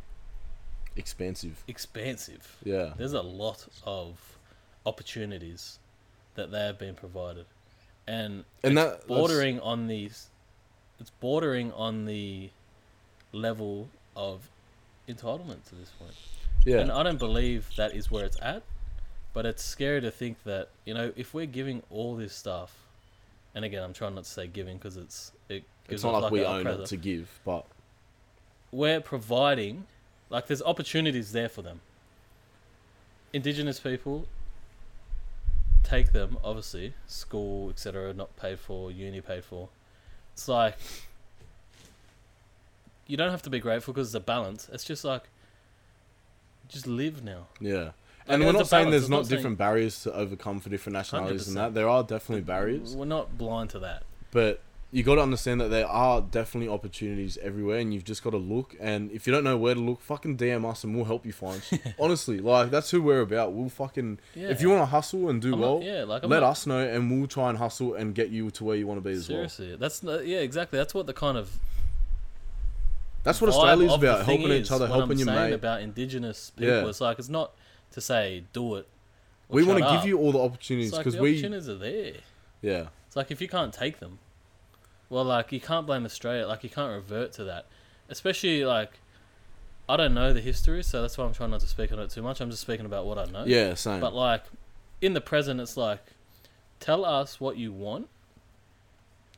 Speaker 3: Expansive.
Speaker 2: expansive.
Speaker 3: Yeah.
Speaker 2: There's a lot of opportunities that they have been provided, and
Speaker 3: And that that's-
Speaker 2: bordering on these it's bordering on the level of entitlement to this point
Speaker 3: yeah.
Speaker 2: and i don't believe that is where it's at but it's scary to think that you know if we're giving all this stuff and again i'm trying not to say giving because it's it gives
Speaker 3: it's not
Speaker 2: off
Speaker 3: like, we
Speaker 2: a
Speaker 3: own
Speaker 2: oppressor.
Speaker 3: it to give, but
Speaker 2: we're providing like there's opportunities there for them indigenous people take them obviously school etc not paid for uni paid for it's like you don't have to be grateful because it's a balance it's just like just live now
Speaker 3: yeah. And we're
Speaker 2: there's a
Speaker 3: not
Speaker 2: balance,
Speaker 3: saying there's
Speaker 2: I'm not
Speaker 3: not
Speaker 2: saying-
Speaker 3: different barriers to overcome for different nationalities and that. There are definitely barriers,
Speaker 2: we're not blind to that
Speaker 3: but you got to understand that there are definitely opportunities everywhere, and you've just got to look. And if you don't know where to look, fucking DM us, and we'll help you find. shit. Honestly, like that's who we're about. We'll fucking
Speaker 2: Yeah.
Speaker 3: if you want to hustle and do
Speaker 2: I'm not-
Speaker 3: well,
Speaker 2: yeah, like, I'm
Speaker 3: let
Speaker 2: not-
Speaker 3: us know, and we'll try and hustle and get you to where you want to be as
Speaker 2: Seriously, that's not, yeah, exactly. That's what the kind of
Speaker 3: well. That's what
Speaker 2: vibe
Speaker 3: Australia's
Speaker 2: of the
Speaker 3: about:
Speaker 2: thing
Speaker 3: helping
Speaker 2: is,
Speaker 3: each other,
Speaker 2: what
Speaker 3: helping
Speaker 2: I'm
Speaker 3: your
Speaker 2: saying
Speaker 3: mate.
Speaker 2: about indigenous people.
Speaker 3: Yeah.
Speaker 2: It's like it's not to say do it. or
Speaker 3: we
Speaker 2: shut
Speaker 3: want to
Speaker 2: up.
Speaker 3: give you all the
Speaker 2: It's
Speaker 3: opportunities
Speaker 2: like
Speaker 3: because
Speaker 2: the
Speaker 3: we,
Speaker 2: opportunities are there.
Speaker 3: yeah,
Speaker 2: It's like if you can't take them, well, like you can't blame Australia. Like you can't revert to that, especially like I don't know the history, so that's why I'm trying not to speak on it too much. I'm just speaking about what I know.
Speaker 3: yeah, same.
Speaker 2: But like in the present, it's like tell us what you want.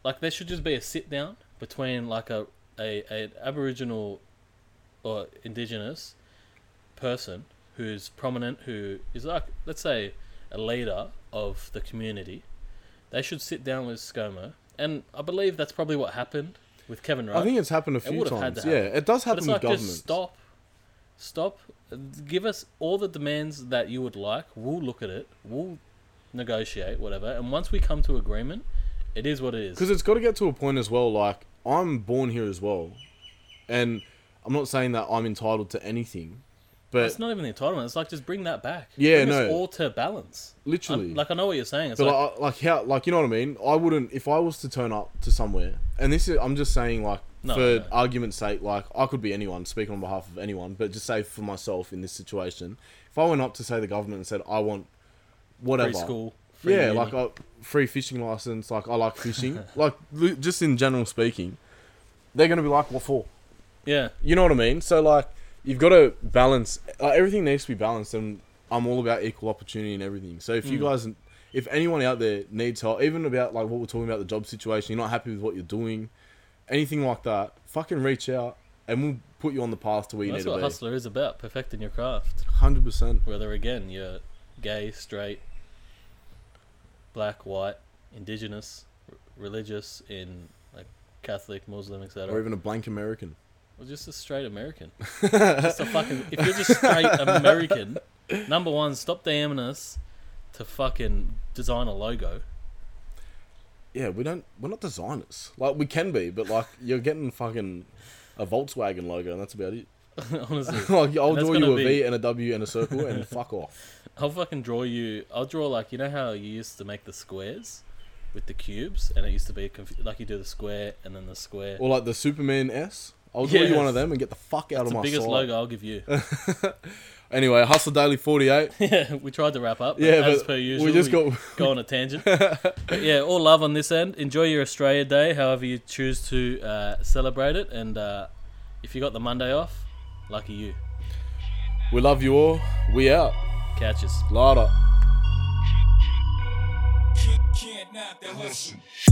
Speaker 2: Like there should just be a sit down between like a a an Aboriginal or Indigenous person who's prominent, who is like let's say a leader of the community. They should sit down with ScoMo, and I believe that's probably what happened with Kevin Rudd.
Speaker 3: I think it's happened a few
Speaker 2: would've had
Speaker 3: times.
Speaker 2: to
Speaker 3: Yeah,
Speaker 2: happen.
Speaker 3: it does
Speaker 2: But
Speaker 3: happen
Speaker 2: it's
Speaker 3: with
Speaker 2: like
Speaker 3: government.
Speaker 2: just stop, stop. Give us all the demands that you would like. We'll look at it. We'll negotiate whatever. And once we come to agreement, it is what it is.
Speaker 3: Because it's got to get to a point as well. Like I'm born here as well, and I'm not saying that I'm entitled to anything, but
Speaker 2: it's not even the entitlement. It's like just bring that back.
Speaker 3: Yeah,
Speaker 2: bring us
Speaker 3: no.
Speaker 2: all to balance.
Speaker 3: literally,
Speaker 2: I'm- like I know what you're saying. It's
Speaker 3: but
Speaker 2: like,
Speaker 3: like, I- like how, like you know what I mean. I wouldn't if I was to turn up to somewhere, and this is I'm just saying like
Speaker 2: No,
Speaker 3: for
Speaker 2: no.
Speaker 3: argument's sake, like I could be anyone speaking on behalf of anyone, but just say for myself in this situation, if I went up to say the government and said I want whatever,
Speaker 2: free school. Free
Speaker 3: yeah,
Speaker 2: uni.
Speaker 3: like a free fishing license. Like I like fishing. like li- just in general speaking, they're gonna be like, what for?
Speaker 2: yeah,
Speaker 3: You know what I mean? So like, you've got to balance. Like, everything needs to be balanced, and I'm all about equal opportunity and everything. So if
Speaker 2: Mm.
Speaker 3: you guys, if anyone out there needs help, even about like what we're talking about the job situation, you're not happy with what you're doing, anything like that, fucking reach out, and we'll put you on the path to where you
Speaker 2: that's
Speaker 3: need
Speaker 2: what
Speaker 3: to be.
Speaker 2: hustler is about: perfecting your craft.
Speaker 3: Hundred percent.
Speaker 2: Whether again you're gay, straight, black, white, indigenous, r- religious, in like Catholic, Muslim, etc.
Speaker 3: Or even a blank American.
Speaker 2: Well, just a straight American. just a fucking. If you're just straight American, number one, stop DMing us to fucking design a logo.
Speaker 3: yeah, we don't. We're not designers. Like we can be, but like you're getting fucking a Volkswagen logo, and that's about it.
Speaker 2: Honestly,
Speaker 3: like I'll
Speaker 2: That's
Speaker 3: draw you
Speaker 2: gonna
Speaker 3: a V
Speaker 2: be-
Speaker 3: and a W and a circle, and fuck off.
Speaker 2: I'll fucking draw you. I'll draw like you know how you used to make the squares with the cubes, and it used to be conf- like you do the square and then the square.
Speaker 3: Or like the Superman S. I'll draw you one of them and get the fuck
Speaker 2: It's
Speaker 3: out of
Speaker 2: the
Speaker 3: my
Speaker 2: biggest
Speaker 3: sight.
Speaker 2: logo I'll give you.
Speaker 3: Anyway, Hustle Daily forty eight.
Speaker 2: yeah, we tried to wrap up. But
Speaker 3: Yeah,
Speaker 2: as
Speaker 3: but
Speaker 2: per
Speaker 3: we
Speaker 2: usual,
Speaker 3: just
Speaker 2: we
Speaker 3: got-
Speaker 2: go on a tangent. but yeah, all love on this end. Enjoy your Australia Day, however you choose to uh, celebrate it. And uh, if you got the Monday off, lucky you.
Speaker 3: We love you all. We out.
Speaker 2: Catch us.
Speaker 3: Later.
Speaker 1: Can't, can't knock the hustle.